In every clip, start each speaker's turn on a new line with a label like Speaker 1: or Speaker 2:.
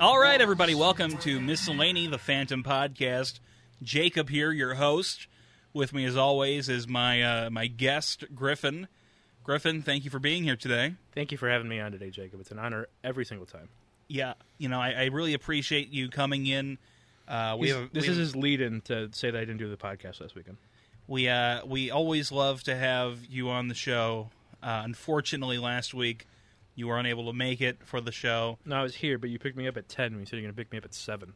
Speaker 1: right, everybody, welcome to Miscellany, the Phantom Podcast. Jacob here, your host. With me, as always, is my uh, my guest Griffin. Griffin, thank you for being here today.
Speaker 2: Thank you for having me on today, Jacob. It's an honor every single time.
Speaker 1: Yeah, you know, I, I really appreciate you coming in. Uh, we
Speaker 2: He's-
Speaker 1: have,
Speaker 2: this
Speaker 1: we,
Speaker 2: is his lead-in to say that I didn't do the podcast last weekend.
Speaker 1: we uh, we always love to have you on the show. Uh, unfortunately, last week you were unable to make it for the show.
Speaker 2: No, I was here, but you picked me up at ten. When you said you're going to pick me up at seven.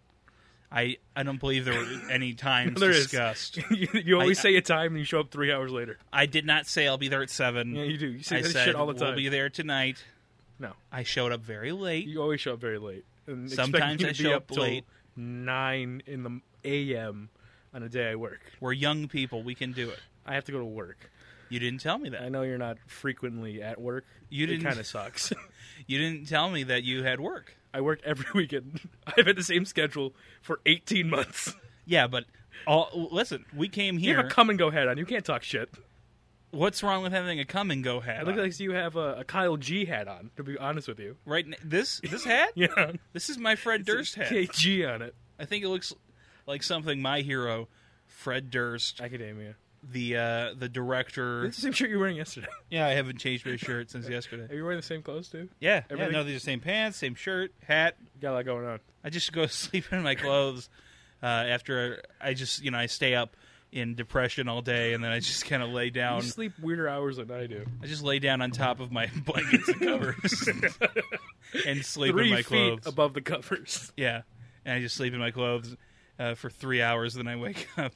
Speaker 1: I I don't believe there were any times
Speaker 2: There is.
Speaker 1: discussed.
Speaker 2: you, you always
Speaker 1: I-
Speaker 2: say a time and you show up three hours later.
Speaker 1: I did not say I'll be there at seven.
Speaker 2: Yeah, you do. You say
Speaker 1: I
Speaker 2: that
Speaker 1: said
Speaker 2: shit all the time.
Speaker 1: we'll be there tonight.
Speaker 2: No,
Speaker 1: I showed up very late.
Speaker 2: you always show up very late. And expect
Speaker 1: Sometimes
Speaker 2: me
Speaker 1: I
Speaker 2: to be
Speaker 1: show up
Speaker 2: till
Speaker 1: late.
Speaker 2: nine in the m- a.m. on a day I work.
Speaker 1: We're young people. We can do it.
Speaker 2: I have to go to work.
Speaker 1: You didn't tell me
Speaker 2: I
Speaker 1: that.
Speaker 2: know you're not frequently at work.
Speaker 1: You
Speaker 2: it
Speaker 1: didn't-
Speaker 2: kind of sucks.
Speaker 1: You didn't tell me that you had work.
Speaker 2: I work every weekend. I've had the same schedule for 18 months.
Speaker 1: Yeah, but all, listen, we came
Speaker 2: You
Speaker 1: here.
Speaker 2: have a come and go hat on. You can't talk shit.
Speaker 1: What's wrong with having a come and go
Speaker 2: I
Speaker 1: hat?
Speaker 2: look
Speaker 1: on?
Speaker 2: like you have a, a Kyle G hat on. To be honest with you,
Speaker 1: right n- this this hat?
Speaker 2: yeah,
Speaker 1: This is my Fred Durst hat.
Speaker 2: KG on it.
Speaker 1: I think it looks like something my hero, Fred Durst,
Speaker 2: Academia.
Speaker 1: the uh, the director.
Speaker 2: It's the same shirt you were wearing yesterday.
Speaker 1: Yeah, I haven't changed my shirt since yesterday.
Speaker 2: Are you wearing the same clothes too?
Speaker 1: Yeah, yeah,
Speaker 2: Everything-
Speaker 1: no, these are same pants, same shirt, hat.
Speaker 2: Got a lot going on.
Speaker 1: I just go sleep in my clothes uh, after I just you know I stay up in depression all day and then I just kind of lay
Speaker 2: You
Speaker 1: down.
Speaker 2: sleep weirder hours than I do.
Speaker 1: I just lay down on top of my blankets and covers and sleep
Speaker 2: Three
Speaker 1: in my
Speaker 2: feet
Speaker 1: clothes.
Speaker 2: above the covers.
Speaker 1: yeah, and I just sleep in my clothes uh, for three hours. Then I wake up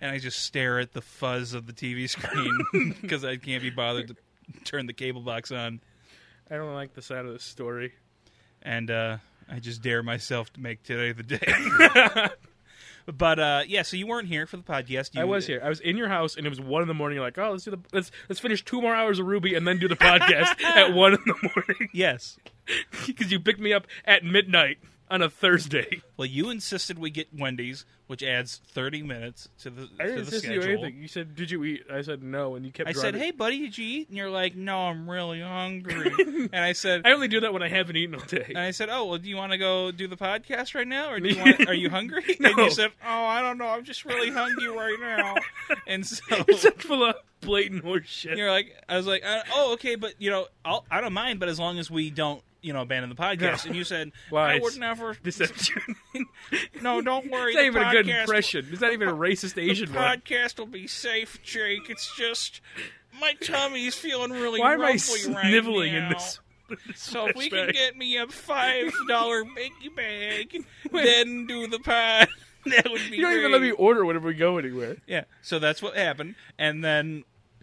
Speaker 1: and I just stare at the fuzz of the TV screen because I can't be bothered to turn the cable box on.
Speaker 2: I don't like the sound of this story.
Speaker 1: and uh, I just dare myself to make today the day. but uh, yeah, so you weren't here for the podcast. You,
Speaker 2: I was here. I was in your house, and it was one in the morning. You're like, "Oh, let's do the let's let's finish two more hours of Ruby, and then do the podcast at one in the morning."
Speaker 1: Yes.
Speaker 2: Because you picked me up at midnight on a Thursday.
Speaker 1: Well, you insisted we get Wendy's, which adds thirty minutes to the
Speaker 2: I
Speaker 1: to
Speaker 2: didn't
Speaker 1: the
Speaker 2: insist you
Speaker 1: schedule.
Speaker 2: or anything. You said, "Did you eat?" I said, "No," and you kept.
Speaker 1: I said,
Speaker 2: driving.
Speaker 1: "Hey, buddy, did you eat?" And you're like, "No, I'm really hungry." and I said,
Speaker 2: I only do that when I haven't eaten all day.
Speaker 1: "And I said, oh, well, do you want to go do the podcast right now, or do you want? Are you hungry?" And
Speaker 2: No.
Speaker 1: you said, "Oh, I don't know. I'm just really hungry right now." And so
Speaker 2: It's such full of blatant horse shit.
Speaker 1: You're like, I was like, uh, oh, okay, but you know, I'll, I don't mind, but as long as we don't, you know, abandon the podcast.
Speaker 2: No.
Speaker 1: And you said,
Speaker 2: Lies.
Speaker 1: I would never.
Speaker 2: Deception.
Speaker 1: No, don't worry.
Speaker 2: it's not
Speaker 1: the
Speaker 2: even a good
Speaker 1: podcast-
Speaker 2: impression. It's not even a racist
Speaker 1: The
Speaker 2: Asian one.
Speaker 1: podcast will be safe, Jake. It's just my tummy's feeling really.
Speaker 2: Why am I
Speaker 1: rumbly right
Speaker 2: sniveling
Speaker 1: now.
Speaker 2: in this?
Speaker 1: So if we
Speaker 2: flashback?
Speaker 1: can get me a five dollar biggie bag, then do the pod. That would be.
Speaker 2: You don't even let
Speaker 1: great.
Speaker 2: me order whenever we go anywhere.
Speaker 1: Yeah. So that's what happened, and then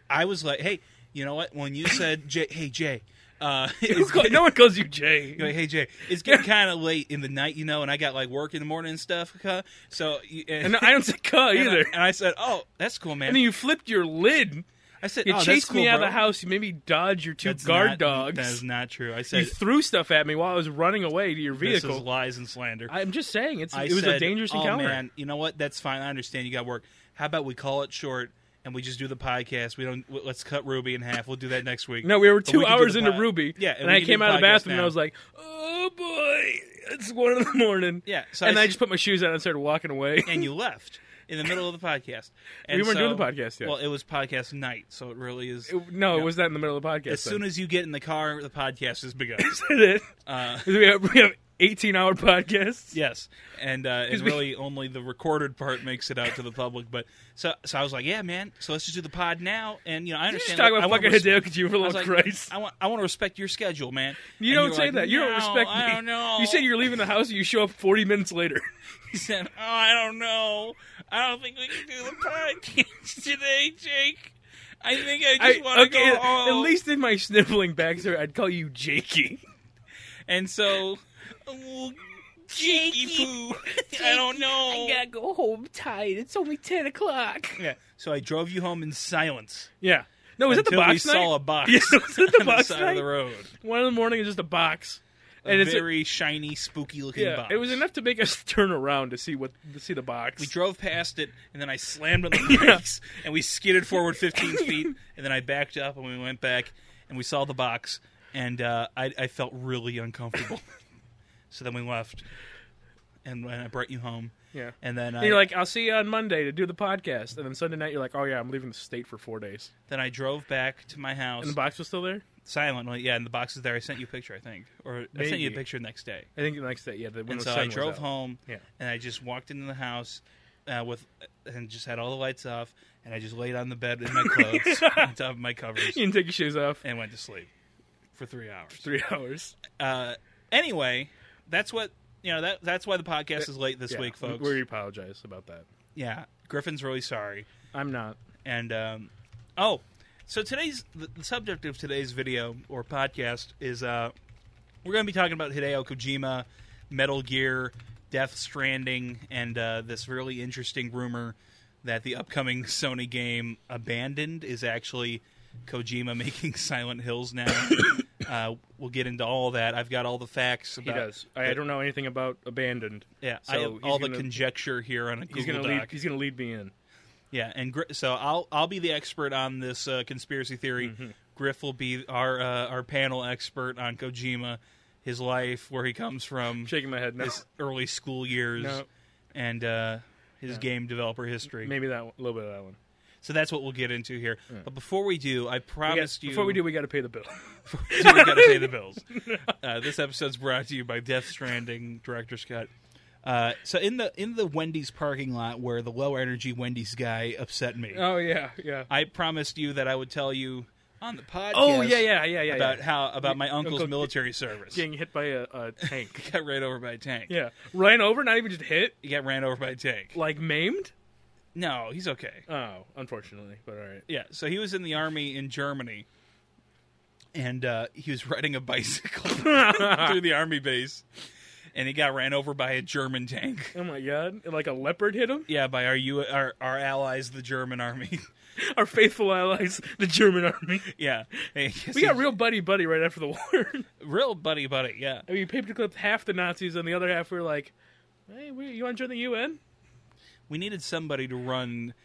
Speaker 1: I was like, "Hey, you know what? When you said, Jay, hey Jay, uh,
Speaker 2: Who
Speaker 1: it's
Speaker 2: call-
Speaker 1: getting,
Speaker 2: no one calls you Jay.
Speaker 1: you're like, hey Jay, it's getting kind of late in the night, you know, and I got like work in the morning and stuff. huh? So you- and,
Speaker 2: and I don't say "ca"
Speaker 1: and I-
Speaker 2: either.
Speaker 1: And I said, "Oh, that's cool, man."
Speaker 2: And then you flipped your lid.
Speaker 1: I said,
Speaker 2: You
Speaker 1: oh, that's
Speaker 2: chased me
Speaker 1: cool,
Speaker 2: out of
Speaker 1: bro.
Speaker 2: the house. You made me dodge your two
Speaker 1: That's
Speaker 2: guard
Speaker 1: not-
Speaker 2: dogs.
Speaker 1: That is not true. I said
Speaker 2: you threw stuff at me while I was running away to your
Speaker 1: this is
Speaker 2: vehicle.
Speaker 1: lies and slander.
Speaker 2: I'm just saying, it's
Speaker 1: I
Speaker 2: it was
Speaker 1: said,
Speaker 2: a dangerous
Speaker 1: oh,
Speaker 2: encounter.
Speaker 1: man, you know what? That's fine. I understand you got work. How about we call it short and we just do the podcast? We don't. w- Let's cut Ruby in half. We'll do that next week.
Speaker 2: No, we were
Speaker 1: But
Speaker 2: two
Speaker 1: can do
Speaker 2: hours
Speaker 1: the
Speaker 2: into
Speaker 1: pod-
Speaker 2: Ruby.
Speaker 1: Yeah,
Speaker 2: and
Speaker 1: we
Speaker 2: I
Speaker 1: can do
Speaker 2: came
Speaker 1: the
Speaker 2: out of the
Speaker 1: podcast
Speaker 2: bathroom and
Speaker 1: now.
Speaker 2: I was like, "Oh boy, it's one in the morning."
Speaker 1: Yeah, so
Speaker 2: and
Speaker 1: I
Speaker 2: I,
Speaker 1: s-
Speaker 2: just put my shoes on and started walking away.
Speaker 1: and you left in the middle of the podcast. And
Speaker 2: We weren't doing
Speaker 1: so-
Speaker 2: the podcast yet.
Speaker 1: Well, it was podcast night, so it really is.
Speaker 2: It- no, it was not in the middle of the podcast.
Speaker 1: as soon as you get in the car, the podcast has begun.
Speaker 2: it?
Speaker 1: Uh,
Speaker 2: we have we have 18 hour podcasts.
Speaker 1: yes, and uh, it's
Speaker 2: we-
Speaker 1: really only the recorded part makes it out to the public. But so, so I was like, yeah, man. So let's just do the pod now. And you know, I
Speaker 2: You just
Speaker 1: understand.
Speaker 2: talk
Speaker 1: like,
Speaker 2: about
Speaker 1: I wanna
Speaker 2: fucking
Speaker 1: res-
Speaker 2: Hideo Kojima for
Speaker 1: I was
Speaker 2: little
Speaker 1: like,
Speaker 2: Christ.
Speaker 1: I want, I want to respect your schedule, man.
Speaker 2: You
Speaker 1: And
Speaker 2: don't
Speaker 1: were
Speaker 2: say
Speaker 1: like,
Speaker 2: that. You don't
Speaker 1: "No,
Speaker 2: respect me.
Speaker 1: I don't know.
Speaker 2: You said you're leaving the house and you show up 40 minutes later.
Speaker 1: He said, "Oh, I don't know. I don't think we can do the podcast today, Jake. I think I
Speaker 2: I,
Speaker 1: just want to
Speaker 2: okay,
Speaker 1: go home."
Speaker 2: at least in my sniveling back, sir, I'd call you Jakey.
Speaker 1: And so, oh, Jakey poo. I don't know.
Speaker 2: go home tired. It's only 10 o'clock.
Speaker 1: yeah. So I drove you home in silence.
Speaker 2: Yeah. No, was it the
Speaker 1: until
Speaker 2: box
Speaker 1: we
Speaker 2: night?
Speaker 1: saw a box
Speaker 2: Yes, was it the
Speaker 1: on
Speaker 2: box
Speaker 1: the side
Speaker 2: night?
Speaker 1: of the road.
Speaker 2: One in the morning is just a box,
Speaker 1: A
Speaker 2: and it's
Speaker 1: very shiny, spooky looking
Speaker 2: yeah,
Speaker 1: box.
Speaker 2: it was enough to make us turn around to see what to see the box.
Speaker 1: We drove past it, and then I slammed on the brakes, and we skidded forward 15 feet, and then I backed up, and we went back, and we saw the box, and uh, I, I felt really uncomfortable. so then we left, and, and I brought you home.
Speaker 2: Yeah.
Speaker 1: And then
Speaker 2: And
Speaker 1: I,
Speaker 2: you're like, I'll see you on Monday to do the podcast, and then Sunday night you're like, oh yeah, I'm leaving the state for four days.
Speaker 1: then I drove back to my house.
Speaker 2: And the box was still there.
Speaker 1: silently, yeah, and the box is there. I sent you a picture, I think, or I sent you a
Speaker 2: Maybe.
Speaker 1: picture the next day.
Speaker 2: I think the next day, yeah. The, when
Speaker 1: and
Speaker 2: the
Speaker 1: so
Speaker 2: sun
Speaker 1: I
Speaker 2: was
Speaker 1: drove
Speaker 2: out.
Speaker 1: home,
Speaker 2: Yeah.
Speaker 1: and I just walked into the house uh, with and just had all the lights off, and I just laid on the bed in my clothes on top of my covers
Speaker 2: You didn't take your shoes off.
Speaker 1: and went to sleep for three hours.
Speaker 2: Three hours.
Speaker 1: Uh, anyway, that's what you know. That that's why the podcast is late this
Speaker 2: Yeah,
Speaker 1: week,
Speaker 2: we-
Speaker 1: folks.
Speaker 2: We apologize about that.
Speaker 1: yeah, Griffin's really sorry.
Speaker 2: I'm not.
Speaker 1: And um, oh, so today's the, the subject of today's video or podcast is uh, we're going to be talking about Hideo Kojima, Metal Gear, Death Stranding, and uh, this really interesting rumor that the upcoming Sony game Abandoned is actually Kojima making Silent Hills now. uh, we'll get into all that. I've got all the facts.
Speaker 2: He
Speaker 1: About,
Speaker 2: does. I, I don't know anything about abandoned.
Speaker 1: Yeah, I have
Speaker 2: So he's
Speaker 1: all the
Speaker 2: gonna-
Speaker 1: conjecture here on a Google
Speaker 2: He's gonna
Speaker 1: Doc.
Speaker 2: lead. He's gonna lead me in.
Speaker 1: Yeah, and Gri- so I'll I'll be the expert on this uh, conspiracy theory.
Speaker 2: Mm-hmm.
Speaker 1: Griff will be our uh, our panel expert on Kojima, his life, where he comes from,
Speaker 2: I'm shaking my head. No,
Speaker 1: his early school years,
Speaker 2: No.
Speaker 1: and uh, his game developer history.
Speaker 2: maybe that one, a little bit of that one.
Speaker 1: So that's what we'll get into here. But before we do, I
Speaker 2: We got-
Speaker 1: promised you
Speaker 2: Before we do, we got to pay the bill.
Speaker 1: so we gotta pay the bills. Uh, this episode's brought to you by Death Stranding director Scott. Uh, so in the in the Wendy's parking lot where the low energy Wendy's guy upset me.
Speaker 2: oh yeah, yeah.
Speaker 1: I promised you that I would tell you on the podcast.
Speaker 2: Oh yeah, yeah, yeah, yeah.
Speaker 1: About
Speaker 2: yeah.
Speaker 1: how about my
Speaker 2: Your
Speaker 1: uncle's
Speaker 2: uncle-
Speaker 1: military service.
Speaker 2: getting hit by a, a tank.
Speaker 1: Got ran over by a tank.
Speaker 2: yeah, ran over, not even just hit,
Speaker 1: He got ran over by a tank.
Speaker 2: like maimed.
Speaker 1: No, he's okay.
Speaker 2: Oh, unfortunately, but all right.
Speaker 1: Yeah. So he was in the army in Germany, and uh, he was riding a bicycle through the army base, and he got ran over by a German tank.
Speaker 2: Oh my god, like a leopard hit him.
Speaker 1: Yeah, by our U- our, our allies, the German army.
Speaker 2: Our faithful allies, the German army.
Speaker 1: yeah, They-
Speaker 2: We got real buddy buddy right after the war.
Speaker 1: real buddy buddy. Yeah,
Speaker 2: I mean, paperclipped half the Nazis, and the other half were like, "Hey, we- you want to join the UN?"
Speaker 1: We needed somebody to run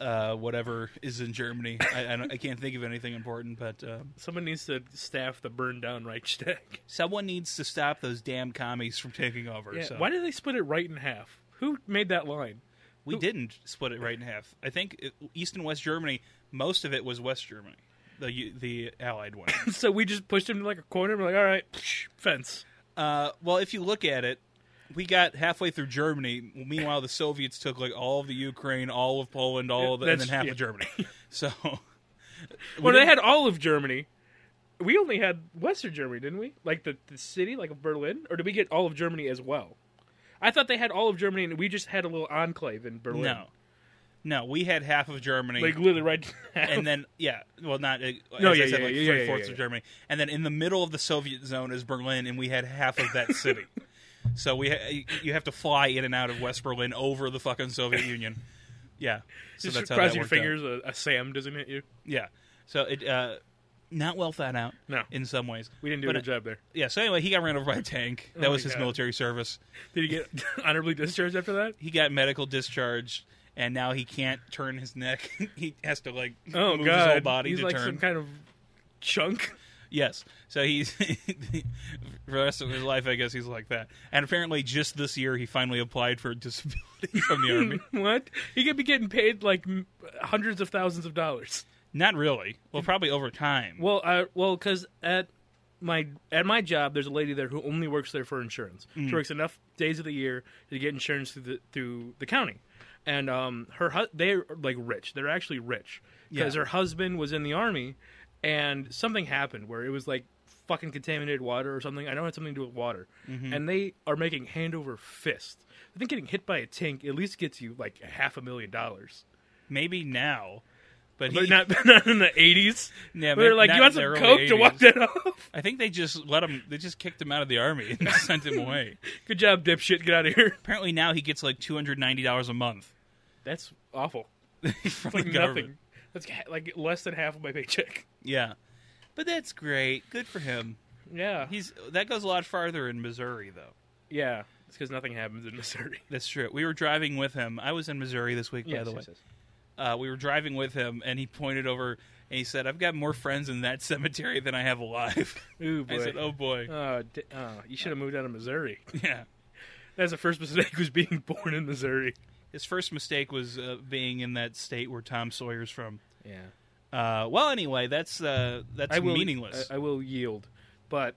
Speaker 1: uh, whatever is in Germany. I, I, don't- I can't think of anything important, but um,
Speaker 2: Someone needs to staff the burned down Reichstag.
Speaker 1: someone needs to stop those damn commies from taking over. so.
Speaker 2: Why did they split it right in half? Who made that line?
Speaker 1: we didn't split it right in half. I think it, East and West Germany. Most of it was West Germany, the U- the Allied one.
Speaker 2: So we just pushed him to like a corner. We're like, "All right, psh, fence."
Speaker 1: uh, well, if you look at it. We got halfway through Germany. Meanwhile, the Soviets took like all of the Ukraine, all of Poland, all of the, and then
Speaker 2: That's-
Speaker 1: half
Speaker 2: yeah.
Speaker 1: of Germany. So,
Speaker 2: Well, they had all of Germany. We only had Western Germany, didn't we? Like the, the city, like of Berlin, or did we get all of Germany as well? I thought they had all of Germany, and we just had a little enclave in Berlin.
Speaker 1: no, no, we had half of Germany.
Speaker 2: like literally right.
Speaker 1: and then yeah, well, not uh,
Speaker 2: No,
Speaker 1: as
Speaker 2: yeah,
Speaker 1: I said,
Speaker 2: yeah,
Speaker 1: like
Speaker 2: yeah,
Speaker 1: three
Speaker 2: yeah,
Speaker 1: fourths
Speaker 2: yeah, yeah.
Speaker 1: of Germany, and then in the middle of the Soviet zone is Berlin, and we had half of that city. so we ha- you have to fly in and out of West Berlin over the fucking Soviet Union. Yeah, so
Speaker 2: just
Speaker 1: that's how
Speaker 2: cross
Speaker 1: that
Speaker 2: your
Speaker 1: worked out.
Speaker 2: fingers, a, a Sam doesn't hit you.
Speaker 1: Yeah, so it uh, not well thought out.
Speaker 2: No.
Speaker 1: in some ways
Speaker 2: We didn't do
Speaker 1: But,
Speaker 2: a
Speaker 1: uh,
Speaker 2: good job there.
Speaker 1: Yeah, so anyway, he got ran over by a tank. That
Speaker 2: Oh
Speaker 1: was
Speaker 2: my
Speaker 1: his
Speaker 2: God.
Speaker 1: military service.
Speaker 2: Did he get honorably discharged after that?
Speaker 1: He got medical discharge. And now he can't turn his neck. he has to like
Speaker 2: Oh
Speaker 1: move
Speaker 2: god,
Speaker 1: his whole body
Speaker 2: he's
Speaker 1: to
Speaker 2: like
Speaker 1: turn.
Speaker 2: some kind of chunk.
Speaker 1: Yes. So he's for the rest of his life, I guess he's like that. And apparently, just this year, he finally applied for disability from the army.
Speaker 2: what? He could be getting paid like m- hundreds of thousands of dollars.
Speaker 1: Not really. Well, probably over time.
Speaker 2: Well, I, well, because at my at my job, there's a lady there who only works there for insurance. She works enough days of the year to get insurance through the through the county, and um, her hu- they're like rich. They're actually rich because
Speaker 1: Yeah.
Speaker 2: her husband was in the army, and something happened where it was like fucking contaminated water or something. I know it had something to do with water, and they are making hand over fist. I think getting hit by a tank at least gets you like half a million dollars.
Speaker 1: Maybe now, but, he,
Speaker 2: But not, not in the 80s.
Speaker 1: Yeah,
Speaker 2: we were
Speaker 1: but
Speaker 2: like,
Speaker 1: not
Speaker 2: you want
Speaker 1: in the
Speaker 2: some
Speaker 1: early
Speaker 2: coke to walk
Speaker 1: 80s."
Speaker 2: that off?
Speaker 1: I think they just let him. They just kicked him out of the army and sent him away.
Speaker 2: Good job, dipshit. Get out of here.
Speaker 1: Apparently, now he gets like two hundred ninety dollars a month
Speaker 2: That's awful.
Speaker 1: from
Speaker 2: Like
Speaker 1: the government.
Speaker 2: nothing. That's ca- like less than half of my paycheck.
Speaker 1: Yeah, but that's great. Good for him.
Speaker 2: Yeah,
Speaker 1: He's that goes a lot farther in Missouri though.
Speaker 2: yeah. It's because nothing happens in Missouri.
Speaker 1: That's true. We were driving with him. I was in Missouri this week, by the way. uh, we were driving with him, and he pointed over and he said, "I've got more friends in that cemetery than I have alive."
Speaker 2: Ooh boy. Uh.
Speaker 1: I said, "Oh boy,
Speaker 2: Oh, d- oh, you should have moved out of Missouri.
Speaker 1: yeah."
Speaker 2: That's the first mistake was being born in Missouri.
Speaker 1: His first mistake was uh, being in that state where Tom Sawyer's from.
Speaker 2: Yeah,
Speaker 1: Uh, well, anyway, that's uh, that's
Speaker 2: I will,
Speaker 1: meaningless.
Speaker 2: I, I will yield, but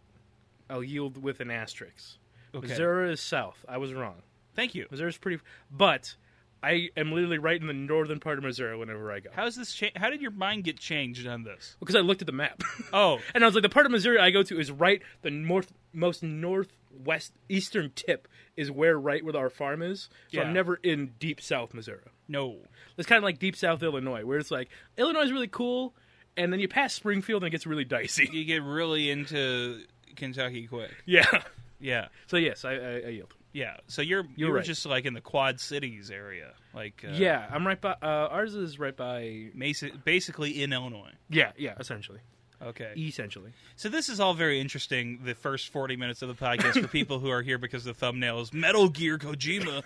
Speaker 2: I'll yield with an asterisk.
Speaker 1: okay,
Speaker 2: Missouri is south. I was wrong.
Speaker 1: thank you.
Speaker 2: Missouri's pretty, but I am literally right in the northern part of Missouri whenever I go
Speaker 1: How is this? Cha- how did your mind get changed on this?
Speaker 2: because I looked at the map.
Speaker 1: Oh,
Speaker 2: And I was like, the part of Missouri I go to is right the north most northwest eastern tip is where right where our farm is. So
Speaker 1: Yeah.
Speaker 2: I'm never in deep south Missouri.
Speaker 1: no.
Speaker 2: It's kind of like deep south Illinois, where it's like Illinois is really cool, and then you pass Springfield and it gets really dicey.
Speaker 1: You get really into Kentucky quick.
Speaker 2: Yeah.
Speaker 1: Yeah,
Speaker 2: So yes, I, I, I yield.
Speaker 1: yeah. So you're you're
Speaker 2: right.
Speaker 1: just like in the Quad Cities area, like uh,
Speaker 2: yeah, I'm right by. Uh, ours is right by.
Speaker 1: basi- basically in Illinois.
Speaker 2: Yeah, yeah, essentially,
Speaker 1: Okay.
Speaker 2: essentially.
Speaker 1: So this is all very interesting. The first forty minutes of the podcast for people who are here because the thumbnail is Metal Gear Kojima.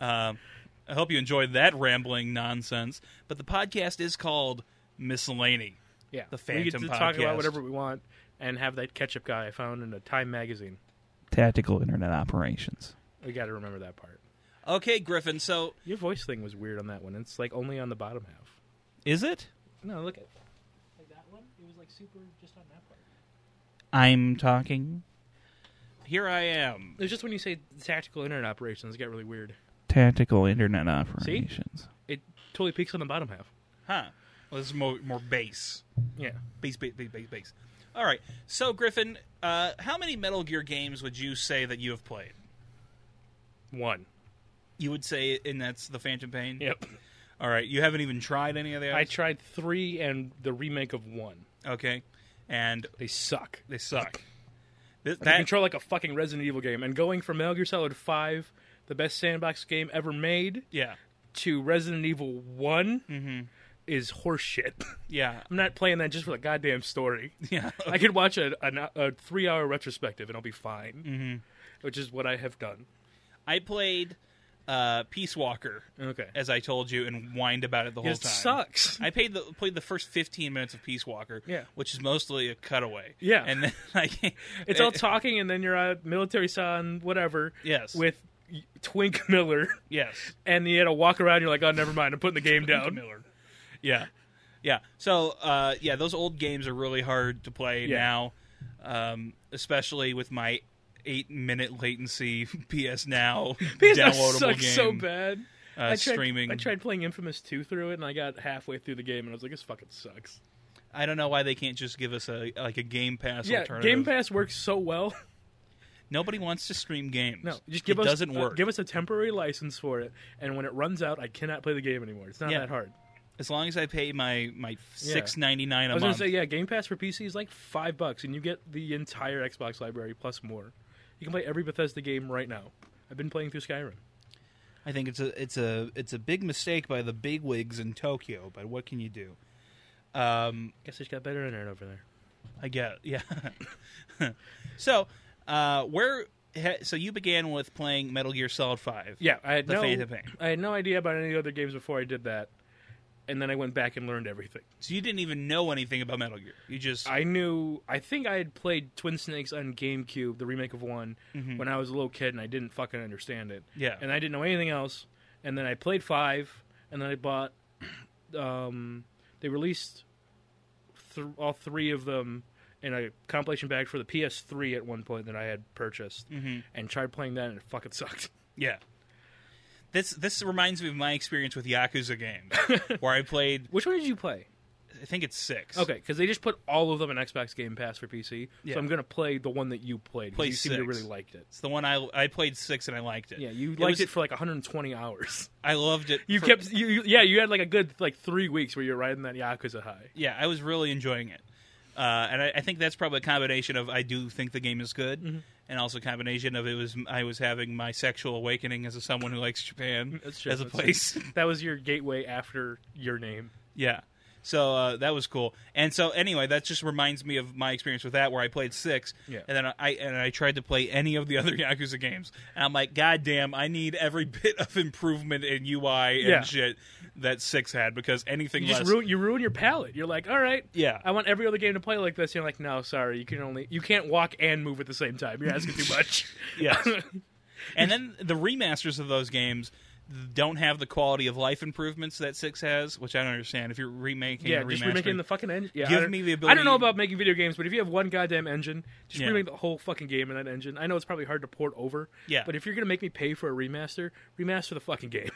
Speaker 1: Um, I hope you enjoyed that rambling nonsense. But the podcast is called Miscellany.
Speaker 2: Yeah,
Speaker 1: The
Speaker 2: we get
Speaker 1: Phantom
Speaker 2: to talk
Speaker 1: Podcast.
Speaker 2: about whatever we want and have that ketchup guy I found in a Time magazine.
Speaker 1: Tactical Internet Operations.
Speaker 2: We got to remember that part.
Speaker 1: Okay, Griffin. So
Speaker 2: Your voice thing was weird on that one. It's like only on the bottom half.
Speaker 1: is it?
Speaker 2: No, look at like that one. It was like super just on that part.
Speaker 1: I'm talking. Here I am.
Speaker 2: It was just when you say tactical internet operations, it got really weird.
Speaker 3: Tactical Internet Operations.
Speaker 2: It totally peaks on the bottom half.
Speaker 1: Huh. Well, this is more more bass.
Speaker 2: Yeah,
Speaker 1: Base, base, base, base, base. All right. So, Griffin, uh, how many Metal Gear games would you say that you have played?
Speaker 2: one.
Speaker 1: You would say, and that's the Phantom Pain.
Speaker 2: Yep.
Speaker 1: All right. You haven't even tried any of those.
Speaker 2: I tried three and the remake of one.
Speaker 1: okay. And
Speaker 2: They suck.
Speaker 1: they suck. Th-
Speaker 2: They
Speaker 1: that-
Speaker 2: control like a fucking Resident Evil game. And going from Metal Gear Solid Five, the best sandbox game ever made,
Speaker 1: yeah,
Speaker 2: to Resident Evil One,
Speaker 1: Mm-hmm.
Speaker 2: is horseshit.
Speaker 1: yeah,
Speaker 2: I'm not playing that just for the goddamn story.
Speaker 1: yeah.
Speaker 2: I could watch a, a, a three hour retrospective and I'll be fine, mm-hmm. which is what I have done.
Speaker 1: I played uh, Peace Walker,
Speaker 2: Okay.
Speaker 1: as I told you, and whined about it the whole
Speaker 2: It
Speaker 1: time.
Speaker 2: sucks.
Speaker 1: I paid the, played the first 15 minutes of Peace Walker,
Speaker 2: Yeah.
Speaker 1: which is mostly a cutaway.
Speaker 2: Yeah.
Speaker 1: And then I
Speaker 2: It's all talking, and then you're a military son, whatever.
Speaker 1: Yes.
Speaker 2: With y- Twink Miller,
Speaker 1: Yes.
Speaker 2: and you had to walk around. You're like, oh, never mind. I'm putting the game down. Miller.
Speaker 1: Yeah. Yeah. So, uh, yeah, those old games are really hard to play
Speaker 2: Yeah.
Speaker 1: now, um, especially with my eight minute latency PS Now
Speaker 2: PS Now
Speaker 1: downloadable
Speaker 2: sucks
Speaker 1: game
Speaker 2: so bad.
Speaker 1: Uh,
Speaker 2: I tried,
Speaker 1: streaming.
Speaker 2: I tried playing Infamous Two through it, and I got halfway through the game, and I was like, this fucking sucks.
Speaker 1: I don't know why they can't just give us a like a Game Pass
Speaker 2: yeah,
Speaker 1: alternative.
Speaker 2: Game Pass works so well.
Speaker 1: Nobody wants to stream games.
Speaker 2: No, just give
Speaker 1: it
Speaker 2: us
Speaker 1: doesn't
Speaker 2: uh,
Speaker 1: work.
Speaker 2: give us a temporary license for it, and when it runs out, I cannot play the game anymore. It's not
Speaker 1: Yeah.
Speaker 2: that hard.
Speaker 1: as long as I pay my my six ninety nine
Speaker 2: I
Speaker 1: a
Speaker 2: was
Speaker 1: month.
Speaker 2: gonna say, yeah, Game Pass for PC is like five bucks, and you get the entire Xbox library plus more. You can play every Bethesda game right now. I've been playing through Skyrim.
Speaker 1: I think it's a it's a it's a big mistake by the bigwigs in Tokyo. But what can you do? Um,
Speaker 2: Guess they just got better internet over there.
Speaker 1: I get yeah. so uh, where he, so you began with playing Metal Gear Solid Five?
Speaker 2: Yeah, I had
Speaker 1: The
Speaker 2: no,
Speaker 1: Phantom Pain.
Speaker 2: I had no idea about any other games before I did that, and then I went back and learned everything.
Speaker 1: So you didn't even know anything about Metal Gear. You just
Speaker 2: I knew. I think I had played Twin Snakes on GameCube, the remake of one, when I was a little kid, and I didn't fucking understand it.
Speaker 1: Mm-hmm. Yeah.
Speaker 2: and I didn't know anything else. And then I played five, and then I bought. Um, they released th- all three of them in a compilation bag for the PS3 at one point that I had purchased,
Speaker 1: Mm-hmm.
Speaker 2: and tried playing that, and it fucking sucked.
Speaker 1: yeah. This this reminds me of my experience with Yakuza games, where I played.
Speaker 2: Which one did you play?
Speaker 1: I think it's six.
Speaker 2: Okay, because they just put all of them in Xbox Game Pass for PC,
Speaker 1: Yeah.
Speaker 2: so I'm gonna play the one that you played. 'cause
Speaker 1: Play
Speaker 2: you seem to
Speaker 1: six.
Speaker 2: really liked it.
Speaker 1: It's the one I I played six and I liked it.
Speaker 2: Yeah, you
Speaker 1: It
Speaker 2: liked
Speaker 1: was-
Speaker 2: it for like 120 hours.
Speaker 1: I loved it.
Speaker 2: You
Speaker 1: for-
Speaker 2: kept, you, you- yeah, you had like a good like three weeks where you're riding that Yakuza high.
Speaker 1: yeah, I was really enjoying it. Uh, and I, I think that's probably a combination of I do think the game is good,
Speaker 2: Mm-hmm.
Speaker 1: and also a combination of it was I was having my sexual awakening as a someone who likes Japan
Speaker 2: That's true,
Speaker 1: as a
Speaker 2: that's
Speaker 1: place.
Speaker 2: That was your gateway after your name.
Speaker 1: yeah, so uh, that was cool. And so anyway, that just reminds me of my experience with that, where I played six,
Speaker 2: Yeah.
Speaker 1: and then I and I tried to play any of the other Yakuza games, and I'm like, God damn, I need every bit of improvement in UI and
Speaker 2: Yeah.
Speaker 1: shit that six had because anything
Speaker 2: You
Speaker 1: less,
Speaker 2: just ruin, you ruin your palate. You're like, all right,
Speaker 1: yeah,
Speaker 2: I want every other game to play like this. You're like, no, sorry, you can only you can't walk and move at the same time. You're asking too much.
Speaker 1: Yes. And then the remasters of those games don't have the quality of life improvements that six has, which I don't understand. If you're remaking,
Speaker 2: yeah,
Speaker 1: and
Speaker 2: just
Speaker 1: remastering-
Speaker 2: remaking the fucking engine. Yeah, I
Speaker 1: Give
Speaker 2: don't-
Speaker 1: me the
Speaker 2: I don't
Speaker 1: ability-
Speaker 2: know about making video games, but if you have one goddamn engine, just
Speaker 1: Yeah.
Speaker 2: remake the whole fucking game in that engine. I know it's probably hard to port over.
Speaker 1: Yeah.
Speaker 2: But if you're gonna make me pay for a remaster, remaster the fucking game.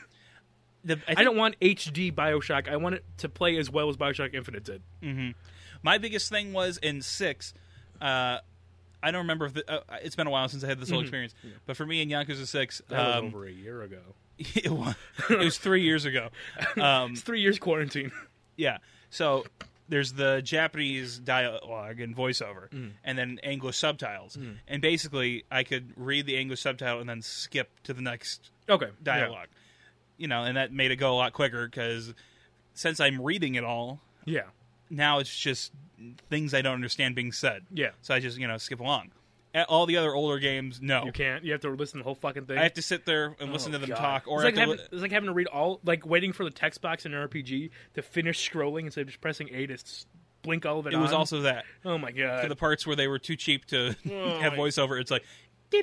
Speaker 1: the, I,
Speaker 2: I
Speaker 1: don't.
Speaker 2: don't want HD Bioshock. I want it to play as well as Bioshock Infinite did.
Speaker 1: My biggest thing was in six. Uh, I don't remember if the, uh, it's been a while since I had this whole experience, but for me in Yakuza Six,
Speaker 2: Mm-hmm. That
Speaker 1: um,
Speaker 2: was over a year ago.
Speaker 1: it, was, it was three years ago. Um,
Speaker 2: It's three years quarantine.
Speaker 1: Yeah. So there's the Japanese dialogue and voiceover,
Speaker 2: Mm.
Speaker 1: and then English subtitles. And basically, I could read the English subtitle and then skip to the next
Speaker 2: okay. yeah.
Speaker 1: dialogue. You know, and that made it go a lot quicker because since I'm reading it all,
Speaker 2: Yeah.
Speaker 1: now it's just things I don't understand being said.
Speaker 2: Yeah.
Speaker 1: So I just, you know, skip along. A- All the other older games, no.
Speaker 2: You can't. You have to listen to the whole fucking thing.
Speaker 1: I have to sit there and listen to them
Speaker 2: God.
Speaker 1: talk, or
Speaker 2: it's like,
Speaker 1: I have to
Speaker 2: having, it's like having to read all, like waiting for the text box in an RPG to finish scrolling instead of just pressing A to s- blink all of it.
Speaker 1: li- it was
Speaker 2: on.
Speaker 1: also that.
Speaker 2: oh my
Speaker 1: For
Speaker 2: god,
Speaker 1: the parts where they were too cheap to
Speaker 2: Oh,
Speaker 1: have
Speaker 2: my-
Speaker 1: voiceover, it's like
Speaker 2: and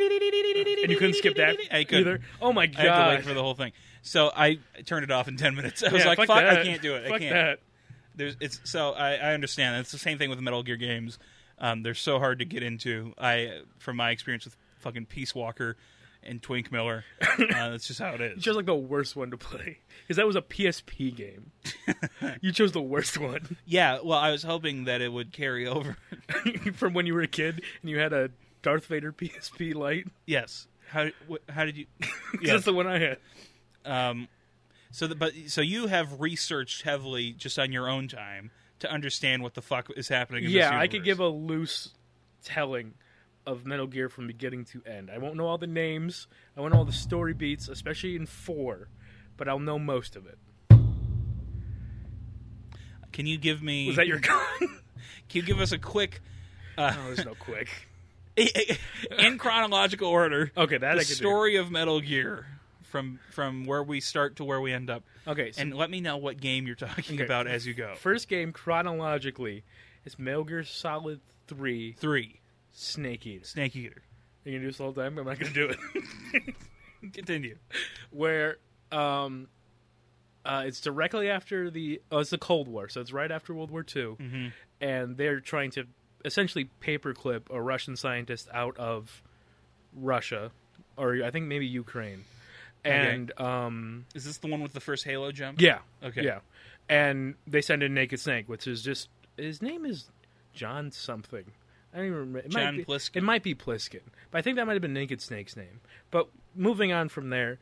Speaker 2: you couldn't skip that
Speaker 1: I couldn't.
Speaker 2: either. Oh my god,
Speaker 1: I have to wait for the whole thing. So I turned it off in ten minutes. I was
Speaker 2: Yeah,
Speaker 1: like,
Speaker 2: fuck,
Speaker 1: "Fuck,
Speaker 2: that.
Speaker 1: I can't do it.
Speaker 2: Fuck
Speaker 1: I can't."
Speaker 2: That.
Speaker 1: There's, it's so I, I understand. It's the same thing with Metal Gear games. Um, they're so hard to get into. I, from my experience with fucking Peace Walker and Twink Miller, uh, that's just how it
Speaker 2: You
Speaker 1: is.
Speaker 2: chose like the worst one to play because that was a PSP game. you chose the worst one
Speaker 1: Yeah. Well, I was hoping that it would carry over.
Speaker 2: from when you were a kid and you had a Darth Vader PSP light.
Speaker 1: yes. How? Wh- how did you?
Speaker 2: That's the one I had.
Speaker 1: Um, so, the, but so you have researched heavily just on your own time to understand what the fuck is happening. in
Speaker 2: yeah,
Speaker 1: this
Speaker 2: I could
Speaker 1: universe.
Speaker 2: give a loose telling of Metal Gear from beginning to end. I won't know all the names. I won't know all the story beats, especially in four, but I'll know most of it.
Speaker 1: Can you give me?
Speaker 2: Was that your gun?
Speaker 1: Can you give us a quick
Speaker 2: oh, there's no quick.
Speaker 1: in chronological order
Speaker 2: Okay, that I
Speaker 1: the
Speaker 2: could
Speaker 1: story of Metal Gear from from where we start to where we end up,
Speaker 2: Do. Okay, so
Speaker 1: and let me know what game you're talking
Speaker 2: Okay.
Speaker 1: about as you go.
Speaker 2: first game chronologically is Metal Gear Solid Three
Speaker 1: Three,
Speaker 2: Snake Eater.
Speaker 1: Snake Eater.
Speaker 2: You gonna do this the whole time? I'm not gonna do it.
Speaker 1: Continue.
Speaker 2: where um, uh, it's directly after the oh, it's the Cold War, so it's right after World War II, and they're trying to essentially paperclip a Russian scientist out of Russia, or I think maybe Ukraine, and um,
Speaker 1: Is this the one with the first Halo jump?
Speaker 2: yeah,
Speaker 1: Okay.
Speaker 2: yeah, and they send in Naked Snake, which is just his name is John something. I don't even remember. It might
Speaker 1: John
Speaker 2: be,
Speaker 1: Pliskin.
Speaker 2: It might be Pliskin, but I think that might have been Naked Snake's name. But moving on from there,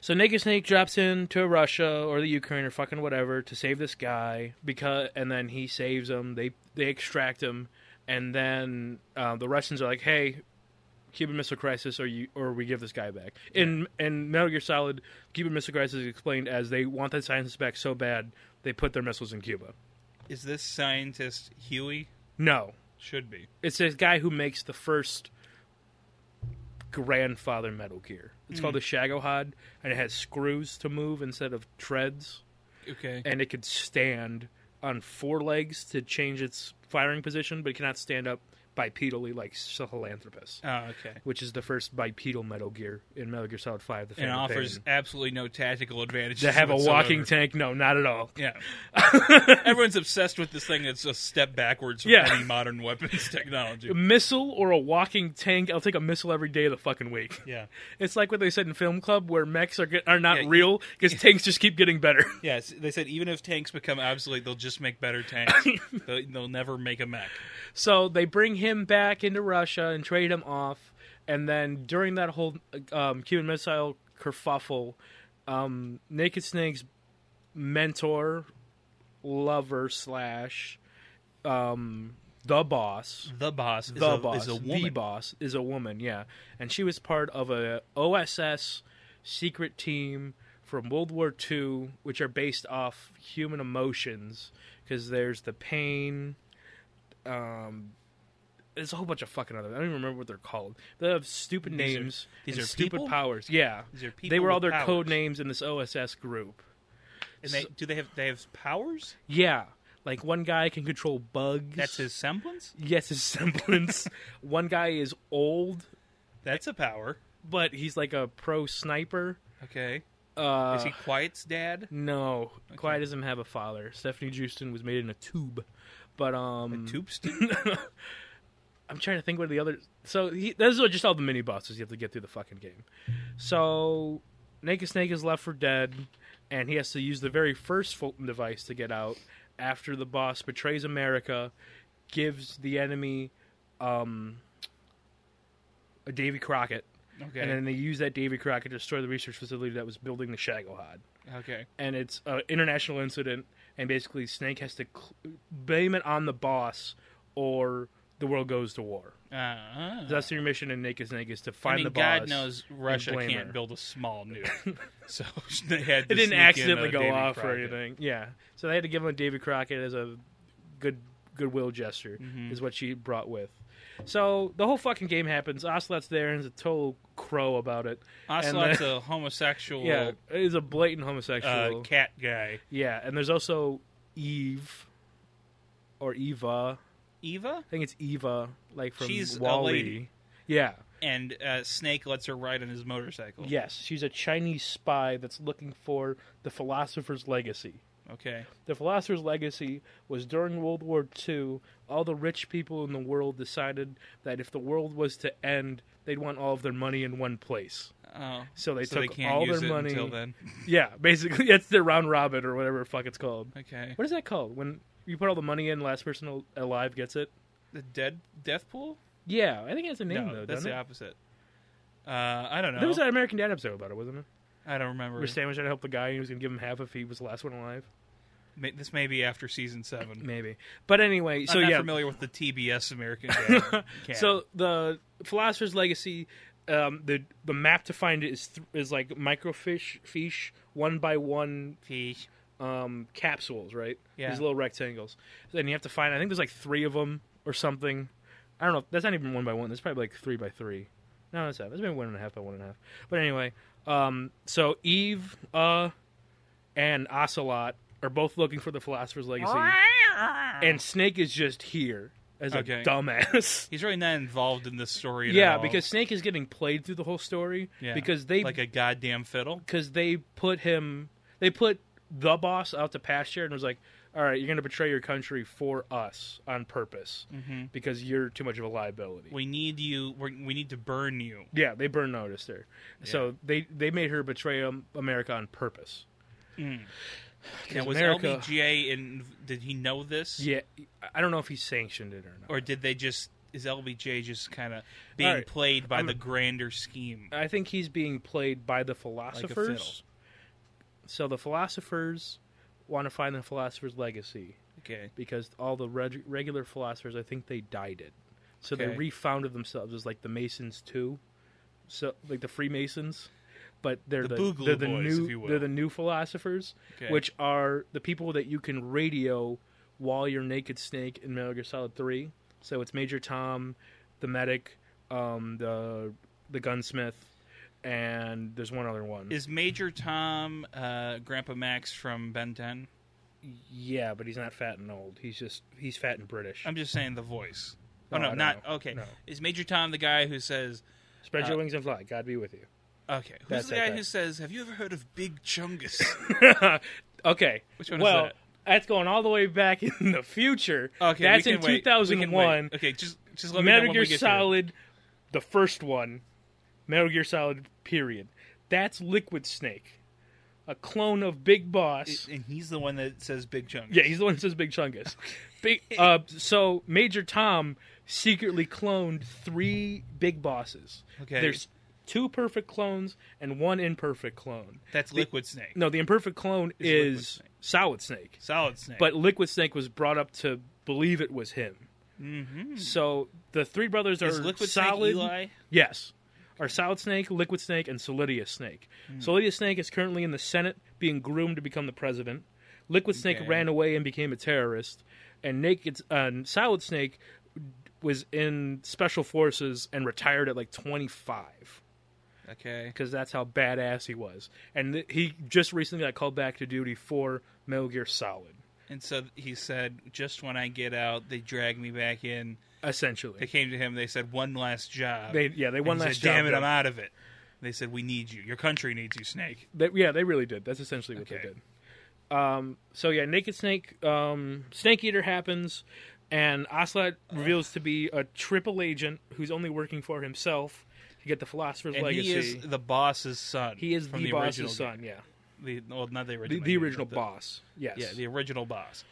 Speaker 2: so Naked Snake drops into Russia or the Ukraine or fucking whatever to save this guy because, and then he saves him. They they extract him, and then uh, the Russians are like, "Hey, Cuban Missile Crisis, or you or we give this guy back." In in Metal Gear Solid, Cuban Missile Crisis is explained as they want that scientist back so bad they put their missiles in Cuba.
Speaker 1: Is this scientist Huey?
Speaker 2: No,
Speaker 1: Should be.
Speaker 2: it's this guy who makes the first grandfather Metal Gear. It's
Speaker 1: Mm.
Speaker 2: called the Shagohod, and it has screws to move instead of treads,
Speaker 1: Okay.
Speaker 2: and it could stand on four legs to change its firing position, but it cannot stand up bipedally like Sahelanthropus,
Speaker 1: Oh, okay.
Speaker 2: which is the first bipedal Metal Gear in Metal Gear Solid Five. The
Speaker 1: And
Speaker 2: Phantom
Speaker 1: offers
Speaker 2: Pain.
Speaker 1: absolutely no tactical advantages.
Speaker 2: to have a
Speaker 1: whatsoever.
Speaker 2: walking tank. No, not at all.
Speaker 1: Yeah. Everyone's obsessed with this thing that's a step backwards from
Speaker 2: Yeah.
Speaker 1: any modern weapons technology.
Speaker 2: A missile or a walking tank. I'll take a missile every day of the fucking week.
Speaker 1: Yeah.
Speaker 2: It's like what they said in Film Club, where mechs are get, are not
Speaker 1: Yeah, you-
Speaker 2: real because tanks just keep getting better.
Speaker 1: Yes, they said even if tanks become obsolete, they'll just make better tanks. they'll, they'll never make a mech.
Speaker 2: so they bring him back into Russia and trade him off. And then during that whole um, Cuban Missile kerfuffle, um, Naked Snake's mentor, lover slash um, the boss,
Speaker 1: The boss, is,
Speaker 2: the
Speaker 1: a,
Speaker 2: boss,
Speaker 1: is a
Speaker 2: the
Speaker 1: woman.
Speaker 2: boss is a woman. Yeah, and she was part of a OSS secret team from World War II, which are based off human emotions because there's the pain. Um, there's a whole bunch of fucking other. I don't even remember what they're called. They have stupid
Speaker 1: These are-
Speaker 2: names.
Speaker 1: these
Speaker 2: and
Speaker 1: are
Speaker 2: stupid
Speaker 1: people?
Speaker 2: powers. Yeah,
Speaker 1: These are
Speaker 2: they
Speaker 1: people
Speaker 2: were all
Speaker 1: with
Speaker 2: their
Speaker 1: powers.
Speaker 2: code names in this OSS group.
Speaker 1: And they, do they have they have powers?
Speaker 2: Yeah, like one guy can control bugs.
Speaker 1: That's his semblance.
Speaker 2: Yes, his semblance. one guy is old
Speaker 1: That's a power.
Speaker 2: but he's like a pro sniper.
Speaker 1: Okay.
Speaker 2: Uh,
Speaker 1: Is he Quiet's dad?
Speaker 2: No, Quiet doesn't have a father. Stephanie Houston was made in a tube, but um,
Speaker 1: Toobston?
Speaker 2: I'm trying to think what the other. So he, those are just all the mini bosses you have to get through the fucking game. So Naked Snake is left for dead, and he has to use the very first Fulton device to get out. After the boss betrays America, gives the enemy um, a Davy Crockett,
Speaker 1: Okay.
Speaker 2: and then they use that Davy Crockett to destroy the research facility that was building the Shagohod
Speaker 1: okay.
Speaker 2: and it's an international incident, and basically Snake has to cl- blame it on the boss, or the world goes to war.
Speaker 1: Uh,
Speaker 2: That's your mission in Naked Snake is to find
Speaker 1: I mean,
Speaker 2: the boss.
Speaker 1: God knows Russia
Speaker 2: blame
Speaker 1: can't
Speaker 2: her.
Speaker 1: build a small nuke, so they had. To
Speaker 2: It didn't
Speaker 1: sneak in a
Speaker 2: accidentally go
Speaker 1: Davy
Speaker 2: off or
Speaker 1: Crockett.
Speaker 2: anything. Yeah, so they had to give him a David Crockett as a good goodwill gesture,
Speaker 1: Mm-hmm.
Speaker 2: is what she brought with. So the whole fucking game happens. Ocelot's there and is a total crow about it. And
Speaker 1: Ocelot's
Speaker 2: then-
Speaker 1: a homosexual
Speaker 2: yeah, is a blatant
Speaker 1: uh,
Speaker 2: homosexual.
Speaker 1: cat guy.
Speaker 2: yeah, and there's also Eve or Eva.
Speaker 1: Eva
Speaker 2: I think it's Eva, like from
Speaker 1: She's a
Speaker 2: Wall-E.
Speaker 1: lady.
Speaker 2: Yeah.
Speaker 1: and uh, Snake lets her ride on his motorcycle.
Speaker 2: Yes, she's a Chinese spy that's looking for the philosopher's legacy.
Speaker 1: Okay.
Speaker 2: The philosopher's legacy was during World War II, all the rich people in the world decided that if the world was to end, they'd want all of their money in one place.
Speaker 1: Oh.
Speaker 2: So they
Speaker 1: so
Speaker 2: took
Speaker 1: they can't
Speaker 2: all
Speaker 1: use
Speaker 2: their
Speaker 1: it
Speaker 2: money.
Speaker 1: until then.
Speaker 2: Yeah, basically that's their round robin or whatever the fuck it's called.
Speaker 1: Okay.
Speaker 2: What is that called? When you put all the money in, last person al- alive gets it.
Speaker 1: The dead death pool?
Speaker 2: Yeah, I think it has a name
Speaker 1: No,
Speaker 2: though.
Speaker 1: that's
Speaker 2: doesn't
Speaker 1: the
Speaker 2: it?
Speaker 1: opposite. Uh, I don't know.
Speaker 2: There was an American Dad episode about it, wasn't it?
Speaker 1: I don't remember.
Speaker 2: Where Stan was trying to help the guy and he was going to give him half if he was the last one alive.
Speaker 1: Ma- This may be after season seven.
Speaker 2: Maybe. But anyway, so
Speaker 1: I'm not
Speaker 2: yeah.
Speaker 1: familiar with the TBS American Dad. canon.
Speaker 2: So the Philosopher's Legacy, um, the the map to find it is th- is like microfish fish one by one
Speaker 1: Fish.
Speaker 2: um, capsules, right?
Speaker 1: Yeah.
Speaker 2: These little rectangles. And you have to find. I think there's like three of them or something. I don't know. That's not even one by one. That's probably like three by three. No, that's not. That's maybe one and a half by one and a half. But anyway, um, so Eve, uh, and Ocelot are both looking for the Philosopher's Legacy, and Snake is just here as a
Speaker 1: Okay.
Speaker 2: dumbass.
Speaker 1: He's really not involved in this story. At
Speaker 2: yeah,
Speaker 1: all.
Speaker 2: because Snake is getting played through the whole story
Speaker 1: Yeah.
Speaker 2: because they
Speaker 1: like a goddamn fiddle.
Speaker 2: because they put him they put the boss out to pasture and was like all right you're going to betray your country for us on purpose
Speaker 1: Mm-hmm.
Speaker 2: because you're too much of a liability
Speaker 1: We need you. We're, we need to burn you.
Speaker 2: yeah they burn noticed her so they they made her betray um, america on purpose
Speaker 1: Mm. Now, was
Speaker 2: America-
Speaker 1: LBJ in? Did he know this?
Speaker 2: yeah i don't know if he sanctioned it or not
Speaker 1: Or did they just? Is LBJ just kind of being
Speaker 2: right.
Speaker 1: played by
Speaker 2: I'm-
Speaker 1: the grander scheme?
Speaker 2: I think he's being played by the philosophers. so the philosophers want to find the philosopher's legacy
Speaker 1: Okay.
Speaker 2: because all the reg- regular philosophers, I think they died it. So they
Speaker 1: Okay.
Speaker 2: refounded themselves as like the Masons too, so like the Freemasons, but they're
Speaker 1: The
Speaker 2: the,
Speaker 1: Boogaloo
Speaker 2: they're the
Speaker 1: Boys,
Speaker 2: new
Speaker 1: if you will.
Speaker 2: they're the new philosophers,
Speaker 1: Okay.
Speaker 2: which are the people that you can radio while you're Naked Snake in Metal Gear Solid Three. So it's Major Tom, the medic, um, the the gunsmith, and there's one other one.
Speaker 1: Is Major Tom uh, Grandpa Max from Ben 10?
Speaker 2: yeah, but he's not fat and old. He's just he's fat and British.
Speaker 1: I'm just saying the voice.
Speaker 2: No,
Speaker 1: oh
Speaker 2: I
Speaker 1: no,
Speaker 2: don't
Speaker 1: not
Speaker 2: know.
Speaker 1: okay.
Speaker 2: No.
Speaker 1: Is Major Tom the guy who says?
Speaker 2: Spread your
Speaker 1: uh,
Speaker 2: wings and fly. God be with you.
Speaker 1: Okay, who's
Speaker 2: That's
Speaker 1: the
Speaker 2: that
Speaker 1: guy
Speaker 2: guy.
Speaker 1: who says? Have you ever heard of Big Chungus?
Speaker 2: okay.
Speaker 1: Which one is
Speaker 2: well,
Speaker 1: that?
Speaker 2: that's going all the way back in the future.
Speaker 1: Okay,
Speaker 2: that's
Speaker 1: we
Speaker 2: in
Speaker 1: can wait. We can
Speaker 2: 2001.
Speaker 1: wait. Okay, just just let me know
Speaker 2: Metal
Speaker 1: when
Speaker 2: Gear
Speaker 1: we get there.
Speaker 2: Solid, the first one. Metal Gear Solid. Period. That's Liquid Snake, a clone of Big Boss.
Speaker 1: and he's the one that says Big Chungus.
Speaker 2: yeah, he's the one that says Big Chungus. Big. Uh, so Major Tom secretly cloned three Big Bosses.
Speaker 1: Okay.
Speaker 2: There's two perfect clones and one imperfect clone.
Speaker 1: that's Liquid Snake.
Speaker 2: No, the imperfect clone
Speaker 1: Liquid
Speaker 2: is
Speaker 1: Snake.
Speaker 2: Solid Snake.
Speaker 1: Solid Snake.
Speaker 2: but Liquid Snake was brought up to believe it was him. Mm-hmm. So the three brothers are
Speaker 1: is Liquid
Speaker 2: solid.
Speaker 1: Snake Eli?
Speaker 2: Yes, are Solid Snake, Liquid Snake, and Solidius Snake.
Speaker 1: Hmm.
Speaker 2: Solidius Snake is currently in the Senate, being groomed to become the president. Liquid Snake
Speaker 1: Okay.
Speaker 2: ran away and became a terrorist, and Naked uh, Solid Snake was in special forces and retired at like twenty five
Speaker 1: Okay.
Speaker 2: because that's how badass he was. And th- he just recently got called back to duty for Metal Gear Solid,
Speaker 1: And so he said, "Just when I get out, they drag me back in."
Speaker 2: essentially.
Speaker 1: They came to him. They said, "One last job."
Speaker 2: They yeah they one
Speaker 1: And he
Speaker 2: last
Speaker 1: said, "Damn
Speaker 2: job
Speaker 1: it, I'm
Speaker 2: done.
Speaker 1: out of it." They said, "We need you. Your country needs you, Snake."
Speaker 2: They, yeah, they really did. That's essentially what
Speaker 1: Okay.
Speaker 2: they did. Um, so yeah, Naked Snake, um, Snake Eater happens, and Ocelot reveals to be a triple agent who's only working for himself to get the Philosopher's
Speaker 1: And
Speaker 2: Legacy.
Speaker 1: he is the boss's son.
Speaker 2: He is
Speaker 1: from
Speaker 2: the, boss's
Speaker 1: original,
Speaker 2: son. Yeah,
Speaker 1: The, well, not the
Speaker 2: the,
Speaker 1: original.
Speaker 2: the
Speaker 1: game,
Speaker 2: original
Speaker 1: but the-
Speaker 2: boss. Yes.
Speaker 1: Yeah, the original boss.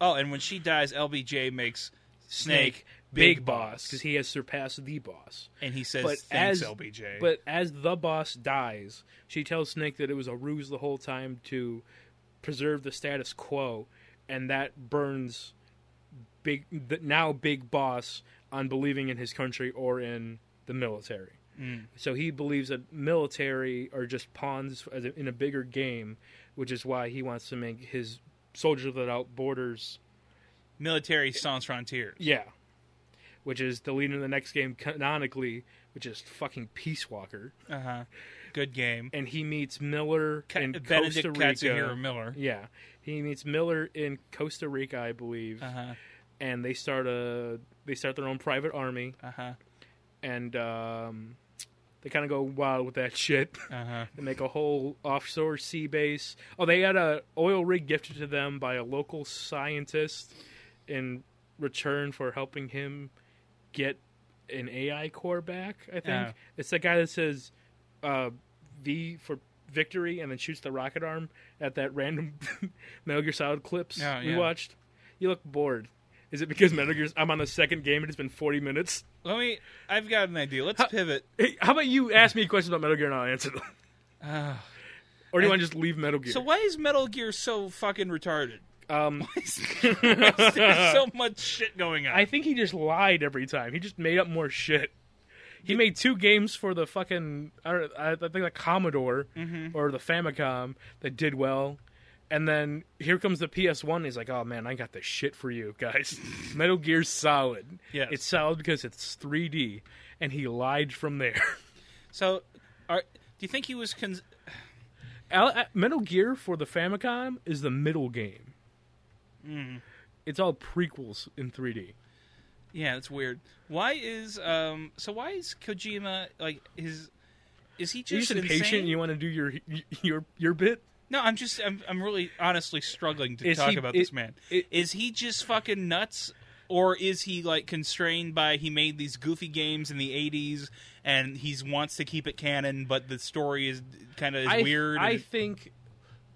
Speaker 1: Oh, and when she dies, LBJ makes Snake,
Speaker 2: Snake, big, boss, because he has surpassed the boss.
Speaker 1: and he says,
Speaker 2: but
Speaker 1: "Thanks,
Speaker 2: as-
Speaker 1: LBJ."
Speaker 2: But as the boss dies, she tells Snake that it was a ruse the whole time to preserve the status quo, and that burns big the, now big boss on believing in his country or in the military.
Speaker 1: Mm.
Speaker 2: So he believes that military are just pawns as a, in a bigger game, which is why he wants to make his soldiers without borders.
Speaker 1: military sans frontières.
Speaker 2: Yeah, which is the leader in the next game canonically, which is fucking Peace Walker
Speaker 1: Uh huh. Good game.
Speaker 2: and he meets Miller
Speaker 1: Ca-
Speaker 2: in
Speaker 1: Benedict
Speaker 2: Costa Rica.
Speaker 1: Katsuhiro Miller.
Speaker 2: Yeah, he meets Miller in Costa Rica, I believe,
Speaker 1: Uh huh.
Speaker 2: and they start a they start their own private army,
Speaker 1: Uh huh.
Speaker 2: and um, they kind of go wild with that shit.
Speaker 1: Uh huh.
Speaker 2: they make a whole offshore sea base. Oh, they had a oil rig gifted to them by a local scientist in return for helping him get an AI core back. I think
Speaker 1: Yeah.
Speaker 2: it's the guy that says uh, V for victory and then shoots the rocket arm at that random Metal Gear Solid clips
Speaker 1: Oh,
Speaker 2: we
Speaker 1: yeah.
Speaker 2: watched. You look bored. Is it because Metal Gear's? I'm on the second game and it's been 40 minutes.
Speaker 1: Let me. I've got an idea. Let's pivot.
Speaker 2: Hey, how about you ask me questions about Metal Gear and I'll answer them?
Speaker 1: Ah.
Speaker 2: Or do you want to just leave Metal Gear?
Speaker 1: So why is Metal Gear so fucking retarded?
Speaker 2: um,
Speaker 1: There's so much shit going on.
Speaker 2: I think he just lied every time. He just made up more shit. He made two games for the fucking I, don't, I I think the Commodore or the Famicom that did well, and then here comes the PS1. He's like, "Oh man, I got the shit for you guys. Metal Gear's solid.
Speaker 1: Yes.
Speaker 2: it's solid because it's 3D." And he lied from there.
Speaker 1: so, are, do you think he was? Cons-
Speaker 2: Al- uh, Metal Gear for the Famicom is the middle game.
Speaker 1: Mm.
Speaker 2: It's all prequels in 3D.
Speaker 1: yeah, it's weird. Why is um? So why is Kojima like his? Is he
Speaker 2: You're
Speaker 1: just,
Speaker 2: just impatient.
Speaker 1: insane?
Speaker 2: and You want to do your your your bit.
Speaker 1: No, I'm just I'm, I'm really honestly struggling to
Speaker 2: Is
Speaker 1: talk
Speaker 2: he-
Speaker 1: about
Speaker 2: it-
Speaker 1: this man. Is
Speaker 2: it-
Speaker 1: he just fucking nuts or is he like constrained by he made these goofy games in the 80s and he's wants to keep it canon but the story is kind of is
Speaker 2: I,
Speaker 1: weird
Speaker 2: I
Speaker 1: and-
Speaker 2: think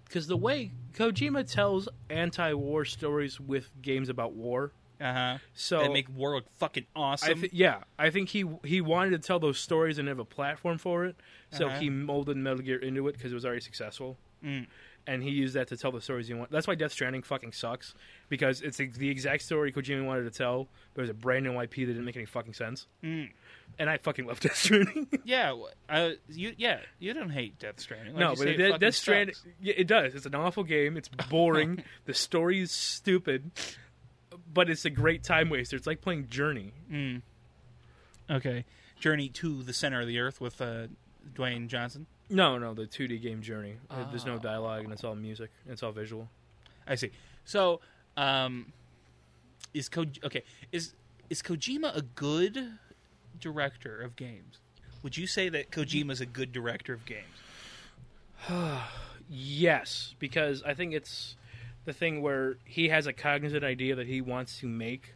Speaker 2: because the way Kojima tells anti-war stories with games about war,
Speaker 1: uh-huh.
Speaker 2: so
Speaker 1: that make war look fucking awesome.
Speaker 2: I thi- yeah, I think he he wanted to tell those stories and have a platform for it, so
Speaker 1: Uh-huh.
Speaker 2: he molded Metal Gear into it because it was already successful.
Speaker 1: Mm.
Speaker 2: And he used that to tell the stories he wanted. That's why Death Stranding fucking sucks because it's the- the exact story Kojima wanted to tell, but it was a brand new IP that didn't make any fucking sense.
Speaker 1: Mm.
Speaker 2: And I fucking love Death Stranding.
Speaker 1: yeah, wh- uh, you yeah, you don't hate Death Stranding. Like
Speaker 2: no,
Speaker 1: you
Speaker 2: but
Speaker 1: say,
Speaker 2: it,
Speaker 1: it
Speaker 2: that-
Speaker 1: fucking
Speaker 2: Death Stranding,
Speaker 1: sucks.
Speaker 2: yeah, it does. It's an awful game. It's boring. the story is stupid, but it's a great time waster. It's like playing Journey.
Speaker 1: Okay. Journey to the center of the earth with uh, Dwayne Johnson.
Speaker 2: No, no, the 2D game Journey. Uh, There's no dialogue, and it's all music. and It's all visual.
Speaker 1: I see. So, um, is Ko- okay? Is is Kojima a good director of games? Would you say that Kojima's a good director of games?
Speaker 2: Yes, because I think it's the thing where he has a cognizant idea that he wants to make,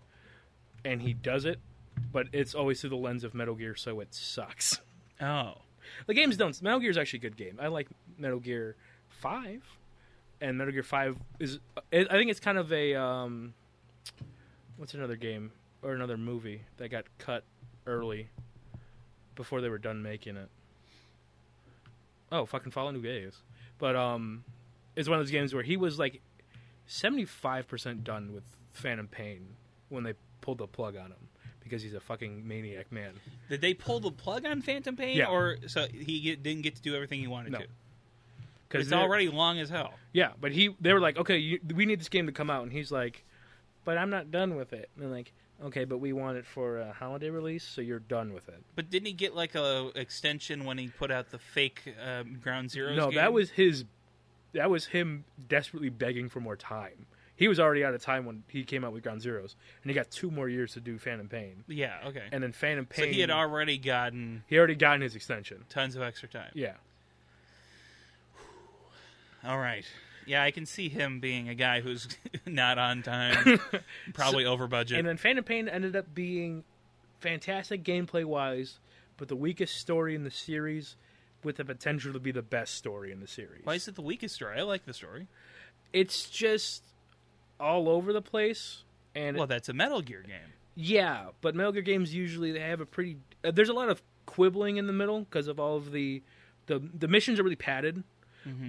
Speaker 2: and he does it, but it's always through the lens of Metal Gear, so it sucks.
Speaker 1: Oh,
Speaker 2: The games don't. Metal Gear is actually a good game. I like Metal Gear Five, and Metal Gear Five is. I think it's kind of a um, what's another game or another movie that got cut early before they were done making it. Oh, fucking Fallout New Vegas. But um, it's one of those games where he was like seventy five percent done with Phantom Pain when they pulled the plug on him because he's a fucking maniac man.
Speaker 1: did they pull the plug on Phantom Pain,
Speaker 2: Yeah.
Speaker 1: or so he get, didn't get to do everything he wanted
Speaker 2: No.
Speaker 1: to?
Speaker 2: 'Cause
Speaker 1: It's
Speaker 2: they're-
Speaker 1: already long as hell.
Speaker 2: Yeah, but he they were like, okay, you, we need this game to come out, and he's like, but I'm not done with it. And they're like, okay, but we want it for a holiday release, so you're done with it.
Speaker 1: But didn't he get like a extension when he put out the fake um, Ground Zero?
Speaker 2: no, that was his, that was him desperately begging for more time. He was already out of time when he came out with Ground Zeroes, and he got two more years to do Phantom Pain,
Speaker 1: Yeah. Okay.
Speaker 2: and then Phantom Pain.
Speaker 1: so he had already gotten
Speaker 2: he already gotten his extension.
Speaker 1: tons of extra time.
Speaker 2: Yeah,
Speaker 1: All right. Yeah, I can see him being a guy who's not on time, probably over budget.
Speaker 2: and then Phantom Pain ended up being fantastic gameplay wise, but the weakest story in the series, with the potential to be the best story in the series.
Speaker 1: Why is it the weakest story? I like the story.
Speaker 2: It's just all over the place, and
Speaker 1: Well, that's a Metal Gear game.
Speaker 2: Yeah, but Metal Gear games usually they have a pretty. Uh, there's a lot of quibbling in the middle because of all of the, the the missions are really padded.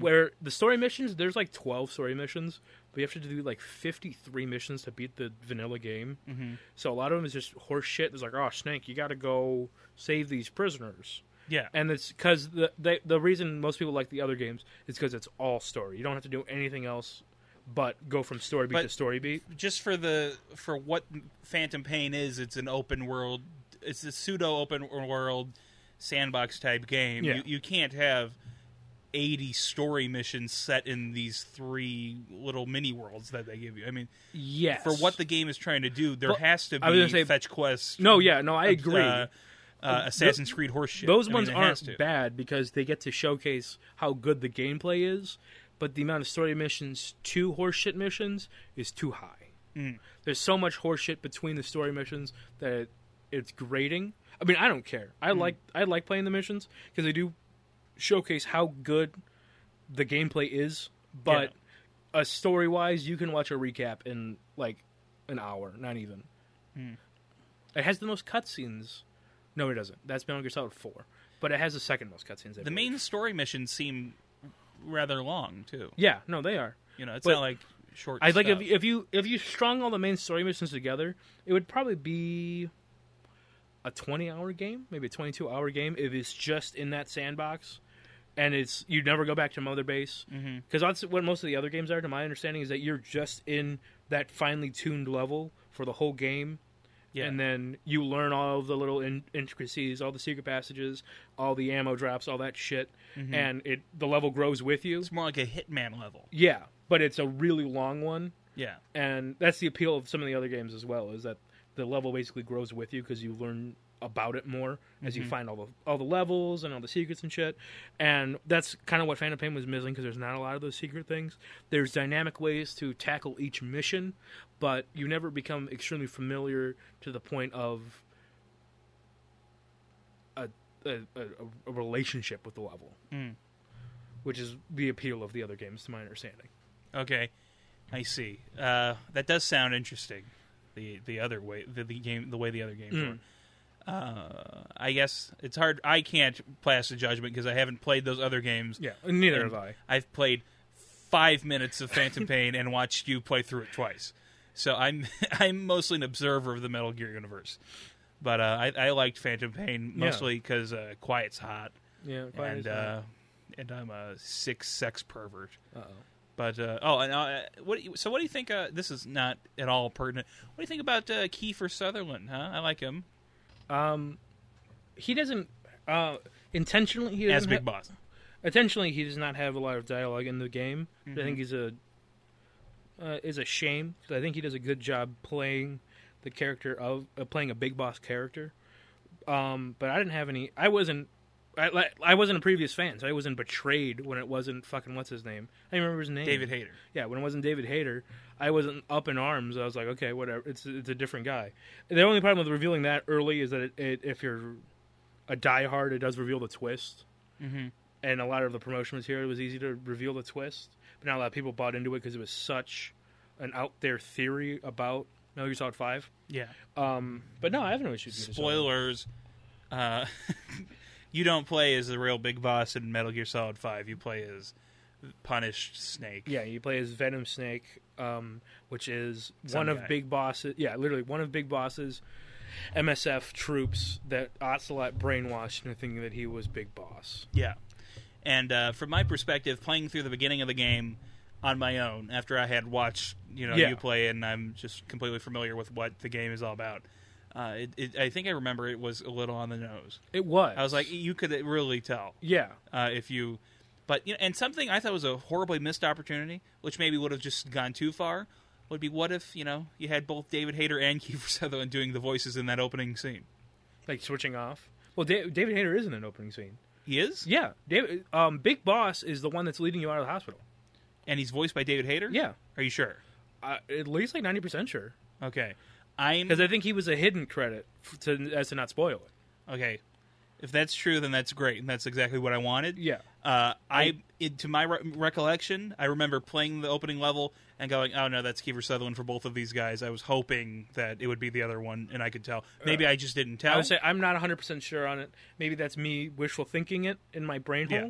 Speaker 2: Where the story missions, there's like 12 story missions, but you have to do like 53 missions to beat the vanilla game. Mm-hmm. So a lot of them is just horse shit. It's like, oh, Snake, you got to go save these prisoners.
Speaker 1: Yeah.
Speaker 2: And it's because the, the the reason most people like the other games is because it's all story. You don't have to do anything else but go from story beat
Speaker 1: But-
Speaker 2: to story beat.
Speaker 1: Just for the for what Phantom Pain is, it's an open world. It's a pseudo open world sandbox type game.
Speaker 2: Yeah.
Speaker 1: You, you can't have 80 story missions set in these three little mini worlds that they give you. I mean,
Speaker 2: Yes.
Speaker 1: for what the game is trying to do, there
Speaker 2: But-
Speaker 1: has to
Speaker 2: I was
Speaker 1: be
Speaker 2: gonna say-
Speaker 1: fetch quests.
Speaker 2: No, yeah, no, I agree.
Speaker 1: Uh, uh, Assassin's Creed horseshit. I
Speaker 2: Those
Speaker 1: mean,
Speaker 2: ones
Speaker 1: it has to.
Speaker 2: aren't bad because they get to showcase how good the gameplay is, but the amount of story missions to horseshit missions is too high.
Speaker 1: Mm.
Speaker 2: There's so much horseshit between the story missions that it, it's grating. I mean, I don't care. I
Speaker 1: Mm.
Speaker 2: like I like playing the missions because they do showcase how good the gameplay is, but uh, story wise, you can watch a recap in like an hour, not even. It has the most cutscenes. No, it doesn't. That's Metal Gear Solid Four, but it has the second most cutscenes. I
Speaker 1: The
Speaker 2: believe.
Speaker 1: main story missions seem rather long too.
Speaker 2: yeah, no, they are.
Speaker 1: You know, it's
Speaker 2: But-
Speaker 1: not like short.
Speaker 2: I like
Speaker 1: stuff.
Speaker 2: if, if you if you strung all the main story missions together, it would probably be a twenty hour game, maybe a twenty two hour game if it's just in that sandbox, and it's you would never go back to Mother Base because
Speaker 1: Mm-hmm.
Speaker 2: that's what most of the other games are. To my understanding, is that you're just in that finely tuned level for the whole game,
Speaker 1: yeah.
Speaker 2: and then you learn all of the little in- intricacies, all the secret passages, all the ammo drops, all that shit, and it the level grows with you.
Speaker 1: Mm-hmm. it's more like a Hitman level.
Speaker 2: Yeah, but it's a really long one
Speaker 1: Yeah,
Speaker 2: and that's the appeal of some of the other games as well is that the level basically grows with you because you learn about it more as
Speaker 1: Mm-hmm.
Speaker 2: you find all the all the levels and all the secrets and shit and that's kind of what phantom pain was missing because there's not a lot of those secret things there's dynamic ways to tackle each mission but you never become extremely familiar to the point of a a, a, a relationship with the level
Speaker 1: Mm.
Speaker 2: which is the appeal of the other games to my understanding
Speaker 1: Okay, I see. Uh, that does sound interesting. The the other way the, the game the way the other games
Speaker 2: Mm.
Speaker 1: are. Uh, I guess it's hard. I can't pass a judgment because I haven't played those other games.
Speaker 2: yeah neither
Speaker 1: And
Speaker 2: have i
Speaker 1: I've played five minutes of Phantom Pain and watched you play through it twice. So I'm I'm mostly an observer of the Metal Gear universe. But uh, I, I liked Phantom Pain
Speaker 2: Yeah.
Speaker 1: mostly because uh, Quiet's hot
Speaker 2: yeah quite
Speaker 1: and
Speaker 2: as I-
Speaker 1: uh, and I'm a six sex pervert.
Speaker 2: Uh-oh.
Speaker 1: But uh, oh, and uh, what? do you- So what do you think? Uh, this is not at all pertinent. What do you think about uh, Kiefer Sutherland? Huh? I like him
Speaker 2: Um, he doesn't uh, intentionally. He doesn't
Speaker 1: as Big
Speaker 2: ha-
Speaker 1: Boss.
Speaker 2: intentionally he does not have a lot of dialogue in the game.
Speaker 1: Mm-hmm.
Speaker 2: I think he's a uh, is a shame 'cause I think he does a good job playing the character of uh, playing a big boss character. Um, but I didn't have any. I wasn't. I, like, I wasn't a previous fan, so I wasn't betrayed when it wasn't fucking what's his name. I remember his name.
Speaker 1: David Hayter.
Speaker 2: Yeah, when it wasn't David Hayter, I wasn't up in arms. I was like, okay, whatever. It's it's a different guy. The only problem with revealing that early is that it, it, if you're a diehard, it does reveal the twist. Mm-hmm. And a lot of the promotion material it was easy to reveal the twist, but not a lot of people bought into it because it was such an out there theory about Metal Gear Solid Five.
Speaker 1: Yeah.
Speaker 2: Um, but no, I have no issues. with Metal Gear Solid.
Speaker 1: Spoilers. Uh, you don't play as the real Big Boss in Metal Gear Solid Five. You play as Punished Snake.
Speaker 2: Yeah, you play as Venom Snake, um, which is
Speaker 1: Some
Speaker 2: one
Speaker 1: guy.
Speaker 2: of Big Boss's. Yeah, literally one of Big Boss's MSF troops that Ocelot brainwashed into thinking that he was Big Boss.
Speaker 1: Yeah. And uh, from my perspective, playing through the beginning of the game on my own after I had watched you know
Speaker 2: Yeah.
Speaker 1: you play and I'm just completely familiar with what the game is all about. Uh, it, it, I think I remember it was a little on the nose.
Speaker 2: It was.
Speaker 1: I was like, you could really tell
Speaker 2: yeah,
Speaker 1: uh, if you, but you know, and something I thought was a horribly missed opportunity, which maybe would have just gone too far, would be what if you know you had both David Hayter and Kiefer Sutherland doing the voices in that opening scene.
Speaker 2: like switching off. Well, da- David Hayter is in an opening scene.
Speaker 1: He is,
Speaker 2: Yeah, David. Um, Big Boss is the one that's leading you out of the hospital.
Speaker 1: and he's voiced by David Hayter.
Speaker 2: Yeah,
Speaker 1: Are you sure?
Speaker 2: uh, at least like ninety percent sure
Speaker 1: Okay, I'm
Speaker 2: because I think he was a hidden credit f- to as to not spoil it.
Speaker 1: okay. If that's true, then that's great, and that's exactly what I wanted.
Speaker 2: Yeah,
Speaker 1: Uh, I, it, to my re- recollection, I remember playing the opening level and going, "Oh no, that's Kiefer Sutherland for both of these guys." I was hoping that it would be the other one, and I could tell. Maybe I just didn't tell.
Speaker 2: Uh, I would say I'm not 100 percent sure on it. Maybe that's me wishful thinking it in my brain hole.
Speaker 1: Yeah.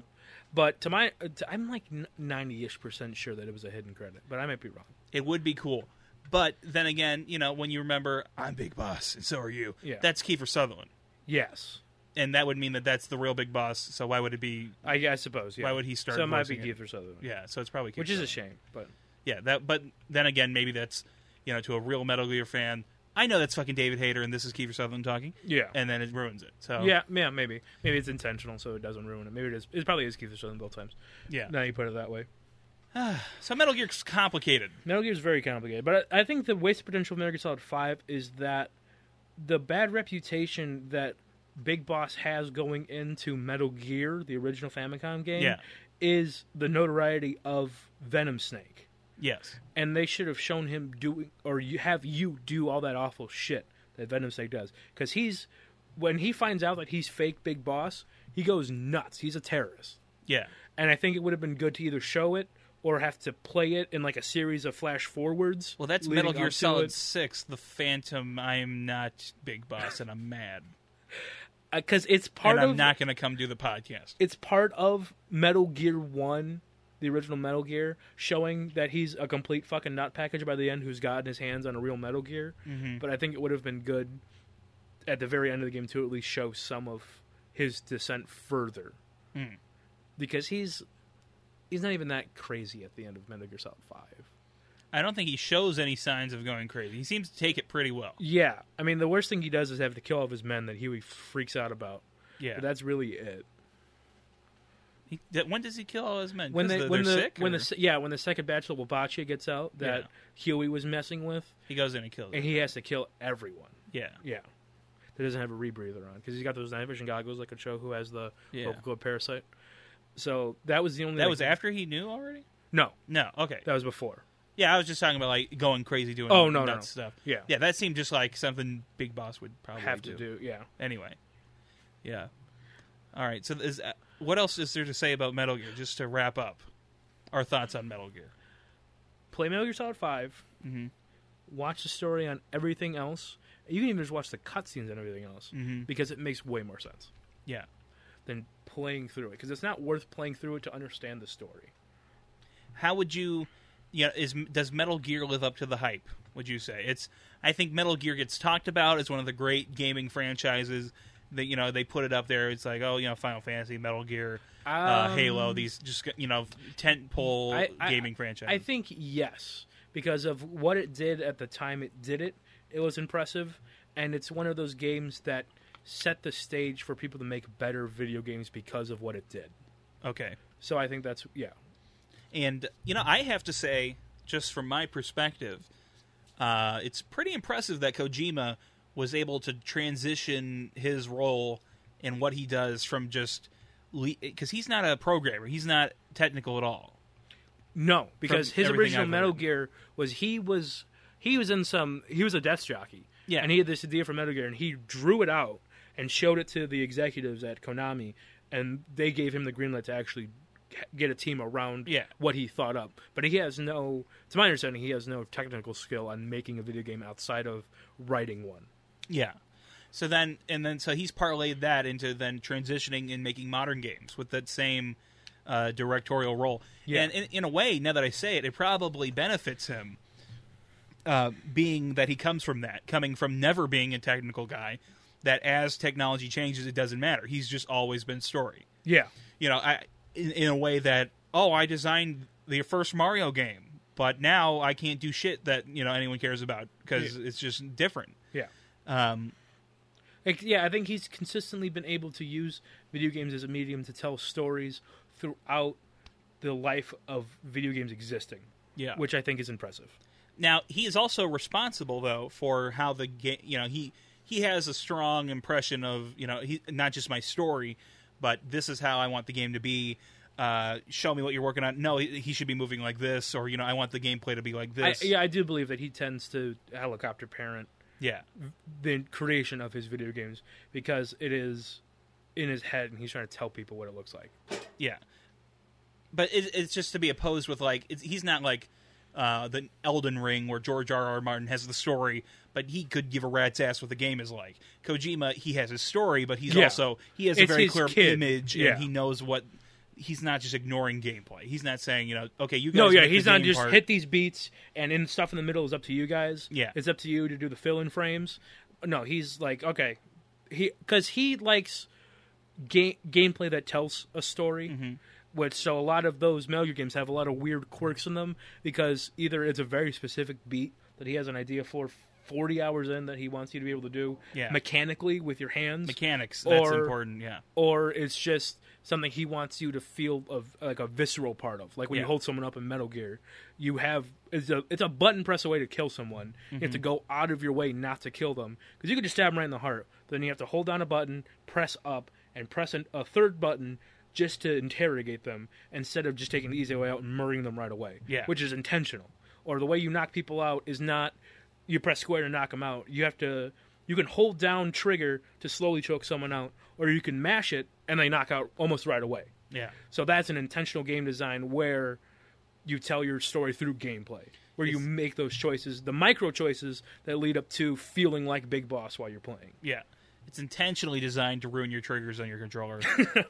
Speaker 2: But to my, uh, to, I'm like 90ish percent sure that it was a hidden credit, but I might be wrong.
Speaker 1: It would be cool. But then again, you know, when you remember, I'm Big Boss, and so are you.
Speaker 2: Yeah.
Speaker 1: That's Kiefer Sutherland,
Speaker 2: Yes,
Speaker 1: and that would mean that that's the real Big Boss. So why would it be?
Speaker 2: I, I suppose. Yeah.
Speaker 1: Why would he start
Speaker 2: So it might be
Speaker 1: voicing it?
Speaker 2: Kiefer Sutherland.
Speaker 1: Yeah. So it's probably Kiefer
Speaker 2: which is a shame. But
Speaker 1: Yeah, that. But then again, maybe that's you know to a real Metal Gear fan. I know that's fucking David Hayter, and this is Kiefer Sutherland talking,
Speaker 2: yeah,
Speaker 1: and then it ruins it. So
Speaker 2: yeah, yeah, maybe, maybe it's intentional, so it doesn't ruin it. Maybe it is. It probably is Kiefer Sutherland both times.
Speaker 1: yeah.
Speaker 2: Now you put it that way.
Speaker 1: So Metal Gear's complicated.
Speaker 2: Metal Gear is very complicated, but I, I think the waste of potential of Metal Gear Solid Five is that the bad reputation that Big Boss has going into Metal Gear, the original Famicom game,
Speaker 1: Yeah.
Speaker 2: is the notoriety of Venom Snake,
Speaker 1: Yes.
Speaker 2: and they should have shown him doing or you have you do all that awful shit that Venom Snake does, because he's when he finds out that he's fake Big Boss, he goes nuts. He's a terrorist
Speaker 1: Yeah.
Speaker 2: and I think it would have been good to either show it or have to play it in like a series of flash forwards.
Speaker 1: Well, that's
Speaker 2: leading
Speaker 1: Metal
Speaker 2: up
Speaker 1: Gear
Speaker 2: to
Speaker 1: Solid
Speaker 2: it.
Speaker 1: Six, The Phantom. I'm not Big Boss, and I'm mad,
Speaker 2: Uh, 'cause it's part
Speaker 1: and I'm
Speaker 2: of
Speaker 1: not going to come do the podcast.
Speaker 2: it's part of Metal Gear One, the original Metal Gear, showing that he's a complete fucking nut package by the end, who's gotten his hands on a real Metal Gear.
Speaker 1: Mm-hmm.
Speaker 2: But I think it would have been good at the very end of the game to at least show some of his descent further,
Speaker 1: Hmm.
Speaker 2: because he's he's not even that crazy at the end of Metal Gear Solid Five.
Speaker 1: I don't think he shows any signs of going crazy. He seems to take it pretty well.
Speaker 2: Yeah, I mean the worst thing he does is have to kill all of his men that Huey freaks out about.
Speaker 1: Yeah.
Speaker 2: But that's really it.
Speaker 1: He- that- when does he kill all his men?
Speaker 2: When
Speaker 1: 'Cause
Speaker 2: they
Speaker 1: they're,
Speaker 2: when
Speaker 1: they're
Speaker 2: the
Speaker 1: sick.
Speaker 2: when
Speaker 1: or-
Speaker 2: the se- yeah when the second batch of Wabachia gets out that
Speaker 1: Yeah.
Speaker 2: Huey was messing with,
Speaker 1: he goes in and kills. Them.
Speaker 2: and he has to kill everyone.
Speaker 1: Yeah.
Speaker 2: Yeah, that doesn't have a rebreather on because he's got those night vision goggles like a show who has the
Speaker 1: Yeah.
Speaker 2: vocal cord parasite. So that was the only
Speaker 1: That
Speaker 2: like-
Speaker 1: was after he knew already.
Speaker 2: no
Speaker 1: No. Okay.
Speaker 2: that was before.
Speaker 1: Yeah, I was just talking about like going crazy doing
Speaker 2: Oh, no, no,
Speaker 1: nuts
Speaker 2: no.
Speaker 1: stuff.
Speaker 2: Yeah.
Speaker 1: Yeah, that seemed just like something Big Boss would probably
Speaker 2: have to Oh, do yeah.
Speaker 1: Anyway. Yeah. All right. So is, uh, what else is there to say about Metal Gear just to wrap up our thoughts on Metal Gear?
Speaker 2: play Metal Gear Solid 5
Speaker 1: Mhm.
Speaker 2: watch the story on everything else. You can even just watch the cutscenes and everything else
Speaker 1: Mhm.
Speaker 2: because it makes way more sense
Speaker 1: Yeah.
Speaker 2: than playing through it because it's not worth playing through it to understand the story.
Speaker 1: How would you yeah, is does Metal Gear live up to the hype? Would you say? It's I think Metal Gear gets talked about as one of the great gaming franchises that you know they put it up there. It's like, oh, you know, Final Fantasy, Metal Gear, uh,
Speaker 2: Um,
Speaker 1: Halo, these just you know tent pole
Speaker 2: I- I-
Speaker 1: gaming franchises.
Speaker 2: I think yes because of what it did at the time it did it. It was impressive and it's one of those games that set the stage for people to make better video games because of what it did.
Speaker 1: okay.
Speaker 2: So I think that's yeah.
Speaker 1: And you know, I have to say, just from my perspective, uh, it's pretty impressive that Kojima was able to transition his role and what he does from just because he's not a programmer, he's not technical at all.
Speaker 2: No, because his
Speaker 1: everything
Speaker 2: original
Speaker 1: I've
Speaker 2: Metal
Speaker 1: read.
Speaker 2: Gear was he was he was in some he was a death jockey.
Speaker 1: Yeah.
Speaker 2: And he had this idea for Metal Gear and he drew it out and showed it to the executives at Konami and they gave him the green light to actually get a team around
Speaker 1: Yeah.
Speaker 2: what he thought up. But he has no to my understanding he has no technical skill on making a video game outside of writing one.
Speaker 1: Yeah. So then, and then, so he's parlayed that into then transitioning and making modern games with that same uh, directorial role.
Speaker 2: Yeah.
Speaker 1: And in, in a way, now that I say it, it probably benefits him, uh, being that he comes from that, coming from never being a technical guy. That as technology changes, it doesn't matter. He's just always been story.
Speaker 2: Yeah.
Speaker 1: You know, I in, in a way that oh, I designed the first Mario game, but now I can't do shit that you know anyone cares about because it's just different.
Speaker 2: Yeah.
Speaker 1: Um,
Speaker 2: Like, yeah, I think he's consistently been able to use video games as a medium to tell stories throughout the life of video games existing,
Speaker 1: yeah.
Speaker 2: which I think is impressive.
Speaker 1: Now he is also responsible though for how the game. You know he he has a strong impression of you know he not just my story, but this is how I want the game to be. Uh, show me what you're working on. No, he, he should be moving like this, or you know I want the gameplay to be like
Speaker 2: I,
Speaker 1: this.
Speaker 2: yeah, I do believe that he tends to helicopter parent
Speaker 1: yeah,
Speaker 2: the creation of his video games because it is in his head and he's trying to tell people what it looks like.
Speaker 1: Yeah, but it, it's just to be opposed with like it's, he's not like uh, the Elden Ring where George R. R. Martin has the story, but he could give a rat's ass what the game is like. Kojima, he has his story, but he's
Speaker 2: Yeah.
Speaker 1: also he has a
Speaker 2: It's
Speaker 1: very
Speaker 2: his
Speaker 1: clear
Speaker 2: kid.
Speaker 1: image
Speaker 2: Yeah.
Speaker 1: and he knows what. He's not just ignoring gameplay. He's not saying you know okay you guys
Speaker 2: No, yeah,
Speaker 1: make the
Speaker 2: he's not
Speaker 1: game
Speaker 2: just
Speaker 1: part.
Speaker 2: hit these beats and in stuff in the middle is up to you guys.
Speaker 1: Yeah.
Speaker 2: it's up to you to do the fill in frames. No, he's like okay, he because he likes game gameplay that tells a story.
Speaker 1: Mm-hmm.
Speaker 2: Which so a lot of those Metal Gear games have a lot of weird quirks in them because either it's a very specific beat that he has an idea for. 40 hours in that he wants you to be able to do
Speaker 1: Yeah.
Speaker 2: mechanically with your hands
Speaker 1: mechanics. That's
Speaker 2: or-
Speaker 1: important. Yeah,
Speaker 2: or it's just something he wants you to feel of like a visceral part of like when you
Speaker 1: Yeah.
Speaker 2: hold someone up in metal gear you have it's a it's a button press away to kill someone you
Speaker 1: Mm-hmm.
Speaker 2: have to go out of your way not to kill them because you could just stab them right in the heart then you have to hold down a button press up and press an, a third button just to interrogate them instead of just taking the easy way out and murdering them right away
Speaker 1: Yeah.
Speaker 2: which is intentional or the way you knock people out is not you press square to knock them out. You have to you can hold down trigger to slowly choke someone out, or you can mash it and they knock out almost right away.
Speaker 1: yeah.
Speaker 2: So that's an intentional game design where you tell your story through gameplay, where you
Speaker 1: It's-
Speaker 2: make those choices, the micro choices that lead up to feeling like Big Boss while you're playing.
Speaker 1: Yeah. It's intentionally designed to ruin your triggers on your controller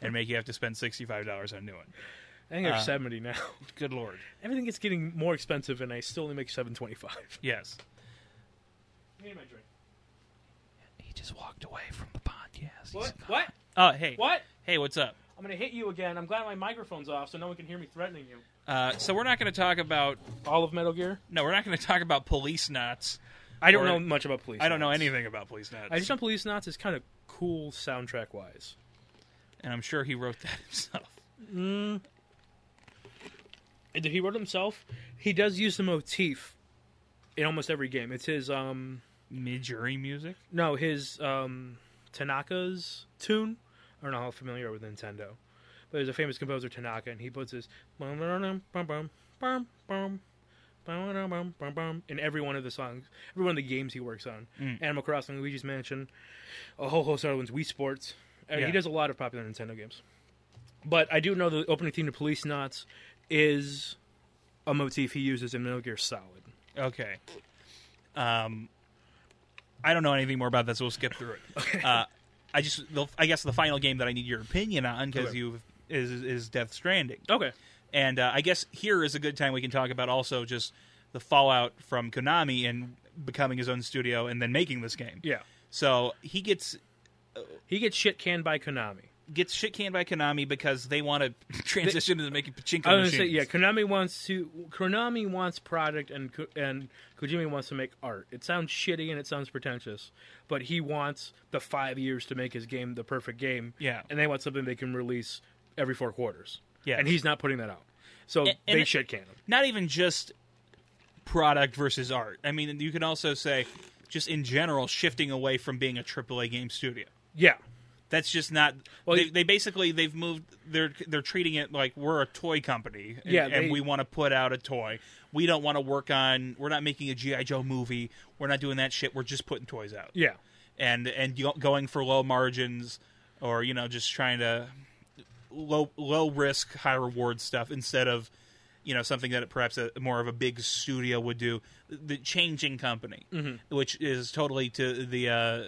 Speaker 1: and make you have to spend $65 on a new one.
Speaker 2: I think
Speaker 1: Uh,
Speaker 2: I'm 70 now.
Speaker 1: Good lord.
Speaker 2: Everything is getting more expensive, and I still only make 725.
Speaker 1: Yes.
Speaker 3: He just walked away from the podcast.
Speaker 2: What? What?
Speaker 1: Oh, hey.
Speaker 2: What?
Speaker 1: Hey, what's up?
Speaker 2: I'm gonna hit you again. I'm glad my microphone's off, so no one can hear me threatening you.
Speaker 1: Uh, so we're not going to talk about
Speaker 2: All of Metal Gear.
Speaker 1: no, we're not going to talk about police knots.
Speaker 2: I don't
Speaker 1: Or-
Speaker 2: know much about police.
Speaker 1: I don't know
Speaker 2: Knots.
Speaker 1: anything about police knots.
Speaker 2: I just know Police Knots is kind of cool soundtrack wise.
Speaker 1: and I'm sure he wrote that himself.
Speaker 2: Did he wrote it himself? He does use the motif in almost every game. It's his um
Speaker 1: Midjourney music?
Speaker 2: no his um Tanaka's tune. I don't know how familiar you are with Nintendo, but there's a famous composer Tanaka, and he puts his bum bum bum bum bum bum. bum, bum, bum, bum, In every one of the songs, every one of the games he works on, Animal Crossing, Luigi's Mansion, a whole host of other ones, Wii Sports. Uh,
Speaker 1: Yeah.
Speaker 2: He does a lot of popular Nintendo games. But I do know the opening theme to Police Knots is a motif he uses in Metal Gear Solid.
Speaker 1: Okay. Um, I don't know anything more about that, so we'll skip through it. Uh, I just, the, I guess, the final game that I need your opinion on because
Speaker 2: Okay.
Speaker 1: you is is Death Stranding.
Speaker 2: Okay.
Speaker 1: And uh, I guess here is a good time we can talk about also just the fallout from Konami and becoming his own studio and then making this game.
Speaker 2: Yeah.
Speaker 1: So he gets
Speaker 2: He gets shit canned by Konami.
Speaker 1: gets shit canned by Konami because they want to transition into making pachinko
Speaker 2: I was
Speaker 1: machines.
Speaker 2: gonna say yeah. Konami wants to. Konami wants product, and Ko- and Kojima wants to make art. It sounds shitty and it sounds pretentious, but he wants the five years to make his game the perfect game.
Speaker 1: Yeah.
Speaker 2: and they want something they can release every four quarters.
Speaker 1: Yes.
Speaker 2: and he's not putting that out, so
Speaker 1: And- and
Speaker 2: they
Speaker 1: it-
Speaker 2: shit can him.
Speaker 1: Not even just product versus art. I mean, you can also say just in general shifting away from being a AAA game studio.
Speaker 2: Yeah,
Speaker 1: That's just not.
Speaker 2: Well,
Speaker 1: they,
Speaker 2: you-
Speaker 1: they basically they've moved. They're they're treating it like we're a toy company, and,
Speaker 2: Yeah, they-
Speaker 1: and we want to put out a toy. We don't want to work on. We're not making a GI Joe movie. We're not doing that shit. We're just putting toys out.
Speaker 2: yeah.
Speaker 1: and and go- going for low margins, or you know, just trying to low low risk, high reward stuff instead of you know something that perhaps a, more of a big studio would do. The changing company,
Speaker 2: Mm-hmm.
Speaker 1: which is totally to the uh,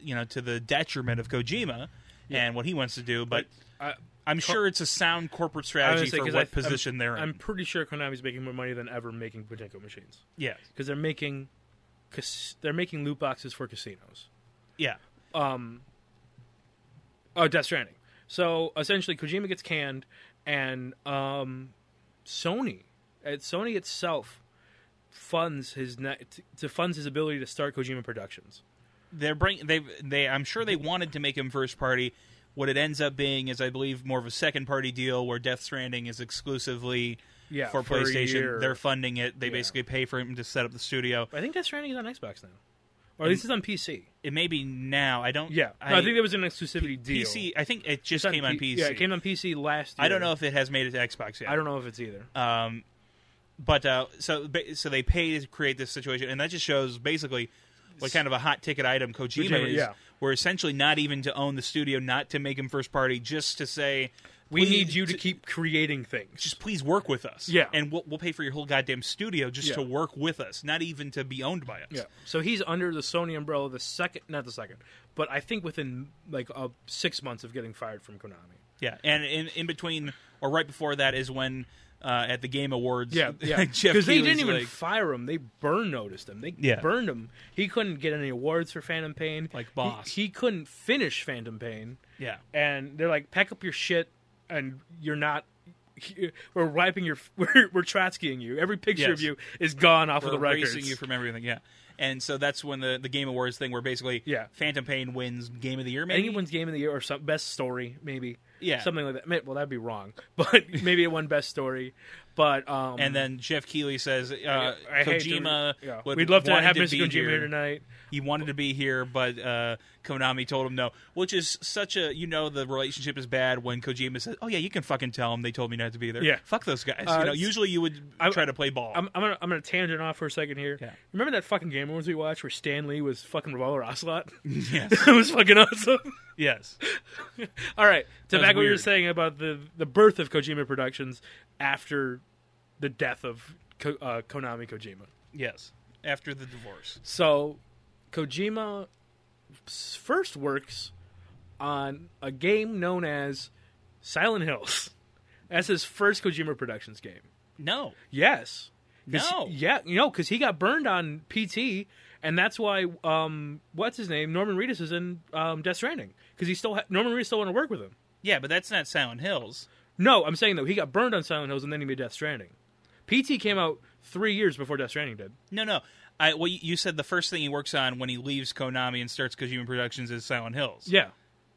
Speaker 1: you know to the detriment of Kojima and what he wants to do. But
Speaker 2: I,
Speaker 1: I'm sure it's a sound corporate
Speaker 2: I
Speaker 1: strategy
Speaker 2: was gonna say,
Speaker 1: for
Speaker 2: 'cause
Speaker 1: what
Speaker 2: I-
Speaker 1: position
Speaker 2: I'm,
Speaker 1: they're in.
Speaker 2: I'm pretty sure Konami's making more money than ever making Pachinko machines
Speaker 1: yeah,
Speaker 2: because they're making, cas- they're making loot boxes for casinos.
Speaker 1: yeah,
Speaker 2: um oh Death Stranding. So essentially Kojima gets canned and um Sony at Sony itself funds his ne- t- to funds his ability to start Kojima Productions.
Speaker 1: they're bring they they I'm sure they wanted to make him first party. What it ends up being is I believe more of a second party deal where Death Stranding is exclusively
Speaker 2: Yeah,
Speaker 1: for
Speaker 2: for a
Speaker 1: PlayStation.
Speaker 2: year.
Speaker 1: They're funding it. They
Speaker 2: Yeah.
Speaker 1: basically pay for him to set up the studio.
Speaker 2: I think Death Stranding is on Xbox now, or at least it's on PC.
Speaker 1: It may be now. I don't.
Speaker 2: Yeah,
Speaker 1: I,
Speaker 2: No, I, think there was an exclusivity deal.
Speaker 1: PC. I think it
Speaker 2: It's
Speaker 1: just
Speaker 2: on
Speaker 1: came on
Speaker 2: P-
Speaker 1: PC.
Speaker 2: Yeah, it came on PC last. year.
Speaker 1: I don't know if it has made it to Xbox yet.
Speaker 2: I don't know if it's either.
Speaker 1: Um, but uh, so ba- so they pay to create this situation, and that just shows basically what kind of a hot ticket item Kojima,
Speaker 2: Kojima,
Speaker 1: is.
Speaker 2: yeah.
Speaker 1: We're essentially not even to own the studio, not to make him first party, just to say
Speaker 2: we
Speaker 1: "Please-
Speaker 2: need you to keep creating things.
Speaker 1: Just please work with us,
Speaker 2: Yeah.
Speaker 1: and we'll, we'll pay for your whole goddamn studio just
Speaker 2: Yeah.
Speaker 1: to work with us, not even to be owned by us.
Speaker 2: Yeah. So he's under the Sony umbrella the second, not the second, but I think within like uh, six months of getting fired from Konami.
Speaker 1: Yeah, and in, in between or right before that is when uh, at the Game Awards, Jeff
Speaker 2: Because they
Speaker 1: Keighley's
Speaker 2: didn't even
Speaker 1: like,
Speaker 2: fire him; they burn noticed him. They
Speaker 1: Yeah.
Speaker 2: burned him. He couldn't get any awards for Phantom Pain.
Speaker 1: Like
Speaker 2: He-
Speaker 1: boss.
Speaker 2: he, couldn't finish Phantom Pain.
Speaker 1: yeah,
Speaker 2: And they're like, "Pack up your shit, and you're not." We're wiping your. We're, we're Trotskying you. Every picture
Speaker 1: Yes.
Speaker 2: of you is gone off
Speaker 1: for
Speaker 2: of the
Speaker 1: erasing
Speaker 2: records.
Speaker 1: you from everything. Yeah, and so that's when the the Game Awards thing, where basically,
Speaker 2: Yeah.
Speaker 1: Phantom Pain wins Game of the Year.
Speaker 2: I think
Speaker 1: Maybe
Speaker 2: it wins Game of the Year or some, Best Story, maybe.
Speaker 1: Yeah.
Speaker 2: something like that. Ma- Well, that'd be wrong, but maybe it won Best Story. But um,
Speaker 1: and then Jeff Keeley says, uh,
Speaker 2: I hate to-
Speaker 1: Kojima,
Speaker 2: yeah.
Speaker 1: would
Speaker 2: we'd love to
Speaker 1: wanted
Speaker 2: have Mr.
Speaker 1: be
Speaker 2: Kojima
Speaker 1: here.
Speaker 2: here tonight.
Speaker 1: He wanted to be here, but uh, Konami told him no, which is such a you know the relationship is bad when Kojima says, "Oh yeah, you can fucking tell him they told me not to be there."
Speaker 2: Yeah.
Speaker 1: fuck those guys.
Speaker 2: Uh,
Speaker 1: you know, usually you would
Speaker 2: I-
Speaker 1: try to play ball.
Speaker 2: I'm, I'm gonna I'm gonna tangent off for a second here.
Speaker 1: Yeah.
Speaker 2: Remember that fucking Game Awards we watched where Stan Lee was fucking Revolver Ocelot?
Speaker 1: yes,
Speaker 2: it was fucking awesome.
Speaker 1: yes.
Speaker 2: All right, to
Speaker 1: That was
Speaker 2: back what you were
Speaker 1: weird.
Speaker 2: saying about the the birth of Kojima Productions after the death of Ko- uh, Konami Kojima.
Speaker 1: Yes. After the divorce.
Speaker 2: So, Kojima s- first works on a game known as Silent Hills. That's his first Kojima Productions game.
Speaker 1: No.
Speaker 2: Yes. 'Cause-
Speaker 1: No.
Speaker 2: Yeah, you know, because he got burned on PT, and that's why, um, what's his name? Norman Reedus is in um, Death Stranding. Because he still, ha- Norman Reedus still want to work with him.
Speaker 1: Yeah, but that's not Silent Hills.
Speaker 2: No, I'm saying though, he got burned on Silent Hills, and then he made Death Stranding. PT came out three years before Death Stranding did.
Speaker 1: No, no. I, well, you- you said the first thing he works on when he leaves Konami and starts Kojima Productions is Silent Hills.
Speaker 2: Yeah.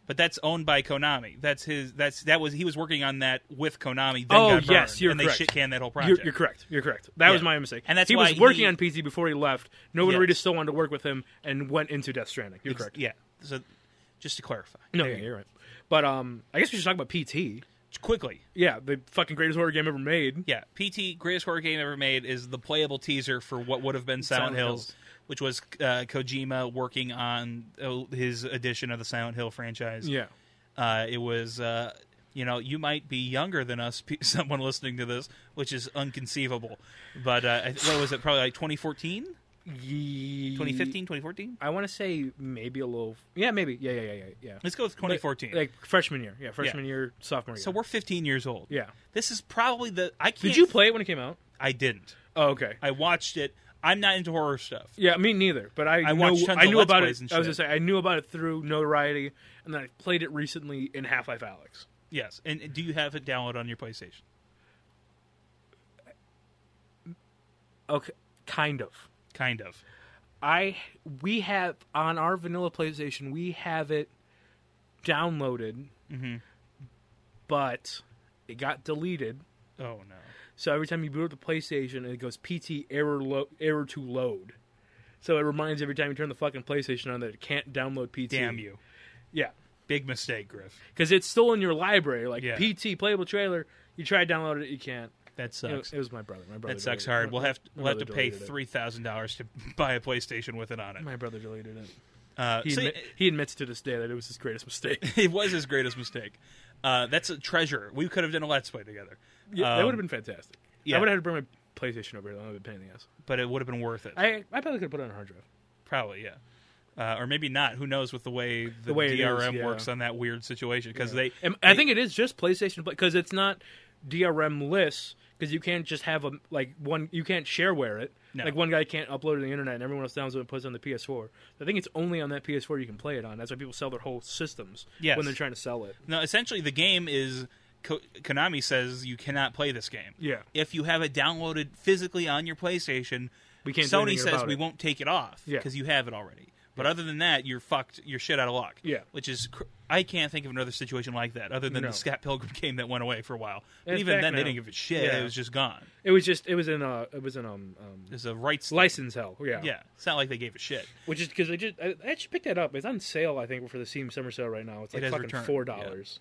Speaker 1: but that's owned by Konami. That's his. That's that was he was working on that with Konami. Then
Speaker 2: Oh,
Speaker 1: got burned,
Speaker 2: yes, you're
Speaker 1: and
Speaker 2: correct.
Speaker 1: they shit canned that whole
Speaker 2: You're,
Speaker 1: project.
Speaker 2: you're correct. You're correct. That was
Speaker 1: Yeah.
Speaker 2: my mistake.
Speaker 1: And that's
Speaker 2: he
Speaker 1: why
Speaker 2: was working
Speaker 1: he-
Speaker 2: on PT before he left. No one
Speaker 1: Yes.
Speaker 2: really still wanted to work with him and went into Death Stranding. You're correct.
Speaker 1: Yeah. So, just to clarify,
Speaker 2: No, yeah, you're right. But um, I guess we should talk about PT.
Speaker 1: quickly,
Speaker 2: Yeah, the fucking greatest horror game ever made.
Speaker 1: yeah. PT greatest horror game ever made is the playable teaser for what would have been Silent,
Speaker 2: Silent
Speaker 1: Hills,
Speaker 2: Hills.
Speaker 1: which was uh, Kojima working on uh, his edition of the Silent Hill franchise.
Speaker 2: Yeah.
Speaker 1: Uh, it was. Uh, you know, you might be younger than us, pe- someone listening to this, which is inconceivable. But uh, I- what was it? Probably like 2014, 2015, 2014.
Speaker 2: I want to say maybe a little. Yeah, maybe. Yeah, yeah, yeah, yeah. yeah.
Speaker 1: Let's go with
Speaker 2: But,
Speaker 1: 2014.
Speaker 2: like freshman year. Yeah, freshman year, sophomore year.
Speaker 1: so we're 15 years old.
Speaker 2: yeah.
Speaker 1: This is probably the I can't.
Speaker 2: Did you play it when it came out?
Speaker 1: I didn't.
Speaker 2: Oh, okay.
Speaker 1: I watched it. I'm not into horror stuff.
Speaker 2: Yeah, me neither. But I,
Speaker 1: I
Speaker 2: know,
Speaker 1: watched tons
Speaker 2: I
Speaker 1: of
Speaker 2: knew
Speaker 1: Let's
Speaker 2: about
Speaker 1: Plays
Speaker 2: it.
Speaker 1: and
Speaker 2: I was gonna
Speaker 1: shit.
Speaker 2: say I knew about it through notoriety, and then I played it recently in Half Life Alex.
Speaker 1: Yes. And do you have it download on your PlayStation?
Speaker 2: Okay, kind of.
Speaker 1: Kind of.
Speaker 2: I we have on our vanilla PlayStation we have it downloaded,
Speaker 1: Mm-hmm.
Speaker 2: but it got deleted.
Speaker 1: Oh no.
Speaker 2: So every time you boot up the PlayStation, it goes PT error lo- error to load. So it reminds every time you turn the fucking PlayStation on that it can't download PT.
Speaker 1: Damn you.
Speaker 2: Yeah,
Speaker 1: Big mistake, Griff.
Speaker 2: because it's still in your library, like
Speaker 1: Yeah.
Speaker 2: PT playable trailer. You try to download it, you can't.
Speaker 1: That
Speaker 2: You know,
Speaker 1: sucks.
Speaker 2: it was my brother. My brother.
Speaker 1: that sucks
Speaker 2: deleted it.
Speaker 1: hard. We'll
Speaker 2: My-
Speaker 1: have to,
Speaker 2: my
Speaker 1: we'll have to
Speaker 2: brother
Speaker 1: pay
Speaker 2: deleted it.
Speaker 1: three thousand dollars to buy a PlayStation with it on it.
Speaker 2: My brother deleted it.
Speaker 1: Uh,
Speaker 2: He,
Speaker 1: so
Speaker 2: admi- he admits to this day that it was his greatest mistake.
Speaker 1: it was his greatest mistake. Uh, that's a treasure. We could have done a let's play together.
Speaker 2: Yeah, that
Speaker 1: Um,
Speaker 2: would have been fantastic.
Speaker 1: yeah.
Speaker 2: I would have had to bring my PlayStation over here. That would have been a pain in the ass.
Speaker 1: but it would have been worth it.
Speaker 2: I I probably could have put it on a hard drive.
Speaker 1: Probably, yeah. Uh, or maybe not. Who knows with the way the,
Speaker 2: The way it is,
Speaker 1: DRM
Speaker 2: yeah.
Speaker 1: works on that weird situation? Because they,
Speaker 2: And I think it is just PlayStation because it's not DRM less because you can't just have a like one you can't shareware it.
Speaker 1: No.
Speaker 2: Like one guy can't upload it to the internet and everyone else downloads it and puts it on the PS4. I think it's only on that PS4 you can play it on. That's why people sell their whole systems
Speaker 1: Yes.
Speaker 2: when they're trying to sell it.
Speaker 1: no. Essentially, the game is Ko- Konami says you cannot play this game.
Speaker 2: Yeah.
Speaker 1: If you have it downloaded physically on your PlayStation,
Speaker 2: We can't do
Speaker 1: Sony
Speaker 2: anything
Speaker 1: says
Speaker 2: about
Speaker 1: we
Speaker 2: it.
Speaker 1: won't take it off
Speaker 2: Yeah.
Speaker 1: because you have it already. But other than that, you're fucked. You're shit out of luck.
Speaker 2: Yeah.
Speaker 1: Which is, cr- I can't think of another situation like that other than
Speaker 2: No.
Speaker 1: the Scott Pilgrim game that went away for a while. But
Speaker 2: It's
Speaker 1: even
Speaker 2: back
Speaker 1: then, they
Speaker 2: now.
Speaker 1: didn't give a shit.
Speaker 2: Yeah.
Speaker 1: It was just gone.
Speaker 2: It was just it was in uh it was in um, um
Speaker 1: It's a rights
Speaker 2: license hell. Yeah.
Speaker 1: Yeah. It's not like they gave a shit.
Speaker 2: Which is because they just I, I actually picked that up. It's on sale I think for the Steam summer sale right now. It's like
Speaker 1: has
Speaker 2: fucking
Speaker 1: returned,
Speaker 2: four dollars.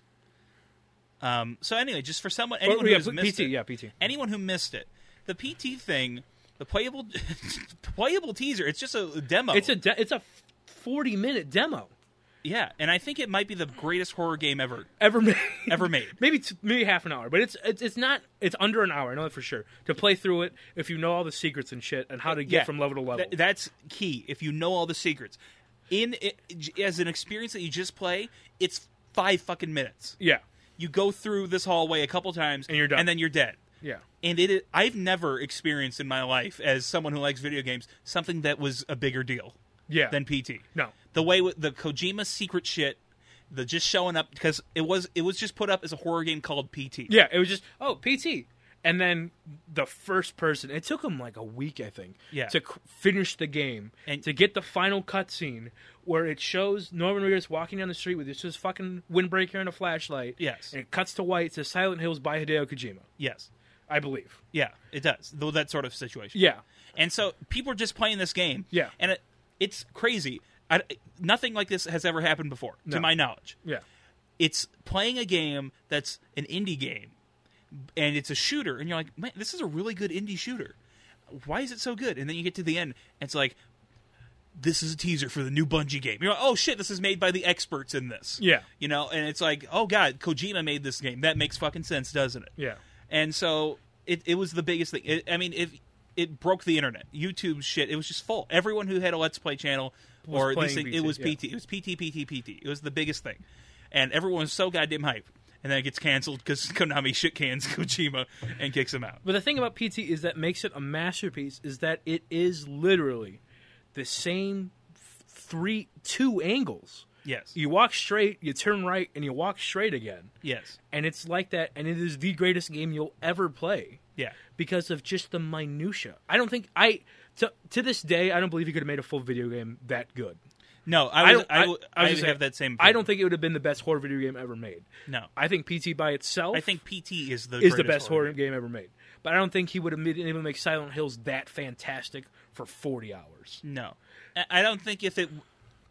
Speaker 2: Oh,
Speaker 1: Um, so anyway, just for someone,
Speaker 2: Yeah.
Speaker 1: anyone who has missed
Speaker 2: PT,
Speaker 1: it,
Speaker 2: yeah, PT.
Speaker 1: anyone who missed it, the PT thing, the playable, the playable teaser. It's just a demo.
Speaker 2: It's a de- it's a forty minute demo
Speaker 1: yeah, and I think it might be the greatest horror game ever
Speaker 2: ever made.
Speaker 1: ever made.
Speaker 2: maybe t- maybe half an hour, but it's it's it's not it's under an hour. I know that for sure. To play through it, if you know all the secrets and shit, and how to get
Speaker 1: Yeah.
Speaker 2: from level to level.
Speaker 1: Th- that's key. If you know all the secrets, in it, as an experience that you just play, it's five fucking minutes.
Speaker 2: yeah,
Speaker 1: You go through this hallway a couple times,
Speaker 2: And you're done.
Speaker 1: and then you're dead.
Speaker 2: yeah.
Speaker 1: And it, is- I've never experienced in my life, as someone who likes video games, something that was a bigger deal
Speaker 2: Yeah.
Speaker 1: than PT.
Speaker 2: No.
Speaker 1: the way with the Kojima secret shit, the just showing up because it was it was just put up as a horror game called PT.
Speaker 2: Yeah, it was just oh PT, and then the first person. It took him like a week, I think,
Speaker 1: Yeah.
Speaker 2: to c- finish the game
Speaker 1: And-
Speaker 2: to get the final cutscene where it shows Norman Reedus walking down the street with just his fucking windbreaker and a flashlight.
Speaker 1: Yes.
Speaker 2: and it cuts to white. It says Silent Hills by Hideo Kojima,
Speaker 1: Yes.
Speaker 2: I believe.
Speaker 1: Yeah, it does. Though that sort of situation.
Speaker 2: Yeah,
Speaker 1: And so people are just playing this game.
Speaker 2: Yeah.
Speaker 1: And it, it's crazy. I, nothing like this has ever happened before,
Speaker 2: No.
Speaker 1: to my knowledge.
Speaker 2: yeah,
Speaker 1: It's playing a game that's an indie game, and it's a shooter, and you're like, man, this is a really good indie shooter. Why is it so good? And then you get to the end, and it's like, this is a teaser for the new Bungie game. You're like, oh shit, this is made by the experts in this.
Speaker 2: Yeah.
Speaker 1: You know, and it's like, oh god, Kojima made this game. That makes fucking sense, doesn't it?
Speaker 2: yeah.
Speaker 1: And so it, it was the biggest thing. It, I mean, if it broke the internet, YouTube shit, it was just full. Everyone who had a Let's Play channel or these
Speaker 2: playing
Speaker 1: things, it
Speaker 2: PT,
Speaker 1: was
Speaker 2: yeah.
Speaker 1: PT, it was PT, PT, PT. It was the biggest thing, and everyone was so goddamn hype. And then it gets canceled because Konami shit cans Kojima and kicks him out.
Speaker 2: But the thing about PT is that makes it a masterpiece is that it is literally the same f- three two angles.
Speaker 1: Yes,
Speaker 2: You walk straight, you turn right, and you walk straight again.
Speaker 1: yes,
Speaker 2: And it's like that, and it is the greatest game you'll ever play
Speaker 1: yeah,
Speaker 2: because of just the minutia. I don't think I to to this day I don't believe you could have made a full video game that good.
Speaker 1: no, I
Speaker 2: I
Speaker 1: would,
Speaker 2: don't.
Speaker 1: I, would, I, would
Speaker 2: was just
Speaker 1: have
Speaker 2: saying,
Speaker 1: that same.
Speaker 2: I don't think it would have been the best horror video game ever made.
Speaker 1: no.
Speaker 2: I think PT by itself
Speaker 1: I think PT is the
Speaker 2: is the
Speaker 1: greatest
Speaker 2: best horror game ever made. But I don't think he would have made- been able to make Silent Hills that fantastic for 40 hours.
Speaker 1: No, I- I don't think if it,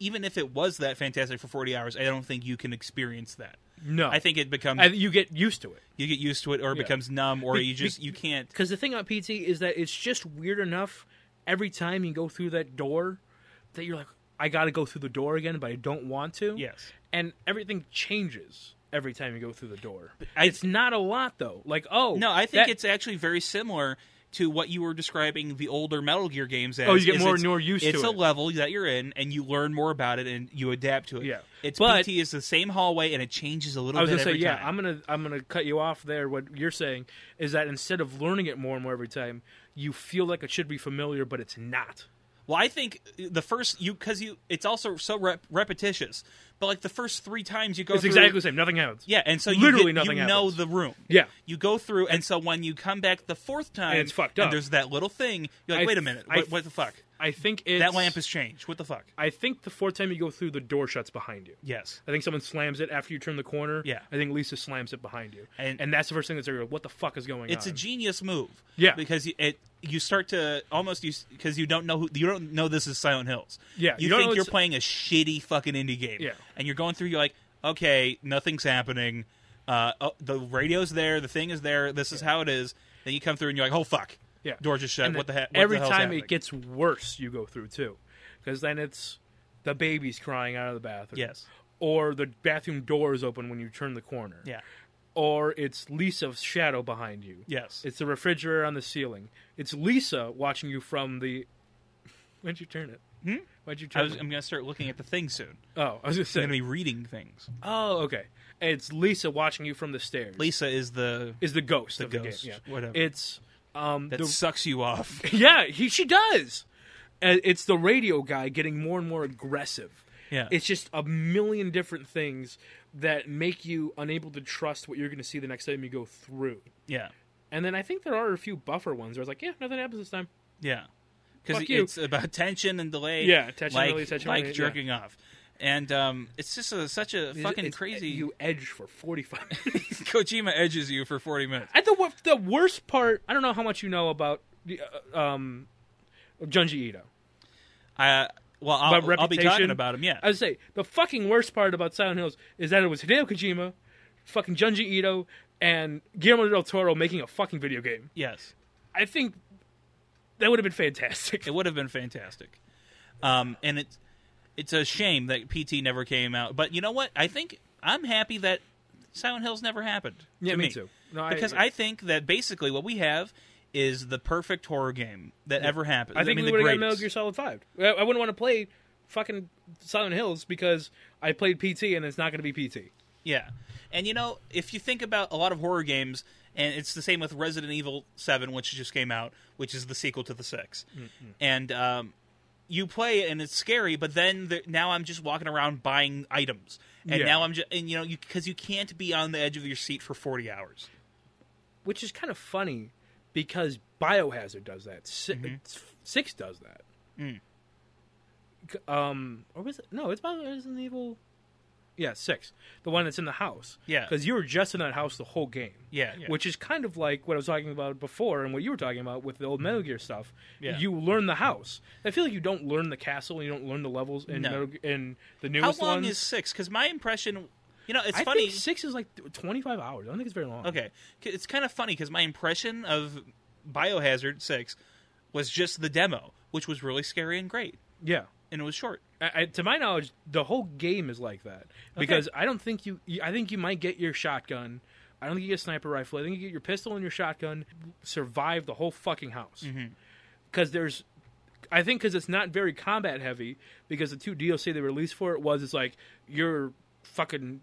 Speaker 1: even if it was that fantastic for forty hours, I don't think you can experience that.
Speaker 2: No.
Speaker 1: I think it becomes
Speaker 2: I, you get used to it.
Speaker 1: you get used to it or it
Speaker 2: Yeah.
Speaker 1: becomes numb or
Speaker 2: Be-
Speaker 1: you
Speaker 2: be-
Speaker 1: just you can't
Speaker 2: Because the thing about PT is that it's just weird enough every time you go through that door that you're like, I got to go through the door again, but I don't want to.
Speaker 1: yes
Speaker 2: And everything changes every time you go through the door.
Speaker 1: I-
Speaker 2: it's not a lot, though. Like, oh.
Speaker 1: no i think
Speaker 2: that-
Speaker 1: it's actually very similar to what you were describing the older metal gear games as
Speaker 2: Oh, you get
Speaker 1: is
Speaker 2: more
Speaker 1: it's-
Speaker 2: and more used to
Speaker 1: it's a
Speaker 2: it.
Speaker 1: level that you're in and you learn more about it and you adapt to it
Speaker 2: Yeah.
Speaker 1: it's
Speaker 2: But-
Speaker 1: pt is the same hallway and it changes a little
Speaker 2: I was
Speaker 1: bit
Speaker 2: gonna say,
Speaker 1: every
Speaker 2: yeah,
Speaker 1: time.
Speaker 2: I'm gonna I'm gonna cut you off there. What you're saying is that instead of learning it more and more every time, you feel like it should be familiar, but it's not.
Speaker 1: Well, I think the first you because you it's also so rep- repetitious, but like the first three times you go,
Speaker 2: It's
Speaker 1: through,
Speaker 2: exactly the same. Nothing happens.
Speaker 1: yeah, and so you
Speaker 2: Literally
Speaker 1: get-
Speaker 2: nothing
Speaker 1: You know
Speaker 2: happens.
Speaker 1: the room,
Speaker 2: Yeah.
Speaker 1: You go through, and so when you come back the fourth time,
Speaker 2: it's fucked up.
Speaker 1: there's that little thing. You're like,
Speaker 2: I-
Speaker 1: wait a minute,
Speaker 2: I-
Speaker 1: what, what the fuck?
Speaker 2: I think it's,
Speaker 1: That lamp has changed. What the fuck?
Speaker 2: I think the fourth time you go through, the door shuts behind you.
Speaker 1: Yes.
Speaker 2: I think someone slams it after you turn the corner.
Speaker 1: Yeah.
Speaker 2: I think Lisa slams it behind you,
Speaker 1: And-
Speaker 2: and, that's the first thing that's like, what the fuck is going
Speaker 1: It's
Speaker 2: on?
Speaker 1: a genius move.
Speaker 2: Yeah.
Speaker 1: Because you- it you start to almost you because you don't know who you don't know this is Silent Hills.
Speaker 2: Yeah,
Speaker 1: You,
Speaker 2: you don't
Speaker 1: think
Speaker 2: know
Speaker 1: you're
Speaker 2: it's-
Speaker 1: playing a shitty fucking indie game.
Speaker 2: Yeah.
Speaker 1: And you're going through. You're like, okay, nothing's happening. Uh, oh, the radio's there. The thing is there. This is how it is. Then you come through and you're like, oh fuck.
Speaker 2: Yeah.
Speaker 1: Door just shut.
Speaker 2: And
Speaker 1: what the
Speaker 2: then
Speaker 1: heck?
Speaker 2: Every time it gets worse, you go through too, because then it's the baby's crying out of the bathroom.
Speaker 1: Yes.
Speaker 2: Or the bathroom door is open when you turn the corner.
Speaker 1: Yeah.
Speaker 2: Or it's Lisa's shadow behind you.
Speaker 1: Yes.
Speaker 2: It's the refrigerator on the ceiling. It's Lisa watching you from the. When'd you turn it? Hmm? Why'd you turn
Speaker 1: I was,
Speaker 2: it?
Speaker 1: I'm gonna start looking at the thing soon.
Speaker 2: Oh, I was just
Speaker 1: I'm
Speaker 2: saying.
Speaker 1: gonna be reading things.
Speaker 2: Oh, okay. It's Lisa watching you from the stairs.
Speaker 1: Lisa is the
Speaker 2: is the ghost
Speaker 1: The
Speaker 2: of
Speaker 1: ghost,
Speaker 2: the game. Yeah.
Speaker 1: whatever.
Speaker 2: It's um
Speaker 1: that
Speaker 2: the
Speaker 1: sucks you off.
Speaker 2: Yeah, he she does. And It's the radio guy getting more and more aggressive.
Speaker 1: Yeah.
Speaker 2: It's just a million different things that make you unable to trust what you're going to see the next time you go through.
Speaker 1: yeah.
Speaker 2: And then I think there are a few buffer ones where it's like, yeah, nothing happens this time.
Speaker 1: Yeah. because
Speaker 2: Fuck you.
Speaker 1: it's about tension and delay.
Speaker 2: Yeah, tension,
Speaker 1: like,
Speaker 2: delay, tension,
Speaker 1: like
Speaker 2: delay, yeah.
Speaker 1: jerking off, and um, it's just a, such a fucking
Speaker 2: It's-
Speaker 1: crazy.
Speaker 2: You edge for forty five.
Speaker 1: Kojima edges you for forty minutes.
Speaker 2: I think what- the worst part. I don't know how much you know about the, uh, um, Junji Ito.
Speaker 1: Uh, well,
Speaker 2: About
Speaker 1: I'll, I'll be
Speaker 2: reputation.
Speaker 1: talking about him. Yeah,
Speaker 2: I would say the fucking worst part about Silent Hills is that it was Hideo Kojima, fucking Junji Ito, and Guillermo del Toro making a fucking video game.
Speaker 1: yes,
Speaker 2: I think that would have been fantastic.
Speaker 1: it would have been fantastic. Um, and it's it's a shame that PT never came out. But you know what? I think I'm happy that Silent Hills never happened.
Speaker 2: yeah,
Speaker 1: to
Speaker 2: me,
Speaker 1: me
Speaker 2: too. No,
Speaker 1: because I, think that basically what we have is the perfect horror game that ever happened.
Speaker 2: I think
Speaker 1: mean, the
Speaker 2: we would have got Metal
Speaker 1: greatest.
Speaker 2: Gear Solid Five. I, I wouldn't want to play fucking Silent Hills because I played PT and it's not going to be PT.
Speaker 1: Yeah. And you know, if you think about a lot of horror games, and it's the same with Resident Evil 7, which just came out, which is the sequel to the 6.
Speaker 2: Mm-hmm.
Speaker 1: And um, you play it and it's scary, but then the, now I'm just walking around buying items. And
Speaker 2: Yeah.
Speaker 1: now I'm just, and you know, because you, can't be on the edge of your seat for 40 hours.
Speaker 2: which is kind of funny because Biohazard does that.
Speaker 1: Mm-hmm.
Speaker 2: 6 Six does that.
Speaker 1: Mm.
Speaker 2: C- Um, or was it? No, it's about Resident Evil. Yeah, six, the one that's in the house.
Speaker 1: Yeah.
Speaker 2: because you were just in that house the whole game.
Speaker 1: Yeah, yeah.
Speaker 2: which is kind of like what I was talking about before, and what you were talking about with the old Metal Gear stuff.
Speaker 1: Mm. Yeah.
Speaker 2: you learn the house. I feel like you don't learn the castle, and you don't learn the levels in
Speaker 1: No.
Speaker 2: Metal Ge- in the
Speaker 1: How
Speaker 2: newest
Speaker 1: long
Speaker 2: ones.
Speaker 1: is 6? Because my impression, you know, it's
Speaker 2: I
Speaker 1: funny.
Speaker 2: think six is like twenty five hours. I don't think it's very long.
Speaker 1: Okay, 'Cause it's kind of funny because my impression of Biohazard 6 was just the demo, which was really scary and great,
Speaker 2: yeah.
Speaker 1: and it was short.
Speaker 2: I, I- to my knowledge, the whole game is like that because I don't think you, you. I think you might get your shotgun. I don't think you get a sniper rifle. I think you get your pistol and your shotgun. Survive the whole fucking house because there's. I think because it's not very combat heavy because the two DLC they released for it was it's like you're fucking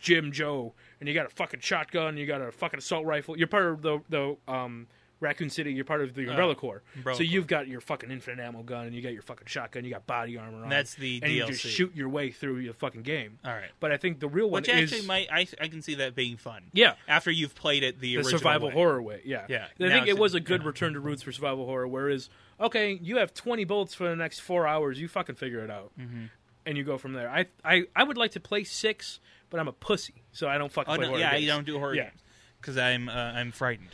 Speaker 2: Jim Joe and you got a fucking shotgun, you got a fucking assault rifle. You're part of the the um, Raccoon City. You're part of the Umbrella Corps.
Speaker 1: Umbrella
Speaker 2: so you've got your fucking infinite ammo gun and you got your fucking shotgun. You got body armor on.
Speaker 1: That's the
Speaker 2: and you just
Speaker 1: DLC.
Speaker 2: shoot your way through the fucking game.
Speaker 1: All right.
Speaker 2: But I think the real one
Speaker 1: Which actually
Speaker 2: is
Speaker 1: might I, I can see that being fun.
Speaker 2: Yeah.
Speaker 1: After you've played it the,
Speaker 2: the
Speaker 1: original
Speaker 2: survival
Speaker 1: way.
Speaker 2: horror way. Yeah,
Speaker 1: Yeah.
Speaker 2: And I
Speaker 1: Now
Speaker 2: think
Speaker 1: it's
Speaker 2: it was
Speaker 1: in-
Speaker 2: a good
Speaker 1: yeah.
Speaker 2: return to roots for survival horror. Whereas, okay, you have twenty bullets for the next four hours. You fucking figure it out,
Speaker 1: Mm-hmm.
Speaker 2: and you go from there. I, I, I would like to play six, but I'm a pussy, so I don't fucking
Speaker 1: Oh
Speaker 2: play
Speaker 1: no,
Speaker 2: horror
Speaker 1: yeah,
Speaker 2: games.
Speaker 1: I don't do horror
Speaker 2: Yeah.
Speaker 1: because I'm uh, I'm frightened.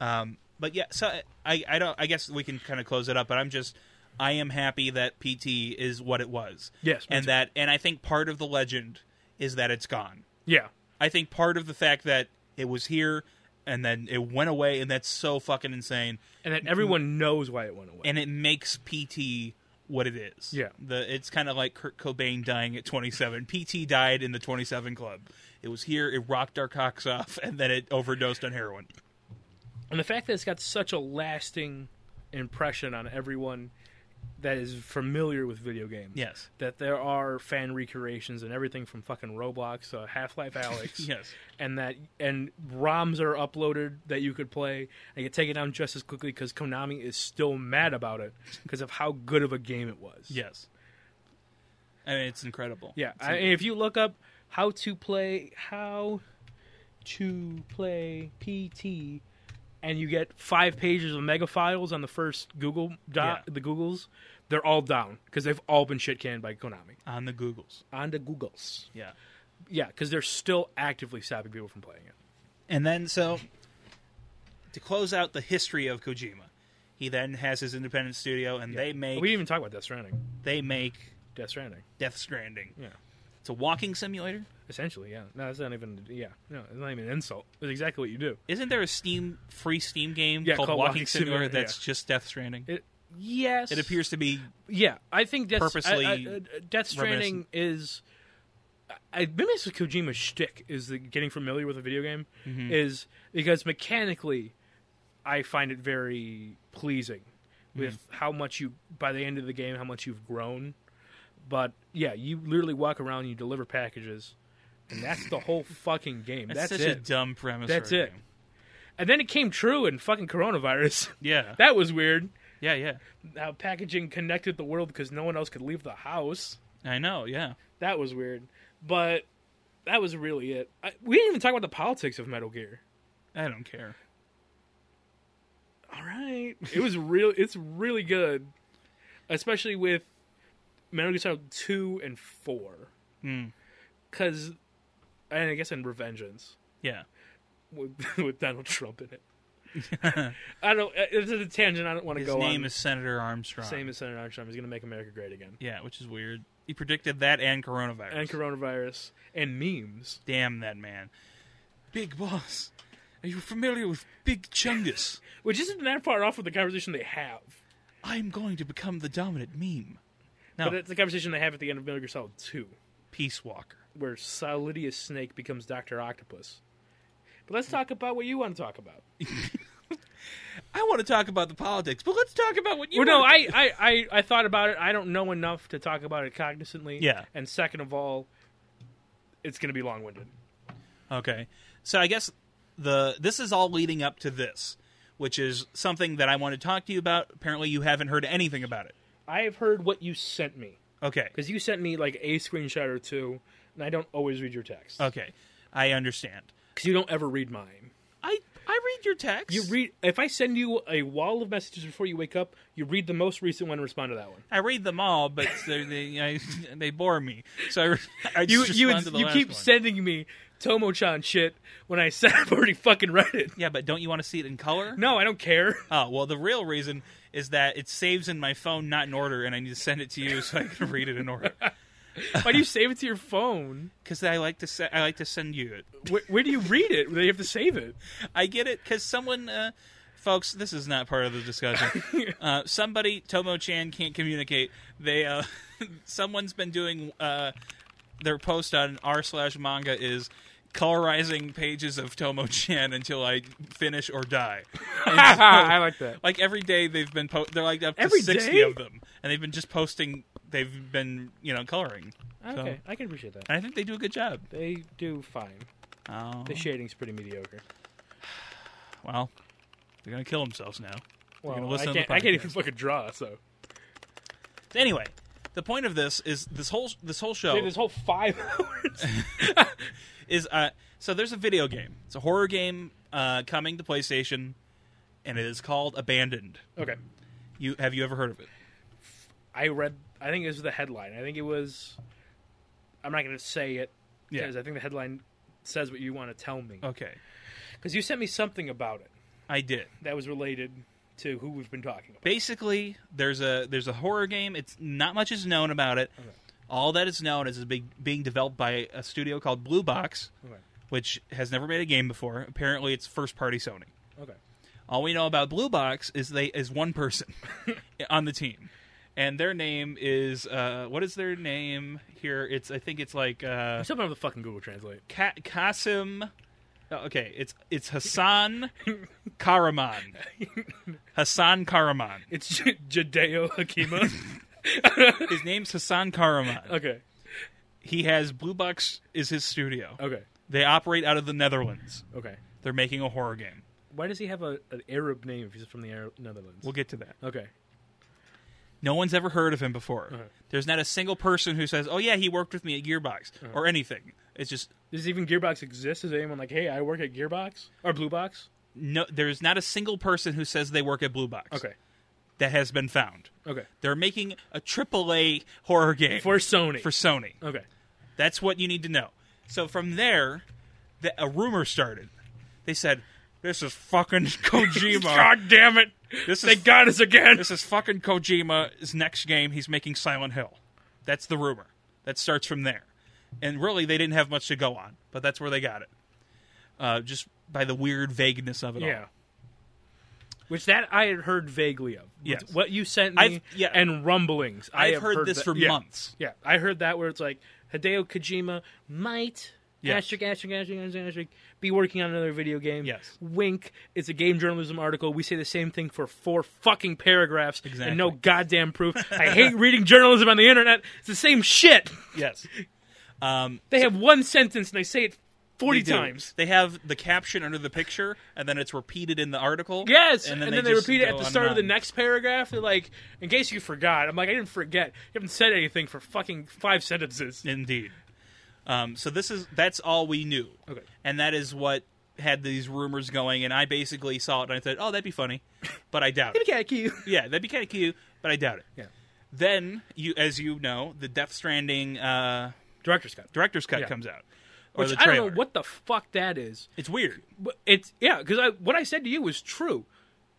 Speaker 1: Um, but yeah, so I I don't I guess we can kind of close it up. But I'm just I am happy that PT is what it was.
Speaker 2: Yes, me
Speaker 1: and
Speaker 2: too.
Speaker 1: that and I think part of the legend is that it's gone.
Speaker 2: Yeah,
Speaker 1: I think part of the fact that it was here and then it went away and that's so fucking insane.
Speaker 2: and that everyone knows why it went away.
Speaker 1: and it makes PT what it is.
Speaker 2: Yeah.
Speaker 1: the it's kind of like Kurt Cobain dying at 27. PT died in the 27 Club. It was here. It rocked our cocks off, and then it overdosed on heroin.
Speaker 2: and the fact that it's got such a lasting impression on everyone that is familiar with video games.
Speaker 1: Yes.
Speaker 2: That there are fan recreations and everything from fucking Roblox to Half Life Alex.
Speaker 1: Yes.
Speaker 2: And that and ROMs are uploaded that you could play and get taken down just as quickly because Konami is still mad about it because of how good of a game it was.
Speaker 1: Yes. I mean, it's incredible.
Speaker 2: Yeah,
Speaker 1: It's
Speaker 2: I, and if you look up how to play how to play PT, and you get five pages of mega files on the first Google doc,
Speaker 1: Yeah.
Speaker 2: the Googles, they're all down because they've all been shit canned by Konami
Speaker 1: on the Googles.
Speaker 2: on the Googles.
Speaker 1: Yeah.
Speaker 2: Yeah, because they're still actively stopping people from playing it.
Speaker 1: And then so to close out the history of Kojima, he then has his independent studio, and they make
Speaker 2: We didn't even talk about Death Stranding.
Speaker 1: they make
Speaker 2: Death Stranding,
Speaker 1: Death Stranding.
Speaker 2: Yeah.
Speaker 1: It's a walking simulator.
Speaker 2: essentially. Yeah, no, that's not even. Yeah, no, it's not even an insult. It's exactly what you do.
Speaker 1: Isn't there a Steam free Steam game
Speaker 2: Yeah,
Speaker 1: called,
Speaker 2: called
Speaker 1: Walking,
Speaker 2: Walking
Speaker 1: Simulator,
Speaker 2: Simulator,
Speaker 1: that's just Death Stranding? It,
Speaker 2: It, yes,
Speaker 1: appears to be
Speaker 2: Yeah, I think Death,
Speaker 1: Purposely
Speaker 2: I, I, uh, Death Stranding is. I, maybe this is Kojima's shtick is the getting familiar with a video game
Speaker 1: Mm-hmm.
Speaker 2: is because mechanically, I find it very pleasing
Speaker 1: Mm-hmm.
Speaker 2: with how much you by the end of the game how much you've grown. But yeah, you literally walk around, you deliver packages, and that's the whole fucking game.
Speaker 1: that's
Speaker 2: That's,
Speaker 1: such a
Speaker 2: it.
Speaker 1: dumb premise.
Speaker 2: That's
Speaker 1: for a
Speaker 2: it.
Speaker 1: game.
Speaker 2: and then it came true in fucking coronavirus.
Speaker 1: Yeah.
Speaker 2: that was weird.
Speaker 1: yeah, yeah.
Speaker 2: How packaging connected the world because no one else could leave the house.
Speaker 1: I know, yeah.
Speaker 2: That was weird, but that was really it. I, we didn't even talk about the politics of Metal Gear.
Speaker 1: I don't care.
Speaker 2: All right, it was real. It's really good. especially with Metal Gear Solid two and four,
Speaker 1: Hmm.
Speaker 2: because, and I guess in Revengeance
Speaker 1: Yeah.
Speaker 2: with, with Donald Trump in it. I don't. uh, This is a tangent. I don't want to
Speaker 1: His
Speaker 2: go
Speaker 1: name
Speaker 2: on.
Speaker 1: is Senator Armstrong.
Speaker 2: Same as Senator Armstrong. He's going to make America great again.
Speaker 1: Yeah, which is weird. He predicted that and coronavirus.
Speaker 2: And coronavirus and memes.
Speaker 1: Damn that man. Big Boss. Are you familiar with Big Chungus?
Speaker 2: Which isn't that far off with the conversation they have.
Speaker 1: I'm going to become the dominant meme. No,
Speaker 2: But it's the conversation they have at the end of Metal Gear Solid 2,
Speaker 1: Peace Walker.
Speaker 2: where Solidius Snake becomes Dr. Octopus. But let's talk about what you want to talk about.
Speaker 1: I want to talk about the politics, but let's talk about what you.
Speaker 2: well, no,
Speaker 1: wanna-
Speaker 2: I, I, I, I thought about it. I don't know enough to talk about it cognizantly.
Speaker 1: Yeah.
Speaker 2: And second of all, it's going to be long winded.
Speaker 1: Okay, so I guess the this is all leading up to this, which is something that I want to talk to you about. Apparently, you haven't heard anything about it.
Speaker 2: I have heard what you sent me.
Speaker 1: Okay,
Speaker 2: Because you sent me like a screenshot or two, and I don't always read your text.
Speaker 1: okay, I understand.
Speaker 2: Because you don't ever read mine.
Speaker 1: I I read your text.
Speaker 2: You read if I send you a wall of messages before you wake up, you read the most recent one and respond to that one.
Speaker 1: I read them all, but they they, I, they bore me. So I, I
Speaker 2: You
Speaker 1: just
Speaker 2: you
Speaker 1: respond to the
Speaker 2: you
Speaker 1: last
Speaker 2: keep
Speaker 1: one.
Speaker 2: sending me Tomo-chan shit when I said I've already fucking read it.
Speaker 1: Yeah, but don't you want to see it in color?
Speaker 2: No, I don't care.
Speaker 1: Oh well, the real reason is that it saves in my phone, not in order, and I need to send it to you so I can read it in order.
Speaker 2: Why do you save it to your phone?
Speaker 1: Because I like to se- I like to send you it.
Speaker 2: Where, where do you read it? Where you have to save it.
Speaker 1: I get it because someone, uh, folks, this is not part of the discussion. uh, somebody, Tomo Chan can't communicate. They, uh, someone's been doing uh, their post on r slash manga is colorizing pages of Tomo Chan until I finish or die. And so,
Speaker 2: I like that.
Speaker 1: like every day they've been po- they're like up to
Speaker 2: Every
Speaker 1: sixty
Speaker 2: day?
Speaker 1: of them, and they've been just posting. They've been you know coloring. So-
Speaker 2: Okay, I can appreciate that.
Speaker 1: and I think they do a good job.
Speaker 2: They do fine.
Speaker 1: Oh,
Speaker 2: The shading's pretty mediocre.
Speaker 1: well, they're gonna kill themselves now. gonna
Speaker 2: Well, I
Speaker 1: listen to the
Speaker 2: can't, I can't even
Speaker 1: podcast.
Speaker 2: fucking draw, so
Speaker 1: Anyway, the point of this is this whole this whole show
Speaker 2: Dude, this whole five hours.
Speaker 1: is uh, so there's a video game. It's a horror game uh, coming to PlayStation, and it is called Abandoned.
Speaker 2: okay,
Speaker 1: You have you ever heard of it?
Speaker 2: I read. I think it was the headline. I think it was. I'm not going to say it
Speaker 1: Yeah. Oh.
Speaker 2: because I think the headline says what you want to tell me.
Speaker 1: Okay,
Speaker 2: Because you sent me something about it
Speaker 1: I did.
Speaker 2: that was related to who we've been talking about.
Speaker 1: Basically, there's a there's a horror game. It's not much is known about it. All that is known is it's being being developed by a studio called Blue Box,
Speaker 2: Okay.
Speaker 1: which has never made a game before. Apparently, it's first party Sony.
Speaker 2: Okay.
Speaker 1: All we know about Blue Box is they is one person on the team, and their name is uh, what is their name here? It's I think it's like uh,
Speaker 2: I'm still the fucking Google Translate.
Speaker 1: Ka- Kasim. oh, okay, it's it's Hassan Karaman. Hassan Karaman.
Speaker 2: It's J- Jadeo Hakima.
Speaker 1: His name's Hassan Karaman.
Speaker 2: okay.
Speaker 1: He has Blue Box is his studio.
Speaker 2: Okay.
Speaker 1: They operate out of the Netherlands.
Speaker 2: Okay.
Speaker 1: They're making a horror game.
Speaker 2: Why does he have a, an Arab name if he's from the Arab- Netherlands?
Speaker 1: We'll get to that.
Speaker 2: okay.
Speaker 1: No one's ever heard of him before.
Speaker 2: Uh-huh.
Speaker 1: There's not a single person who says, "Oh yeah, he worked with me at Gearbox"
Speaker 2: Uh-huh.
Speaker 1: or anything. It's just
Speaker 2: Does even Gearbox exist? Is anyone like, hey, I work at Gearbox or Blue Box?
Speaker 1: no. There's not a single person who says they work at Blue Box.
Speaker 2: Okay.
Speaker 1: that has been found.
Speaker 2: Okay.
Speaker 1: They're making a AAA horror game
Speaker 2: For Sony.
Speaker 1: for Sony.
Speaker 2: okay.
Speaker 1: That's what you need to know. So from there, the, a rumor started. They said, "This is fucking Kojima.
Speaker 2: God damn it!
Speaker 1: this
Speaker 2: They
Speaker 1: is
Speaker 2: got us again.
Speaker 1: this is fucking Kojima's next game. He's making Silent Hill. That's the rumor. That starts from there. And really, they didn't have much to go on, but that's where they got it. Uh, just by the weird vagueness of it
Speaker 2: Yeah.
Speaker 1: all.
Speaker 2: Which that I had heard vaguely of. With
Speaker 1: Yes.
Speaker 2: What you sent me
Speaker 1: I've- yeah.
Speaker 2: and rumblings. I
Speaker 1: I've
Speaker 2: have
Speaker 1: heard this
Speaker 2: that-
Speaker 1: for
Speaker 2: yeah.
Speaker 1: months.
Speaker 2: Yeah, I heard that where it's like Hideo Kojima might
Speaker 1: Yes.
Speaker 2: asterisk, asterisk, asterisk, asterisk, asterisk, be working on another video game.
Speaker 1: Yes.
Speaker 2: Wink. It's a game journalism article. We say the same thing for four fucking paragraphs
Speaker 1: Exactly.
Speaker 2: and no goddamn proof. I hate reading journalism on the internet. It's the same shit.
Speaker 1: Yes. Um,
Speaker 2: They have one sentence and they say it forty
Speaker 1: they do.
Speaker 2: times.
Speaker 1: They have the caption under the picture, and then it's repeated in the article.
Speaker 2: Yes, and then, they,
Speaker 1: just
Speaker 2: repeat
Speaker 1: go
Speaker 2: it at the
Speaker 1: on
Speaker 2: start
Speaker 1: and
Speaker 2: of the
Speaker 1: on.
Speaker 2: next paragraph. They're like, "In case you forgot," I'm like, "I didn't forget. You haven't said anything for fucking five sentences."
Speaker 1: Indeed. Um, so this is that's all we knew.
Speaker 2: Okay.
Speaker 1: And that is what had these rumors going, and I basically saw it and I said, "Oh, that'd be funny," but I doubt it.
Speaker 2: Cat you.
Speaker 1: Yeah, that'd be kind of cute, but I doubt it.
Speaker 2: Yeah.
Speaker 1: Then you, as you know, the Death Stranding uh,
Speaker 2: Director's cut.
Speaker 1: director's cut
Speaker 2: Yeah.
Speaker 1: comes out, or
Speaker 2: Which
Speaker 1: the
Speaker 2: I
Speaker 1: trailer.
Speaker 2: don't know what the fuck that is.
Speaker 1: It's weird.
Speaker 2: But it's yeah, because I, what I said to you was true.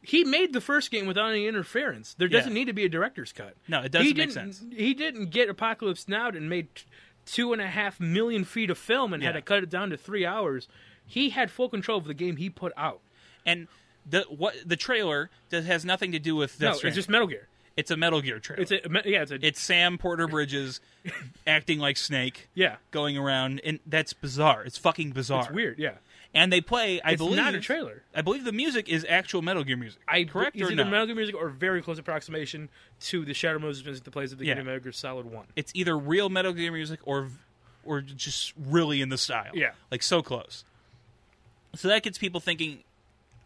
Speaker 2: He made the first game without any interference. There doesn't
Speaker 1: Yeah.
Speaker 2: need to be a director's cut.
Speaker 1: No, it doesn't
Speaker 2: he
Speaker 1: make
Speaker 2: didn't,
Speaker 1: sense.
Speaker 2: He didn't get Apocalypse Now and made t- two and a half million feet of film and had
Speaker 1: Yeah.
Speaker 2: to cut it down to three hours. He had full control of the game he put out.
Speaker 1: And the what the trailer that has nothing to do with Death
Speaker 2: no,
Speaker 1: Stranding.
Speaker 2: it's just Metal Gear.
Speaker 1: It's a Metal Gear trailer.
Speaker 2: It's a yeah, it's a
Speaker 1: It's Sam Porter Bridges acting like Snake,
Speaker 2: yeah.
Speaker 1: going around, and that's bizarre. It's fucking bizarre.
Speaker 2: It's weird, yeah.
Speaker 1: And they play. I
Speaker 2: It's
Speaker 1: believe
Speaker 2: not a trailer.
Speaker 1: I believe the music is actual Metal Gear music.
Speaker 2: I
Speaker 1: correct
Speaker 2: it's
Speaker 1: or
Speaker 2: either
Speaker 1: no?
Speaker 2: Metal Gear music or very close approximation to the Shadow Moses music that plays at the
Speaker 1: Yeah.
Speaker 2: beginning of Metal Gear Solid One.
Speaker 1: it's either real Metal Gear music or or just really in the style.
Speaker 2: Yeah.
Speaker 1: like so close. So that gets people thinking: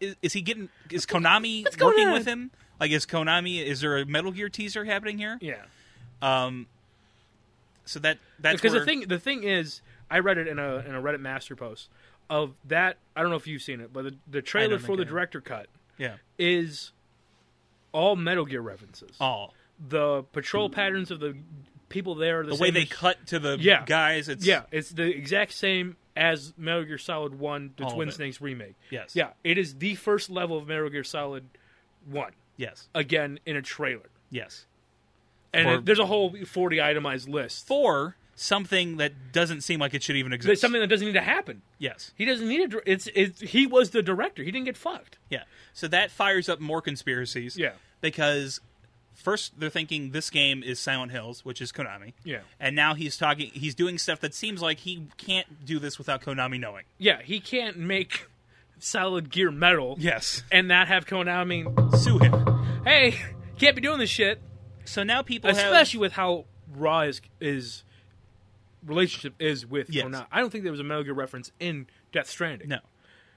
Speaker 1: Is, is he getting? Is Konami working
Speaker 2: on?
Speaker 1: with him? Like, is Konami? Is there a Metal Gear teaser happening here?
Speaker 2: Yeah.
Speaker 1: Um, so that that's
Speaker 2: because
Speaker 1: where,
Speaker 2: the thing the thing is, I read it in a in a Reddit master post of that. I don't know if you've seen it, but the, the trailer
Speaker 1: think
Speaker 2: for the
Speaker 1: I have.
Speaker 2: director cut
Speaker 1: yeah,
Speaker 2: is all Metal Gear references.
Speaker 1: all
Speaker 2: The patrol patterns of the people there, are the,
Speaker 1: the way
Speaker 2: same
Speaker 1: they
Speaker 2: as-
Speaker 1: cut to the
Speaker 2: Yeah.
Speaker 1: guys. It's
Speaker 2: Yeah, it's the exact same as Metal Gear Solid One, the
Speaker 1: All of
Speaker 2: Twin
Speaker 1: it.
Speaker 2: Snakes remake.
Speaker 1: yes,
Speaker 2: Yeah, it is the first level of Metal Gear Solid One
Speaker 1: yes,
Speaker 2: again in a trailer,
Speaker 1: yes.
Speaker 2: and
Speaker 1: For-
Speaker 2: it- there's a whole forty itemized list.
Speaker 1: For something that doesn't seem like it should even
Speaker 2: There's
Speaker 1: exist.
Speaker 2: something that doesn't need to happen.
Speaker 1: yes,
Speaker 2: He doesn't need a. dir- It's, it's he was the director. He didn't get fucked.
Speaker 1: yeah. So that fires up more conspiracies.
Speaker 2: Yeah.
Speaker 1: because first they're thinking this game is Silent Hills, which is Konami.
Speaker 2: Yeah.
Speaker 1: And now he's talking. He's doing stuff that seems like he can't do this without Konami knowing.
Speaker 2: Yeah, he can't make solid gear metal
Speaker 1: Yes,
Speaker 2: and not have Konami.
Speaker 1: sue him.
Speaker 2: Hey, can't be doing this shit,
Speaker 1: So now people have
Speaker 2: especially with how raw is, is relationship is with
Speaker 1: Yes.
Speaker 2: Konami. I don't think there was a Metal Gear reference in Death Stranding.
Speaker 1: no.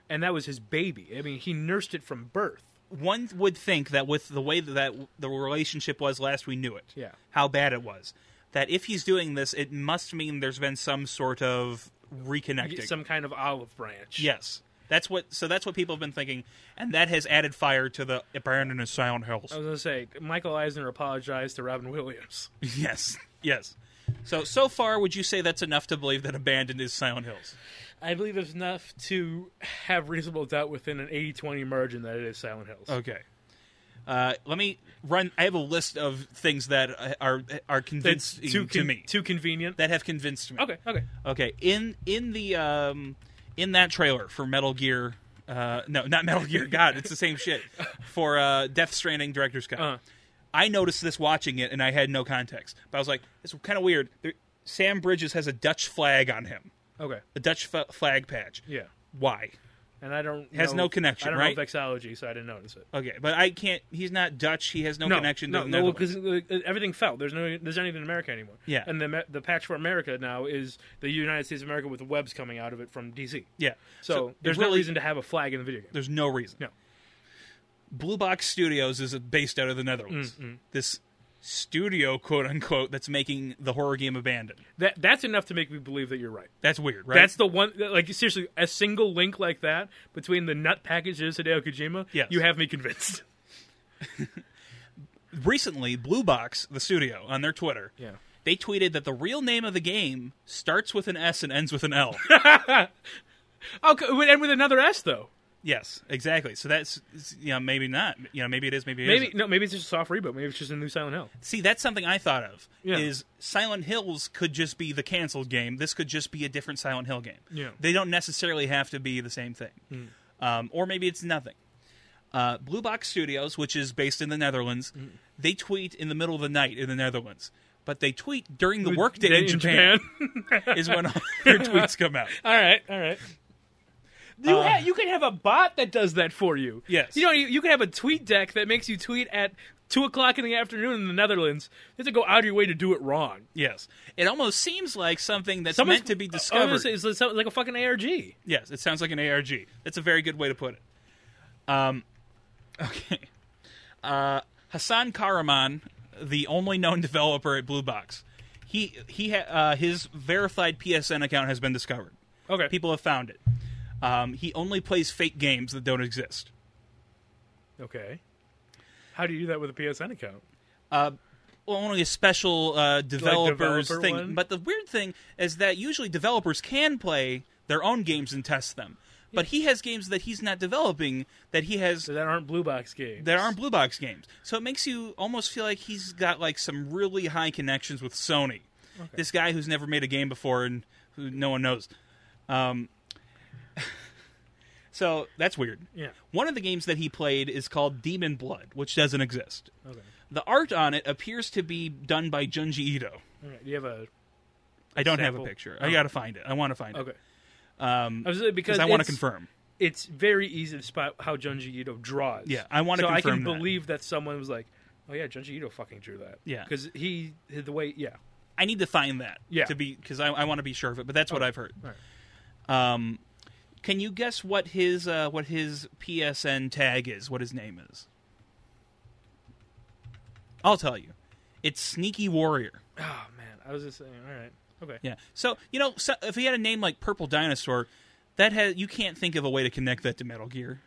Speaker 2: and that was his baby. I mean, he nursed it from birth.
Speaker 1: one would think that with the way that the relationship was last we knew it
Speaker 2: Yeah.
Speaker 1: how bad it was that if he's doing this it must mean there's been some sort of reconnecting
Speaker 2: Some kind of olive branch.
Speaker 1: yes that's what so that's what people have been thinking and that has added fire to the abandoned and silent hills
Speaker 2: I was gonna say Michael Eisner apologized to Robin Williams.
Speaker 1: yes yes so so far would you say that's enough to believe that abandoned is silent hills
Speaker 2: I believe it's enough to have reasonable doubt within an 80-20 margin that it is Silent Hills.
Speaker 1: okay uh, let me run. I have a list of things that uh, are are
Speaker 2: That's
Speaker 1: convinced
Speaker 2: too
Speaker 1: to
Speaker 2: con-
Speaker 1: me
Speaker 2: too convenient.
Speaker 1: that have convinced me.
Speaker 2: okay, okay.
Speaker 1: Okay, in in the um in that trailer for Metal Gear, uh, no, not Metal Gear. God, it's the same shit for uh, Death Stranding director's cut.
Speaker 2: Uh-huh.
Speaker 1: I noticed this watching it, and I had no context. But I was like, it's kind of weird. There, Sam Bridges has a Dutch flag on him,
Speaker 2: Okay.
Speaker 1: a Dutch f- flag patch.
Speaker 2: Yeah.
Speaker 1: Why?
Speaker 2: And I don't
Speaker 1: Has
Speaker 2: know-
Speaker 1: no connection,
Speaker 2: I don't
Speaker 1: right?
Speaker 2: know vexology, so I didn't notice it.
Speaker 1: Okay, but I can't. He's not Dutch. He has no, connection to
Speaker 2: no,
Speaker 1: the
Speaker 2: no,
Speaker 1: Netherlands.
Speaker 2: because everything fell. There's no, there's anything in America anymore.
Speaker 1: Yeah.
Speaker 2: and the Ma- the patch for America now is the United States of America with the webs coming out of it from DC.
Speaker 1: yeah.
Speaker 2: So,
Speaker 1: it
Speaker 2: there's no
Speaker 1: really-
Speaker 2: reason to have a flag in the video game.
Speaker 1: There's no reason.
Speaker 2: No.
Speaker 1: Blue Box Studios is based out of the Netherlands.
Speaker 2: Mm,
Speaker 1: This studio, quote unquote, that's making the horror game Abandoned.
Speaker 2: That that's enough to make me believe that you're right.
Speaker 1: That's weird, right?
Speaker 2: That's the one, like seriously, a single link like that between the nut packages Hideo Kojima.
Speaker 1: Yes.
Speaker 2: you have me convinced.
Speaker 1: Recently, Blue Box, the studio, on their Twitter,
Speaker 2: Yeah.
Speaker 1: they tweeted that the real name of the game starts with an S and ends with an L.
Speaker 2: Okay, and with another S though.
Speaker 1: yes, exactly. So that's, you know, maybe not. You know, maybe it is, maybe it
Speaker 2: Maybe
Speaker 1: isn't.
Speaker 2: no, maybe it's just a soft reboot. Maybe it's just a new Silent Hill.
Speaker 1: See, that's something I thought of.
Speaker 2: Yeah.
Speaker 1: Is Silent Hills could just be the canceled game. This could just be a different Silent Hill game.
Speaker 2: Yeah.
Speaker 1: They don't necessarily have to be the same thing. Um, or maybe it's nothing. Uh, Blue Box Studios, which is based in the Netherlands, they tweet in the middle of the night in the Netherlands. But they tweet during the workday in Japan, is when all their tweets come out.
Speaker 2: all right, all right. You ha- you can have a bot that does that for you.
Speaker 1: Uh, Yes.
Speaker 2: You know you, you can have a tweet deck that makes you tweet at two o'clock in the afternoon in the Netherlands. You have to go out of your way to do it wrong.
Speaker 1: Yes. It almost seems like something that's
Speaker 2: Someone's- Oh,
Speaker 1: meant to be
Speaker 2: I was
Speaker 1: discovered.
Speaker 2: gonna say, it's like- it's like a fucking ARG.
Speaker 1: Yes, it sounds like an ARG. That's a very good way to put it. Um, okay. Uh, Hassan Karaman, the only known developer at Blue Box, he he ha- uh, his verified PSN account has been discovered.
Speaker 2: Okay.
Speaker 1: People have found it. Um, he only plays fake games that don't exist.
Speaker 2: Okay. How do you do that with a PSN account?
Speaker 1: Uh, only a special uh, developers
Speaker 2: developer
Speaker 1: thing.
Speaker 2: one?
Speaker 1: But the weird thing is that usually developers can play their own games and test them. But he has games that he's not developing that he has
Speaker 2: So that aren't blue box games.
Speaker 1: that aren't blue box games. So it makes you almost feel like he's got like some really high connections with Sony. This guy who's never made a game before and who no one knows. Um, so that's weird.
Speaker 2: Yeah.
Speaker 1: One of the games that he played is called Demon Blood, which doesn't exist.
Speaker 2: Okay.
Speaker 1: The art on it appears to be done by Junji Ito.
Speaker 2: All right. Do you have a
Speaker 1: I don't have
Speaker 2: Sample.
Speaker 1: a picture. I got to find it. I want to find
Speaker 2: okay?
Speaker 1: it. Um,
Speaker 2: I was because
Speaker 1: because I want to
Speaker 2: it's-
Speaker 1: confirm.
Speaker 2: It's very easy to spot how Junji Ito draws.
Speaker 1: Yeah, I wanna
Speaker 2: So I can
Speaker 1: confirm that.
Speaker 2: believe that someone was like, "Oh yeah, Junji Ito fucking drew that."
Speaker 1: Yeah.
Speaker 2: because he the way yeah.
Speaker 1: I need to find that.
Speaker 2: Yeah.
Speaker 1: To be because I, I want to be sure of it. But that's what I've heard.
Speaker 2: All
Speaker 1: Um, can you guess what his uh, what his PSN tag is? What his name is? I'll tell you. It's Sneaky Warrior.
Speaker 2: Oh man, I was just saying. All right. Okay.
Speaker 1: Yeah. So you know, so if he had a name like Purple Dinosaur, that has you can't think of a way to connect that to Metal Gear.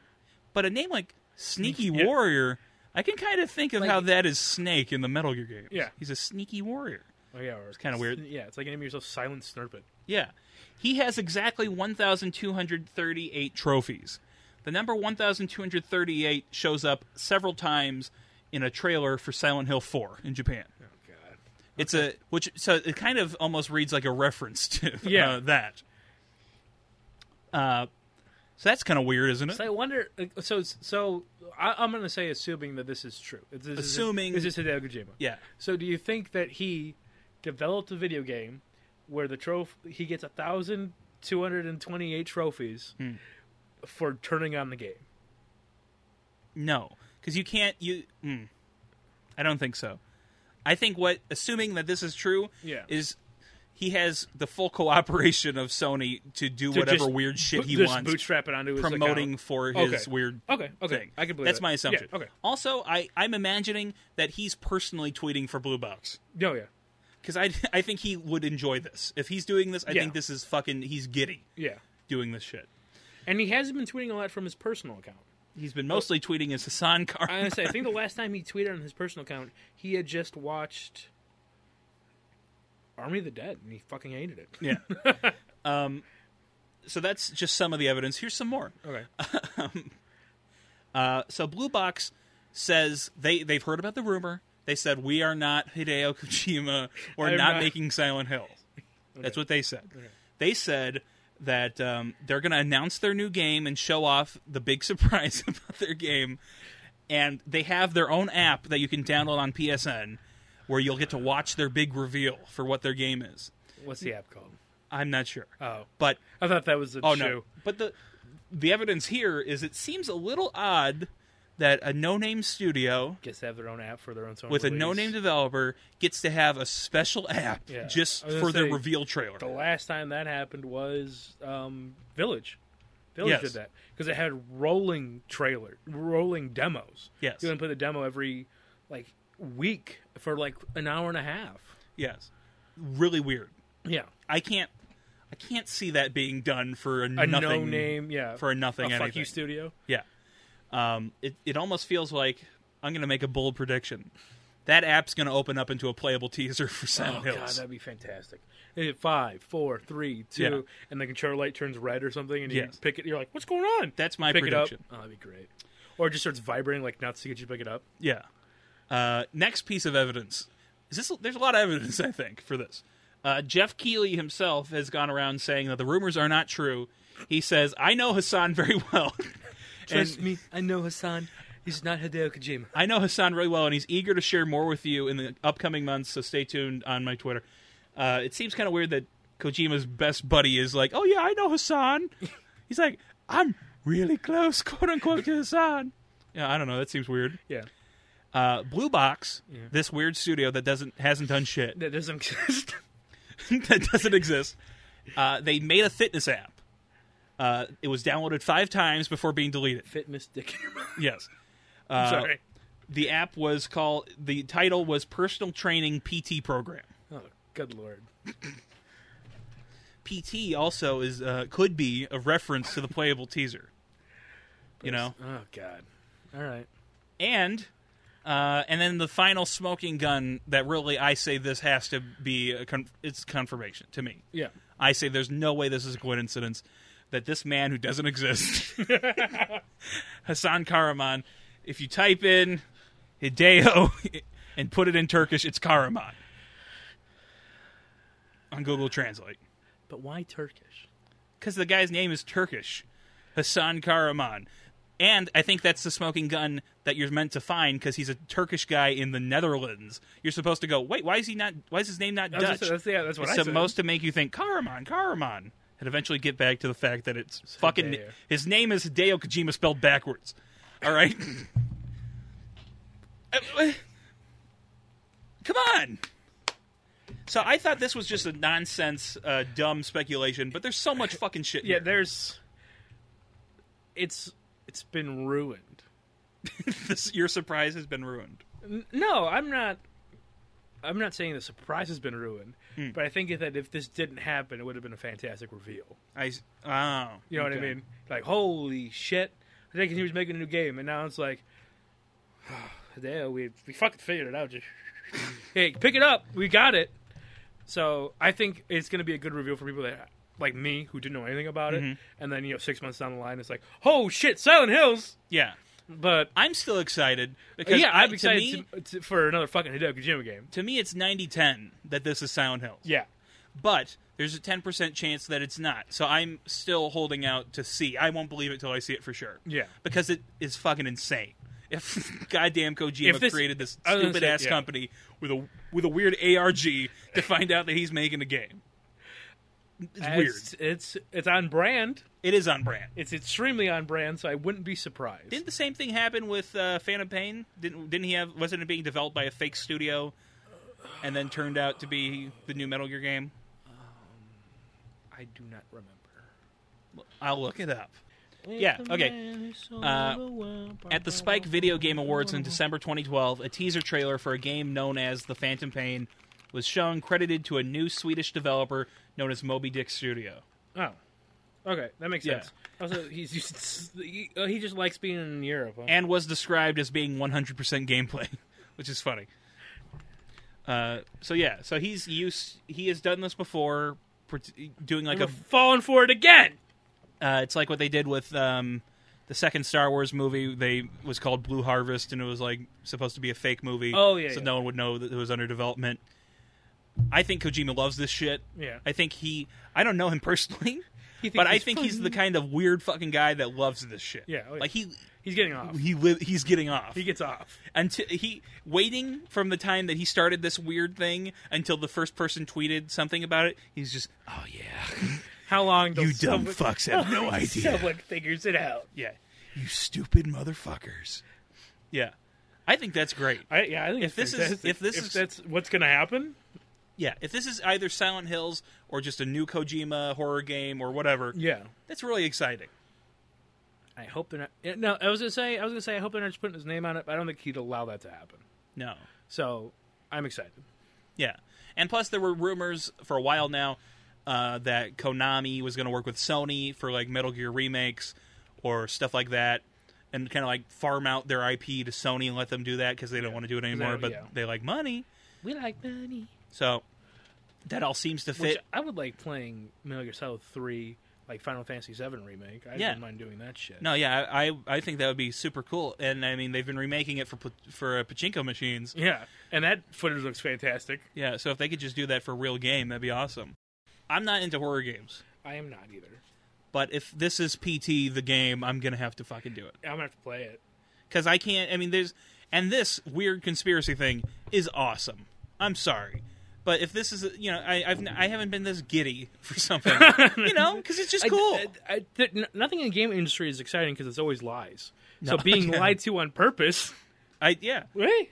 Speaker 1: But a name like Sneaky
Speaker 2: Sneaky- yeah.
Speaker 1: Warrior, I can kind of think of
Speaker 2: Like-
Speaker 1: how that is Snake in the Metal Gear games.
Speaker 2: Yeah.
Speaker 1: he's a sneaky warrior.
Speaker 2: Oh yeah. Or it's
Speaker 1: kinda weird.
Speaker 2: Yeah, it's like naming yourself Silent Snurpit.
Speaker 1: Yeah. He has exactly 1,238 trophies. The number 1,238 shows up several times in a trailer for Silent Hill 4 in Japan.
Speaker 2: Oh god.
Speaker 1: It's a which so it kind of almost reads like a reference to uh,
Speaker 2: Yeah.
Speaker 1: that. Uh, so that's kind of weird, isn't it?
Speaker 2: So I wonder. like, So so I, I'm going to say, assuming that this is true. This is-
Speaker 1: Assuming-
Speaker 2: this is Hideo Kojima.
Speaker 1: Yeah.
Speaker 2: So do you think that he developed a video game where the troph he gets a thousand two hundred and twenty eight trophies for turning on the game?
Speaker 1: No, because you can't. You, mm, I don't think so. I think what, assuming that this is true,
Speaker 2: Yeah.
Speaker 1: is he has the full cooperation of Sony to do
Speaker 2: To
Speaker 1: whatever
Speaker 2: just
Speaker 1: weird shit
Speaker 2: bo-
Speaker 1: he
Speaker 2: just
Speaker 1: wants,
Speaker 2: bootstrap it onto his account?
Speaker 1: promoting for his
Speaker 2: Okay.
Speaker 1: weird
Speaker 2: Okay, okay,
Speaker 1: thing.
Speaker 2: I can believe
Speaker 1: that's
Speaker 2: it.
Speaker 1: my
Speaker 2: Yeah,
Speaker 1: assumption.
Speaker 2: okay.
Speaker 1: Also, I I'm imagining that he's personally tweeting for Blue Box
Speaker 2: No, yeah,
Speaker 1: because I I think he would enjoy this if he's doing this. I
Speaker 2: Yeah.
Speaker 1: think this is fucking he's giddy
Speaker 2: yeah.
Speaker 1: doing this shit.
Speaker 2: And he hasn't been tweeting a lot from his personal account.
Speaker 1: He's been mostly tweeting his Hassan card.
Speaker 2: I honestly, I think the last time he tweeted on his personal account, he had just watched Army of the Dead, and he fucking hated it.
Speaker 1: Yeah. um, so that's just some of the evidence. Here's some more.
Speaker 2: Okay,
Speaker 1: Uh, so Blue Box says they they've heard about the rumor. They said we are not Hideo Kojima. We're
Speaker 2: I'm
Speaker 1: not,
Speaker 2: not-
Speaker 1: making Silent Hill. That's what they said. They said that um, they're going to announce their new game and show off the big surprise about their game. And they have their own app that you can download on PSN, where you'll get to watch their big reveal for what their game is.
Speaker 2: what's the app called?
Speaker 1: I'm not sure,
Speaker 2: Oh,
Speaker 1: but
Speaker 2: I thought that was the
Speaker 1: Oh
Speaker 2: shoe.
Speaker 1: no! But the the evidence here is it seems a little odd that a no-name studio
Speaker 2: Guess they have their own app for their own song.
Speaker 1: with a
Speaker 2: release.
Speaker 1: no-name developer gets to have a special app
Speaker 2: Yeah.
Speaker 1: just
Speaker 2: I was
Speaker 1: for
Speaker 2: gonna
Speaker 1: their
Speaker 2: say,
Speaker 1: reveal trailer.
Speaker 2: The last time that happened was um, Village. Village
Speaker 1: Yes.
Speaker 2: did that because it had rolling trailer, rolling demos.
Speaker 1: Yes.
Speaker 2: you can play the demo every like week for like an hour and a half.
Speaker 1: Yes, really weird.
Speaker 2: Yeah,
Speaker 1: I can't I can't see that being done for a,
Speaker 2: a
Speaker 1: nothing
Speaker 2: no name. Yeah,
Speaker 1: for a
Speaker 2: a
Speaker 1: nothing.
Speaker 2: fuck
Speaker 1: anything.
Speaker 2: you studio.
Speaker 1: Yeah. Um, it it almost feels like I'm going to make a bold prediction. That app's going to open up into a playable teaser for
Speaker 2: Oh
Speaker 1: Silent
Speaker 2: god,
Speaker 1: Hills.
Speaker 2: that'd be fantastic. And at Five, four, three, two,
Speaker 1: Yeah.
Speaker 2: and the controller light turns red or something, and you
Speaker 1: Yes.
Speaker 2: pick it. You're like, "What's going on?"
Speaker 1: That's my
Speaker 2: pick
Speaker 1: prediction.
Speaker 2: it up. Oh, that'd be great. Or it just starts vibrating like nuts to get you to pick it up.
Speaker 1: Yeah. Uh, next piece of evidence is this. There's a lot of evidence, I think, for this. Uh, Jeff Keeley himself has gone around saying that the rumors are not true. He says, "I know Hassan very well.
Speaker 2: Trust
Speaker 1: And-
Speaker 2: me, I know Hassan. He's not Hideo Kojima.
Speaker 1: I know Hassan really well, and he's eager to share more with you in the upcoming months. So stay tuned on my Twitter." Uh, it seems kind of weird that Kojima's best buddy is like, "Oh yeah, I know Hassan." he's like, "I'm really close, quote unquote, to Hassan." Yeah, I don't know. That seems weird.
Speaker 2: Yeah,
Speaker 1: Uh, Blue Box, this weird studio that doesn't hasn't done shit.
Speaker 2: that doesn't exist.
Speaker 1: that doesn't exist. Uh, they made a fitness app. Uh, it was downloaded five times before being deleted.
Speaker 2: Fitness dick in your mouth.
Speaker 1: Yes. Uh,
Speaker 2: I'm sorry.
Speaker 1: The app was called, the title was Personal Training PT Program.
Speaker 2: Oh, good lord.
Speaker 1: PT also is, uh, could be a reference to the playable teaser. You know?
Speaker 2: Oh god. All right.
Speaker 1: And Uh, and then the final smoking gun that really I say this has to be a con- it's confirmation to me.
Speaker 2: Yeah.
Speaker 1: I say there's no way this is a coincidence that this man who doesn't exist, Hassan Karaman, if you type in Hideo and put it in Turkish, it's Karaman on Google Translate
Speaker 2: But why Turkish?
Speaker 1: because the guy's name is Turkish, Hassan Karaman. And I think that's the smoking gun that you're meant to find because he's a Turkish guy in the Netherlands. You're supposed to go, wait, why is he not? Why is his name not
Speaker 2: I was
Speaker 1: Dutch?
Speaker 2: just- that's- yeah, that's what
Speaker 1: it's
Speaker 2: I said.
Speaker 1: supposed to make you think Karaman, Karaman, and eventually get back to the fact that it's fucking
Speaker 2: Hideo.
Speaker 1: his name is Hideo Kojima spelled backwards. All right, Uh, uh, come on. So I thought this was just a nonsense, uh, dumb speculation, but there's so much fucking shit.
Speaker 2: Yeah,
Speaker 1: here.
Speaker 2: there's. It's it's been ruined.
Speaker 1: this, your surprise has been ruined.
Speaker 2: N- No, I'm not. I'm not saying the surprise has been ruined,
Speaker 1: Hmm.
Speaker 2: but I think that if this didn't happen, it would have been a fantastic reveal.
Speaker 1: I s- oh,
Speaker 2: You know what
Speaker 1: okay.
Speaker 2: I mean? Like, holy shit! I think he was making a new game, and now it's like, damn, we we fucking figured it out. Just hey, pick it up, we got it. So I think it's gonna be a good reveal for people that like me who didn't know anything about it, and then you know six months down the line, it's like, oh shit, Silent Hills.
Speaker 1: Yeah,
Speaker 2: But
Speaker 1: I'm still excited because
Speaker 2: Uh, yeah,
Speaker 1: I-
Speaker 2: I'm excited
Speaker 1: Uh, To me,
Speaker 2: to- to- for another fucking Hideo Kojima game.
Speaker 1: to me, it's 90-10 that this is Silent Hills.
Speaker 2: Yeah,
Speaker 1: but there's a 10% chance that it's not. So I'm still holding out to see. I won't believe it till I see it for sure.
Speaker 2: Yeah.
Speaker 1: Because it is fucking insane. If goddamn Kojima
Speaker 2: If this-
Speaker 1: created this
Speaker 2: I was gonna
Speaker 1: stupid
Speaker 2: say,
Speaker 1: ass
Speaker 2: yeah.
Speaker 1: company with a with a weird ARG to find out that he's making a game. It's weird.
Speaker 2: It's, it's it's on brand.
Speaker 1: It is on brand.
Speaker 2: It's extremely on brand, so I wouldn't be surprised.
Speaker 1: Didn't the same thing happen with uh, Phantom Pain? Didn't didn't he have wasn't it being developed by a fake studio and then turned out to be the new Metal Gear game?
Speaker 2: I do not remember.
Speaker 1: I'll look it up. Yeah, okay. Uh, at the Spike Video Game Awards in December 2012, a teaser trailer for a game known as The Phantom Pain was shown, credited to a new Swedish developer known as Moby Dick Studio.
Speaker 2: Oh, okay, that makes
Speaker 1: Yeah.
Speaker 2: sense. Also, he's just, he, uh, he just likes being in Europe. Huh?
Speaker 1: and was described as being 100% gameplay, which is funny. Uh, so yeah, so he's used. He has done this before, pr- doing like a.
Speaker 2: We're falling for it again.
Speaker 1: Uh, it's like what they did with um, the second Star Wars movie. They was called Blue Harvest, and it was like supposed to be a fake movie.
Speaker 2: Oh, yeah,
Speaker 1: so
Speaker 2: yeah.
Speaker 1: no one would know that it was under development. I think Kojima loves this shit.
Speaker 2: Yeah.
Speaker 1: I think he. I don't know him personally,
Speaker 2: He thinks
Speaker 1: but I
Speaker 2: he's
Speaker 1: think he's the
Speaker 2: funny.
Speaker 1: kind of weird fucking guy that loves this shit.
Speaker 2: Yeah, oh, yeah.
Speaker 1: like he
Speaker 2: He's getting off.
Speaker 1: he li- he's getting off.
Speaker 2: He gets off.
Speaker 1: until he waiting from the time that he started this weird thing until the first person tweeted something about it. He's just, oh yeah,
Speaker 2: How long? till
Speaker 1: you dumb
Speaker 2: someone-
Speaker 1: fucks have no idea.
Speaker 2: Someone figures it out.
Speaker 1: Yeah, you stupid motherfuckers. Yeah, I think that's great.
Speaker 2: I, yeah, I think
Speaker 1: If
Speaker 2: it's
Speaker 1: this is-
Speaker 2: fantastic.
Speaker 1: if this is-
Speaker 2: that's what's going to happen,
Speaker 1: Yeah, if this is either Silent Hills or just a new Kojima horror game or whatever,
Speaker 2: yeah.
Speaker 1: that's really exciting.
Speaker 2: I hope they're not. yeah, No, I was gonna say, I was gonna say, I hope they're not just putting his name on it. But I don't think he'd allow that to happen.
Speaker 1: No,
Speaker 2: So I'm excited.
Speaker 1: yeah, and plus there were rumors for a while now uh, that Konami was going to work with Sony for like Metal Gear remakes or stuff like that, and kind of like farm out their IP to Sony and let them do that because they don't want to do it anymore, but
Speaker 2: yeah.
Speaker 1: they like money,
Speaker 2: We like money.
Speaker 1: so that all seems to fit.
Speaker 2: Which I would like playing Metal Gear Solid Three, like Final Fantasy Seven remake. I
Speaker 1: Yeah.
Speaker 2: wouldn't mind doing that shit.
Speaker 1: No, yeah, I I- I think that would be super cool, and I mean they've been remaking it for pl- for uh, pachinko machines.
Speaker 2: Yeah, and that footage looks fantastic.
Speaker 1: Yeah, so if they could just do that for a real game, that'd be awesome. I'm not into horror games,
Speaker 2: I am not either.
Speaker 1: but if this is PT the game, I'm gonna have to fucking do it
Speaker 2: I'm gonna have to play it.
Speaker 1: because I can't. I mean, there's and this weird conspiracy thing is awesome. I'm sorry. But if this is, you know, I, I've n- I haven't been this giddy for something, you know, because it's just cool.
Speaker 2: I, I, I- th- n- nothing in the game industry is exciting because it's always lies. So
Speaker 1: No,
Speaker 2: being
Speaker 1: yeah.
Speaker 2: lied to on purpose,
Speaker 1: I, yeah,
Speaker 2: right?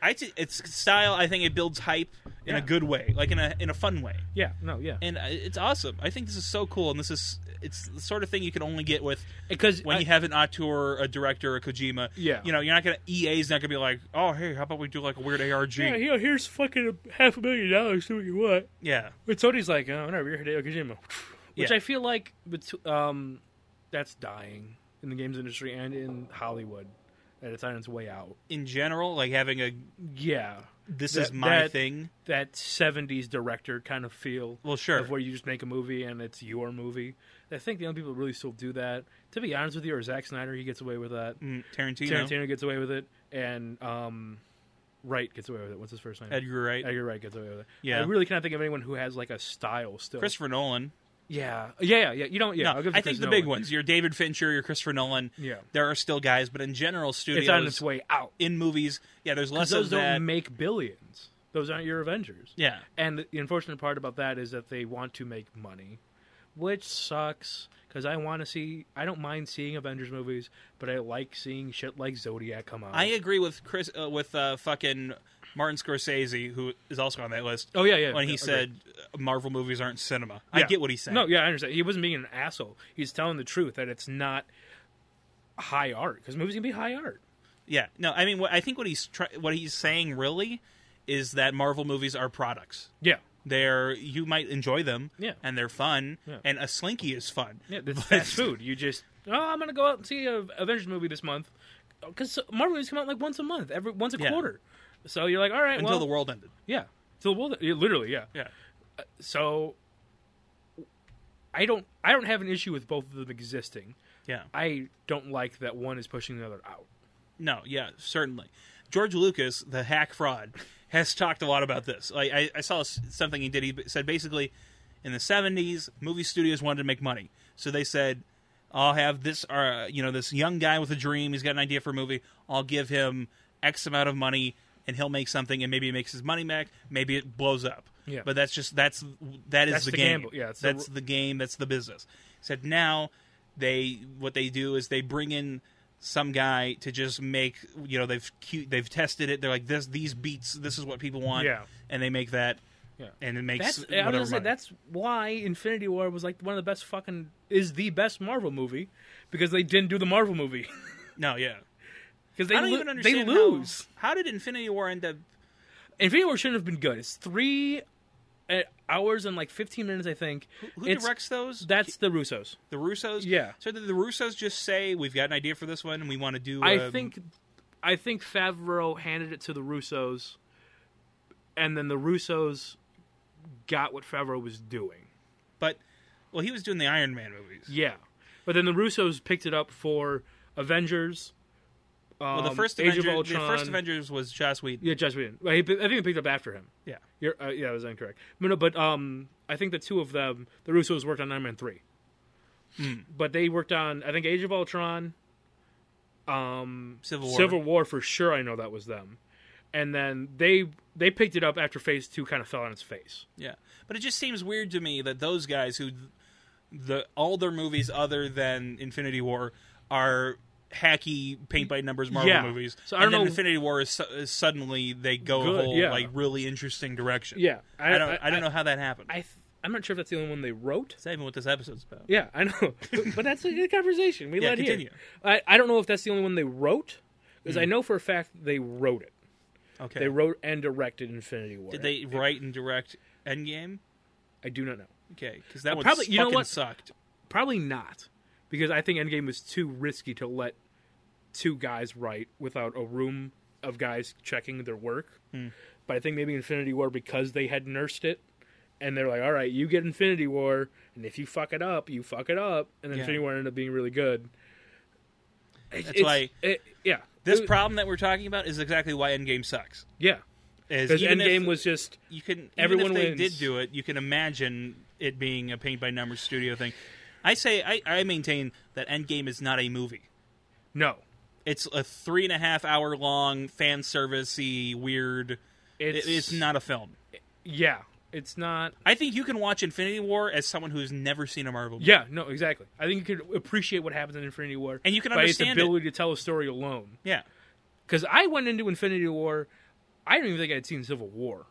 Speaker 1: I t- it's style. I think it builds hype in
Speaker 2: Yeah.
Speaker 1: a good way, like in a in a fun way.
Speaker 2: Yeah, no, yeah.
Speaker 1: and I- it's awesome. I think this is so cool, and this is it's the sort of thing you can only get with
Speaker 2: Because
Speaker 1: when
Speaker 2: I-
Speaker 1: you have an auteur, a director, a Kojima.
Speaker 2: Yeah.
Speaker 1: you know, you're not gonna EA's not gonna be like, oh hey, how about we do like a weird ARG?
Speaker 2: yeah,
Speaker 1: Yeah,
Speaker 2: you know, here's fucking a half a million dollars. Do what you want. But Sony's like, oh, whatever. You're Hideo Kojima, which
Speaker 1: Yeah.
Speaker 2: I feel like, bet- um, that's dying in the games industry and in Hollywood. that it's on its way out.
Speaker 1: in general, like having a
Speaker 2: Yeah,
Speaker 1: this
Speaker 2: That-
Speaker 1: is my
Speaker 2: that-
Speaker 1: thing.
Speaker 2: that '70s director kind of feel.
Speaker 1: Well, sure.
Speaker 2: of where you just make a movie and it's your movie. I think the only people who really still do that, to be honest with you, are Zack Snyder. He gets away with that.
Speaker 1: Mm, Tarantino,
Speaker 2: Tarantino gets away with it, and um, Wright gets away with it. What's his first name?
Speaker 1: Edgar Wright,
Speaker 2: Edgar Wright gets away with it.
Speaker 1: Yeah.
Speaker 2: I really cannot think of anyone who has like a style still.
Speaker 1: Christopher Nolan.
Speaker 2: yeah, yeah, yeah, yeah. You don't. Yeah,
Speaker 1: no,
Speaker 2: I'll give it to
Speaker 1: I
Speaker 2: Chris
Speaker 1: think the big
Speaker 2: Nolan.
Speaker 1: ones. Your David Fincher, your Christopher Nolan.
Speaker 2: Yeah,
Speaker 1: There are still guys, but in general, studios
Speaker 2: it's on its way out.
Speaker 1: in movies, yeah, there's less
Speaker 2: Those
Speaker 1: of
Speaker 2: don't
Speaker 1: that.
Speaker 2: make billions. Those aren't your Avengers.
Speaker 1: yeah,
Speaker 2: And the unfortunate part about that is that they want to make money, which sucks because I want to see. I don't mind seeing Avengers movies, but I like seeing shit like Zodiac come out.
Speaker 1: I agree with Chris uh, with uh, fucking Martin Scorsese, who is also on that list.
Speaker 2: oh yeah, yeah.
Speaker 1: when he
Speaker 2: yeah,
Speaker 1: said
Speaker 2: agreed.
Speaker 1: uh, Marvel movies aren't cinema, I
Speaker 2: Yeah.
Speaker 1: get what he's saying.
Speaker 2: no, yeah, I understand. He wasn't being an asshole. He's telling the truth that it's not high art because movies can be high art.
Speaker 1: Yeah, no, I mean, what, I think what he's try- what he's saying really is that Marvel movies are products.
Speaker 2: Yeah,
Speaker 1: They're you might enjoy them,
Speaker 2: Yeah.
Speaker 1: and they're fun,
Speaker 2: Yeah.
Speaker 1: and a slinky is fun.
Speaker 2: yeah. It's fast food. You just oh, I'm gonna go out and see a Avengers movie this month because Marvel movies come out like once a month, every once a
Speaker 1: Yeah.
Speaker 2: quarter. So you're like, all right,
Speaker 1: Until
Speaker 2: well,
Speaker 1: the world ended.
Speaker 2: yeah, till the world, yeah, literally, yeah.
Speaker 1: Yeah,
Speaker 2: so I don't I don't have an issue with both of them existing.
Speaker 1: yeah,
Speaker 2: I don't like that one is pushing the other out.
Speaker 1: no, yeah, certainly. George Lucas, the hack fraud, has talked a lot about this. Like I, I saw s- something he did. He b- said basically, in the '70s, movie studios wanted to make money, so they said, "I'll have this, uh, you know, this young guy with a dream. He's got an idea for a movie. I'll give him X amount of money, and he'll make something. And maybe he makes his money back. Maybe it blows up.
Speaker 2: Yeah.
Speaker 1: But that's just that's that is
Speaker 2: That's
Speaker 1: the,
Speaker 2: the
Speaker 1: game.
Speaker 2: gamble. Yeah, it's the
Speaker 1: that's the game. That's the business. Said now, they what they do is they bring in some guy to just make you know they've cu- they've tested it. They're like this these beats. This is what people want.
Speaker 2: Yeah.
Speaker 1: and they make that.
Speaker 2: Yeah.
Speaker 1: and it makes
Speaker 2: That's I was
Speaker 1: whatever
Speaker 2: gonna say
Speaker 1: money.
Speaker 2: that's why Infinity War was like one of the best fucking is the best Marvel movie because they didn't do the Marvel movie
Speaker 1: no, yeah.
Speaker 2: because they
Speaker 1: I don't
Speaker 2: lo-
Speaker 1: even understand.
Speaker 2: they
Speaker 1: how-
Speaker 2: lose.
Speaker 1: How, did Infinity War end up?
Speaker 2: Infinity War shouldn't have been good. It's three uh, hours and like fifteen minutes, I think.
Speaker 1: Who
Speaker 2: It's-
Speaker 1: directs those?
Speaker 2: That's the Russos.
Speaker 1: The Russos.
Speaker 2: Yeah.
Speaker 1: So did the Russos just say we've got an idea for this one and we want to do?
Speaker 2: I
Speaker 1: um,
Speaker 2: think I think Favreau handed it to the Russos, and then the Russos got what Favreau was doing.
Speaker 1: but well, he was doing the Iron Man movies.
Speaker 2: Yeah, but then the Russos picked it up for Avengers. Um,
Speaker 1: Well, the first
Speaker 2: Age
Speaker 1: Avengers,
Speaker 2: of Ultron.
Speaker 1: the first Avengers was Joss Whedon.
Speaker 2: Yeah, Joss Whedon. Well, he, I think he picked up after him.
Speaker 1: Yeah.
Speaker 2: You're, uh, yeah, I was incorrect. No, no, but um, I think the two of them, the Russos worked on Iron Man three, but they worked on I think Age of Ultron, um,
Speaker 1: Civil War.
Speaker 2: Civil War for sure. I know that was them, and then they they picked it up after Phase two kind of fell on its face.
Speaker 1: Yeah, but it just seems weird to me that those guys who the all their movies other than Infinity War are hacky paint by numbers Marvel
Speaker 2: Yeah.
Speaker 1: movies.
Speaker 2: So I don't
Speaker 1: and then
Speaker 2: know-
Speaker 1: Infinity War is, su- is suddenly they go
Speaker 2: Good,
Speaker 1: a whole
Speaker 2: yeah.
Speaker 1: like really interesting direction.
Speaker 2: Yeah,
Speaker 1: I, don't I, don't know how that happened.
Speaker 2: I th- I'm not sure if that's the only one they wrote.
Speaker 1: That's not even what this episode's about.
Speaker 2: Yeah, I know, but that's a good conversation we
Speaker 1: Yeah,
Speaker 2: let
Speaker 1: continue. Hmm.
Speaker 2: here. I I don't know if that's the only one they wrote because I know for a fact they wrote it.
Speaker 1: Okay.
Speaker 2: They wrote and directed Infinity War.
Speaker 1: Did they write and direct Endgame?
Speaker 2: I do not know.
Speaker 1: Okay, because that one
Speaker 2: probably- you know
Speaker 1: fucking
Speaker 2: what?
Speaker 1: sucked.
Speaker 2: Probably not, because I think Endgame was too risky to let two guys write without a room of guys checking their work.
Speaker 1: Hmm.
Speaker 2: But I think maybe Infinity War because they had nursed it, and they're like, "All right, you get Infinity War, and if you fuck it up, you fuck it up." And
Speaker 1: Yeah.
Speaker 2: Infinity War ended up being really good. That's
Speaker 1: why-
Speaker 2: yeah,
Speaker 1: This
Speaker 2: It-
Speaker 1: problem that we're talking about is exactly why Endgame sucks.
Speaker 2: yeah,
Speaker 1: Is
Speaker 2: because
Speaker 1: even if-
Speaker 2: Endgame was just
Speaker 1: you can
Speaker 2: Everyone
Speaker 1: even if they did
Speaker 2: wins.
Speaker 1: do it you can imagine it being a paint by numbers studio thing i say I, I maintain that endgame is not a movie
Speaker 2: no.
Speaker 1: it's a three and a half hour long fan servicey weird it-
Speaker 2: It's,
Speaker 1: it's, not a film
Speaker 2: Yeah, it's not.
Speaker 1: i think you can watch infinity war as someone who's never seen a marvel movie
Speaker 2: Yeah, no, exactly. I think you could appreciate what happens in Infinity War,
Speaker 1: And you can
Speaker 2: by
Speaker 1: understand it.
Speaker 2: its ability to tell a story alone.
Speaker 1: yeah
Speaker 2: Because I went into Infinity War, I don't even think I had seen Civil War.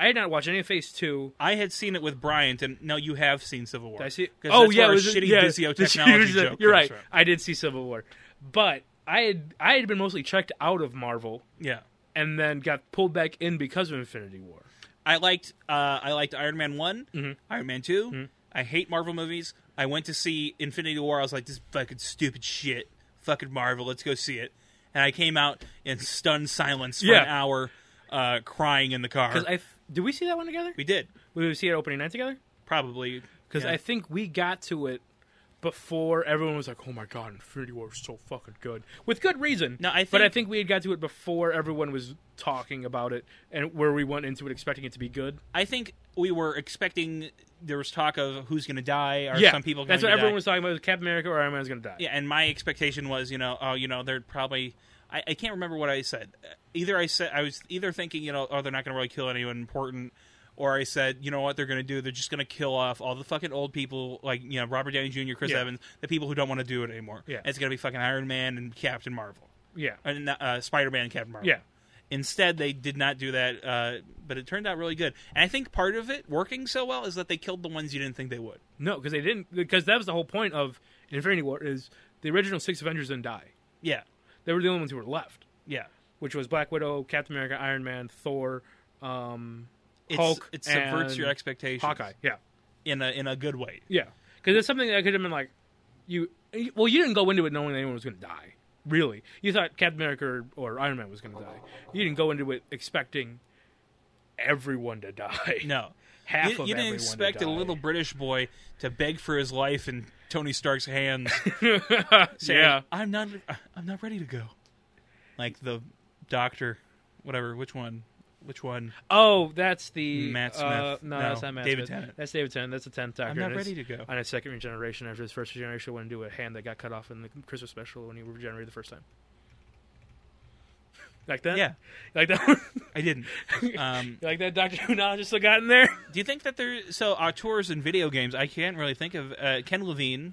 Speaker 2: I had not watched any of Phase Two.
Speaker 1: I had seen it with Bryant, and no, you have seen Civil War.
Speaker 2: Did I see.
Speaker 1: 'Cause
Speaker 2: oh
Speaker 1: that's
Speaker 2: yeah,
Speaker 1: where
Speaker 2: it
Speaker 1: our
Speaker 2: was
Speaker 1: shitty
Speaker 2: yeah,
Speaker 1: Vizio
Speaker 2: the shitty
Speaker 1: technology
Speaker 2: Vizio-
Speaker 1: joke
Speaker 2: You're
Speaker 1: comes
Speaker 2: right.
Speaker 1: from.
Speaker 2: I did see Civil War, but I had I had been mostly checked out of Marvel
Speaker 1: Yeah,
Speaker 2: and then got pulled back in because of Infinity War.
Speaker 1: I liked uh, I liked Iron Man one,
Speaker 2: Mm-hmm.
Speaker 1: Iron Man 2 I hate Marvel movies. I went to see Infinity War. I was like, this is fucking stupid shit, fucking Marvel. Let's go see it. And and I came out in stunned silence for
Speaker 2: Yeah.
Speaker 1: an hour, uh, crying in the car.
Speaker 2: Because I f- did we see that one together?
Speaker 1: we did
Speaker 2: We would see it opening night together.
Speaker 1: probably
Speaker 2: Because
Speaker 1: yeah.
Speaker 2: I think we got to it before everyone was like, "Oh my god, Infinity War is so fucking good," with good reason.
Speaker 1: No, I
Speaker 2: but I
Speaker 1: think-
Speaker 2: think we had got to it before everyone was talking about it, and where we went into it expecting it to be good.
Speaker 1: I think we were expecting there was talk of who's going to die. Are some people? Going
Speaker 2: That's what
Speaker 1: to
Speaker 2: everyone
Speaker 1: die?
Speaker 2: was talking about: was Captain America or Iron Man's going to die.
Speaker 1: Yeah, and my expectation was, you know, oh, you know, they're probably. I, I can't remember what I said. Uh, Either I said I was either thinking, you know, oh, they're not going to really kill anyone important, or I said, you know what, they're going to do? They're just going to kill off all the fucking old people, like you know, Robert Downey Jr., Chris
Speaker 2: Yeah.
Speaker 1: Evans, the people who don't want to do it anymore.
Speaker 2: Yeah.
Speaker 1: And it's going to be fucking Iron Man and Captain Marvel,
Speaker 2: yeah,
Speaker 1: and uh, Spider Man and Captain Marvel.
Speaker 2: yeah.
Speaker 1: Instead, they did not do that, uh, but it turned out really good. And I think part of it working so well is that they killed the ones you didn't think they would.
Speaker 2: No, because they didn't. Because that was the whole point of Infinity War: is the original six Avengers didn't die;
Speaker 1: Yeah,
Speaker 2: they were the only ones who were left,
Speaker 1: yeah.
Speaker 2: which was Black Widow, Captain America, Iron Man, Thor, um,
Speaker 1: It's,
Speaker 2: Hulk,
Speaker 1: it subverts
Speaker 2: and
Speaker 1: your expectations.
Speaker 2: Hawkeye. Yeah,
Speaker 1: in a in a good way.
Speaker 2: Yeah, because it's something that could have been like, you. Well, you didn't go into it knowing anyone was going to die. Really, you thought Captain America or, or Iron Man was going to die. You didn't go into it expecting everyone to die.
Speaker 1: No,
Speaker 2: half
Speaker 1: you,
Speaker 2: of
Speaker 1: you
Speaker 2: everyone
Speaker 1: didn't expect
Speaker 2: to
Speaker 1: a
Speaker 2: die.
Speaker 1: little British boy to beg for his life in Tony Stark's hands, saying,
Speaker 2: yeah,
Speaker 1: "I'm not, I'm not ready to go." Like the doctor, whatever. Which one? Which one?
Speaker 2: Oh, that's the
Speaker 1: Matt
Speaker 2: uh,
Speaker 1: Smith.
Speaker 2: no,
Speaker 1: No,
Speaker 2: that's not Matt
Speaker 1: David
Speaker 2: Smith.
Speaker 1: Tennant.
Speaker 2: That's David Tennant. That's the tenth Doctor.
Speaker 1: not
Speaker 2: and it's
Speaker 1: ready to go.
Speaker 2: On his second regeneration, after his first regeneration, went into a hand that got cut off in the Christmas special when he regenerated the first time. Like that?
Speaker 1: Yeah.
Speaker 2: Like that? One?
Speaker 1: I didn't. Um,
Speaker 2: like that Doctor Who knowledge still got in there?
Speaker 1: do you think that there? So auteurs in video games, I can't really think of uh, Ken Levine.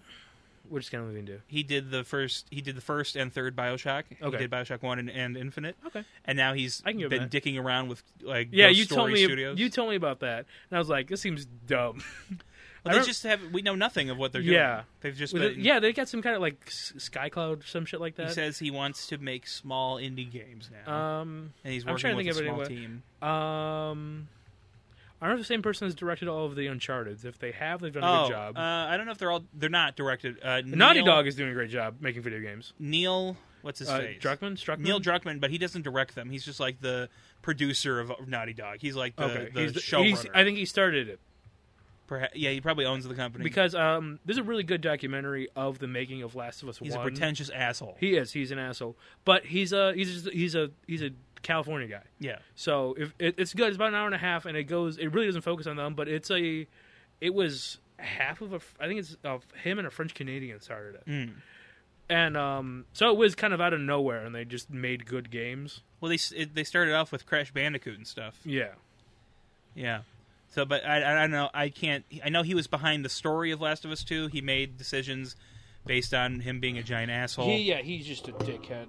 Speaker 2: We're just gonna leave him do.
Speaker 1: He did the first. He did the first and third Bioshock.
Speaker 2: Okay.
Speaker 1: He did Bioshock One and, and Infinite,
Speaker 2: Okay.
Speaker 1: and now he's
Speaker 2: I can
Speaker 1: been
Speaker 2: give that.
Speaker 1: dicking around with like
Speaker 2: Yeah,
Speaker 1: Ghost
Speaker 2: you
Speaker 1: Story
Speaker 2: told me.
Speaker 1: Studios.
Speaker 2: You told me about that, and I was like, this seems dumb.
Speaker 1: But
Speaker 2: I
Speaker 1: they
Speaker 2: rem-
Speaker 1: just have. We know nothing of what they're doing.
Speaker 2: Yeah.
Speaker 1: they've just
Speaker 2: With
Speaker 1: been,
Speaker 2: it- yeah, they got some kind of like s- Sky Cloud, some shit like
Speaker 1: He
Speaker 2: that.
Speaker 1: says he wants to make small indie games now,
Speaker 2: um,
Speaker 1: and he's
Speaker 2: I'm
Speaker 1: working
Speaker 2: trying to
Speaker 1: with a
Speaker 2: think
Speaker 1: small
Speaker 2: of it
Speaker 1: team.
Speaker 2: um, I don't know if the same person has directed all of the Uncharted. If they have, they've done
Speaker 1: Oh,
Speaker 2: a good job.
Speaker 1: Uh, I don't know if they're all. They're not directed. Uh,
Speaker 2: Naughty
Speaker 1: Neil,
Speaker 2: Dog is doing a great job making video games.
Speaker 1: Neil. What's his
Speaker 2: Uh,
Speaker 1: face?
Speaker 2: Druckmann, Struckman,
Speaker 1: Neil Druckmann, but he doesn't direct them. He's just like the producer of Naughty Dog. He's like the, the
Speaker 2: he's,
Speaker 1: showrunner.
Speaker 2: he's- I think he started it
Speaker 1: Perha- yeah, he probably owns the company
Speaker 2: because um, there's a really good documentary of the making of Last of Us
Speaker 1: he's a
Speaker 2: One.
Speaker 1: pretentious asshole.
Speaker 2: He is. He's an asshole, but he's a he's just, he's a he's a California guy.
Speaker 1: yeah,
Speaker 2: So if it, it's good, it's about an hour and a half, and it goes. It really doesn't focus on them, but it's a. It was half of a. I think it's of him and a French Canadian started it,
Speaker 1: Mm.
Speaker 2: and um, so it was kind of out of nowhere, and they just made good games.
Speaker 1: Well, they s- it, they started off with Crash Bandicoot and stuff.
Speaker 2: Yeah,
Speaker 1: Yeah. So, but I, I don't know. I can't. I know he was behind the story of Last of Us Two. He made decisions based on him being a giant asshole.
Speaker 2: he, yeah, he's just a dickhead.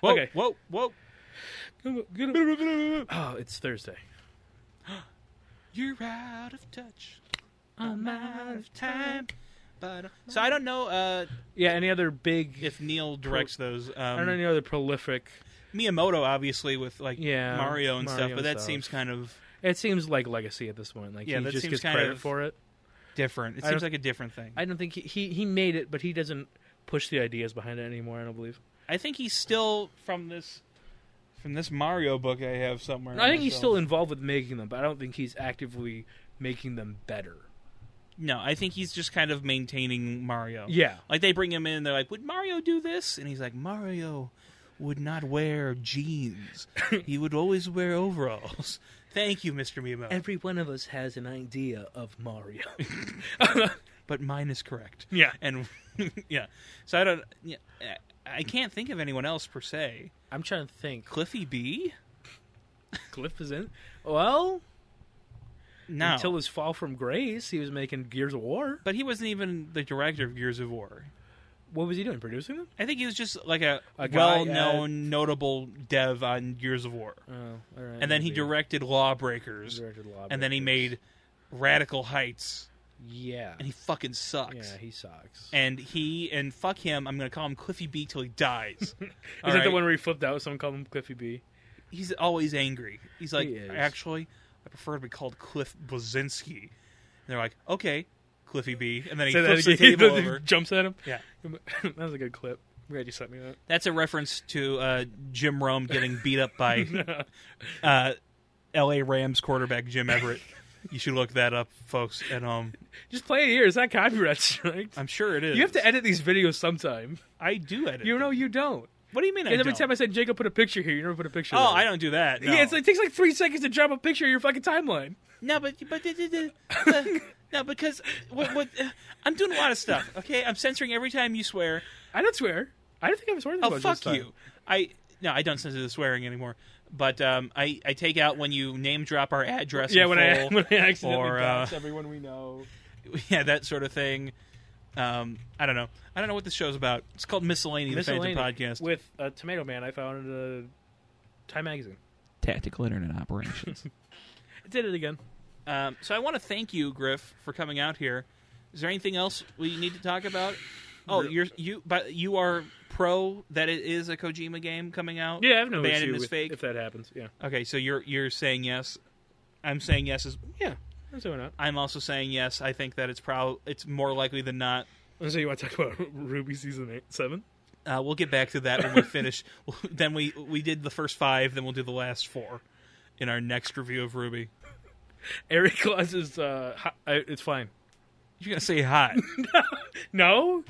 Speaker 1: whoa,
Speaker 2: okay.
Speaker 1: whoa, whoa!
Speaker 2: Oh, it's Thursday.
Speaker 1: You're out of touch. I'm out of time. But so I don't know uh,
Speaker 2: Yeah. Any other big?
Speaker 1: if Neil directs those.
Speaker 2: I don't know
Speaker 1: Um,
Speaker 2: any other prolific.
Speaker 1: Miyamoto, obviously, with like
Speaker 2: Yeah,
Speaker 1: Mario and stuff.
Speaker 2: Mario
Speaker 1: But that
Speaker 2: stuff.
Speaker 1: seems kind of
Speaker 2: It seems like legacy at this point. Like
Speaker 1: Yeah,
Speaker 2: he
Speaker 1: that
Speaker 2: just
Speaker 1: seems
Speaker 2: gets
Speaker 1: kind
Speaker 2: credit
Speaker 1: of-
Speaker 2: for it.
Speaker 1: different. It
Speaker 2: I
Speaker 1: seems
Speaker 2: don't-
Speaker 1: like a different thing. I,
Speaker 2: I don't think he, he he made it, but he doesn't push the ideas behind it anymore. I don't believe.
Speaker 1: think he's still from this from this Mario book I have somewhere.
Speaker 2: I think he's
Speaker 1: myself.
Speaker 2: still involved with making them, but I don't think he's actively making them better.
Speaker 1: No, I think he's just kind of maintaining Mario.
Speaker 2: Yeah.
Speaker 1: Like they bring him in, and they're like, "Would Mario do this?" And he's like, "Mario would not wear jeans. he would always wear overalls." Thank you, Mr. Miyamoto.
Speaker 2: Every one of us has an idea of Mario.
Speaker 1: but mine is correct.
Speaker 2: yeah.
Speaker 1: And yeah, so I don't. Yeah, I- I can't think of anyone else per se.
Speaker 2: I'm trying to think.
Speaker 1: Cliffy B?
Speaker 2: Cliff is in. Well,
Speaker 1: No,
Speaker 2: until his fall from grace, he was making Gears of War.
Speaker 1: but he wasn't even the director of Gears of War.
Speaker 2: What was he doing? Producing them?
Speaker 1: I think he was just like a,
Speaker 2: A guy
Speaker 1: well-known, notable dev on Gears of War,
Speaker 2: Oh, all right.
Speaker 1: and then he
Speaker 2: maybe.
Speaker 1: directed Lawbreakers.
Speaker 2: Directed Lawbreakers.
Speaker 1: and then he made Radical Heights,
Speaker 2: Yeah.
Speaker 1: and he fucking sucks.
Speaker 2: Yeah, he sucks.
Speaker 1: and he and fuck him. I'm gonna call him Cliffy B till he dies.
Speaker 2: is
Speaker 1: All
Speaker 2: that the
Speaker 1: right?
Speaker 2: one where he flipped out? Someone called him Cliffy B.
Speaker 1: He's always angry. He's like,
Speaker 2: He is.
Speaker 1: actually, I prefer to be called Cliff Blazinski. And they're like, okay, Cliffy B. And then he
Speaker 2: Say that
Speaker 1: flips the
Speaker 2: again.
Speaker 1: table over.
Speaker 2: Jumps at him.
Speaker 1: Yeah.
Speaker 2: that was a good clip. I'm glad you sent me that.
Speaker 1: That's a reference to uh, Jim Rome getting beat up by uh, L.A. Rams quarterback Jim Everett. You should look that up, folks at home.
Speaker 2: Just play it here. It's not copyright strikes.
Speaker 1: I'm sure it is.
Speaker 2: You have to edit these videos sometime.
Speaker 1: I do edit.
Speaker 2: You
Speaker 1: them.
Speaker 2: know you don't.
Speaker 1: What do you mean? I
Speaker 2: And every
Speaker 1: don't?
Speaker 2: time I said Jacob put a picture here, you never put a picture.
Speaker 1: oh,
Speaker 2: there.
Speaker 1: I don't do that. No.
Speaker 2: Yeah, it's like, it takes like three seconds to drop a picture of your fucking timeline.
Speaker 1: No, but but the- the- the- the- no, because what, what uh, I'm doing a lot of stuff. Okay, I'm censoring every time you swear.
Speaker 2: I don't swear. I don't think I've sworn. this
Speaker 1: Oh
Speaker 2: much
Speaker 1: fuck
Speaker 2: this time.
Speaker 1: you! I no, I don't censor the swearing anymore. But um, I I take out when you name drop our address.
Speaker 2: Yeah,
Speaker 1: in
Speaker 2: when
Speaker 1: full
Speaker 2: I when I accidentally
Speaker 1: or, uh,
Speaker 2: doxed everyone we know.
Speaker 1: yeah that sort of thing. Um, I don't know. I don't know what this show's about. It's called Miscellany, the Phantom
Speaker 2: Miscellany
Speaker 1: Podcast.
Speaker 2: with a tomato man I found in a Time magazine.
Speaker 3: Tactical Internet Operations.
Speaker 2: I did it again.
Speaker 1: Um, so I want to thank you, Griff, for coming out here. Is there anything else we need to talk about? Oh, you're you but you are pro that it is a Kojima game coming out.
Speaker 2: Yeah, I have no
Speaker 1: Abandon
Speaker 2: issue
Speaker 1: is
Speaker 2: with,
Speaker 1: fake.
Speaker 2: if that happens. Yeah,
Speaker 1: Okay, so you're you're saying yes. I'm saying yes. Is
Speaker 2: yeah. I'm saying not.
Speaker 1: I'm also saying yes. I think that it's prob it's more likely than not.
Speaker 2: So you want to talk about Ruby season eight, seven?
Speaker 1: Uh, we'll get back to that when we finish. then we we did the first five. Then we'll do the last four in our next review of Ruby.
Speaker 2: Eric Claus is uh, hot, I, it's fine.
Speaker 1: You're gonna say hot.
Speaker 2: No,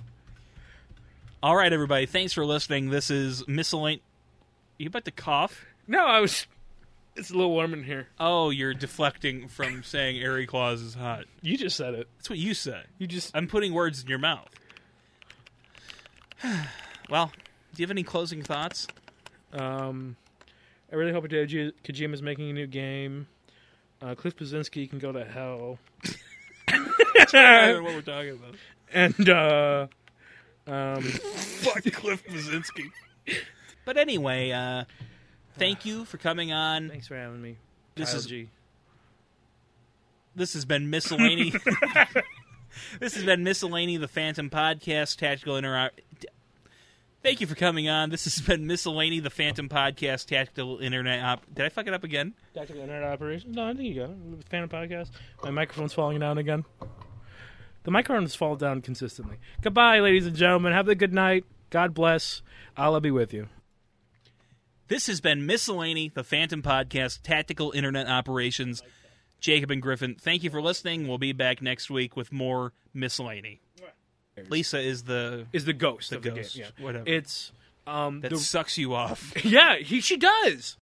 Speaker 1: All right, everybody. Thanks for listening. This is miscellaneous. You about to cough?
Speaker 2: no. I was. It's a little warm in here.
Speaker 1: Oh, you're deflecting from saying Airy Claus is hot.
Speaker 2: You just said it.
Speaker 1: That's what you said.
Speaker 2: You just.
Speaker 1: I'm putting words in your mouth. well, do you have any closing thoughts?
Speaker 2: Um, I really hope Hideo Kojima is making a new game. Uh, Cliff Blazinski can go to hell.
Speaker 1: I don't know what we're talking about.
Speaker 2: and uh, um,
Speaker 1: Fuck Cliff Mazinski. But anyway, uh, thank you for coming on.
Speaker 2: thanks for having me.
Speaker 1: This
Speaker 2: Kyle
Speaker 1: is-
Speaker 2: G.
Speaker 1: This has been Miscellany. this has been Miscellany, the Phantom Podcast, Tactical Inter. Thank you for coming on. This has been Miscellany, the Phantom Podcast, Tactical Internet. Op- Did I fuck it up again?
Speaker 2: Tactical Internet Operations. No, I think you got it. With Phantom Podcast. My microphone's falling down again. The microphones fall down consistently. Goodbye, ladies and gentlemen. Have a good night. God bless. Allah be with you.
Speaker 1: This has been Miscellany, the Phantom Podcast, Tactical Internet Operations. Jacob and Griffin, thank you for listening. We'll be back next week with more Miscellany. Lisa is the
Speaker 2: Is the ghost
Speaker 1: the
Speaker 2: of
Speaker 1: ghost,
Speaker 2: the game?
Speaker 1: whatever,
Speaker 2: Yeah. It's um.
Speaker 1: that
Speaker 2: the-
Speaker 1: sucks you off.
Speaker 2: yeah, he she does.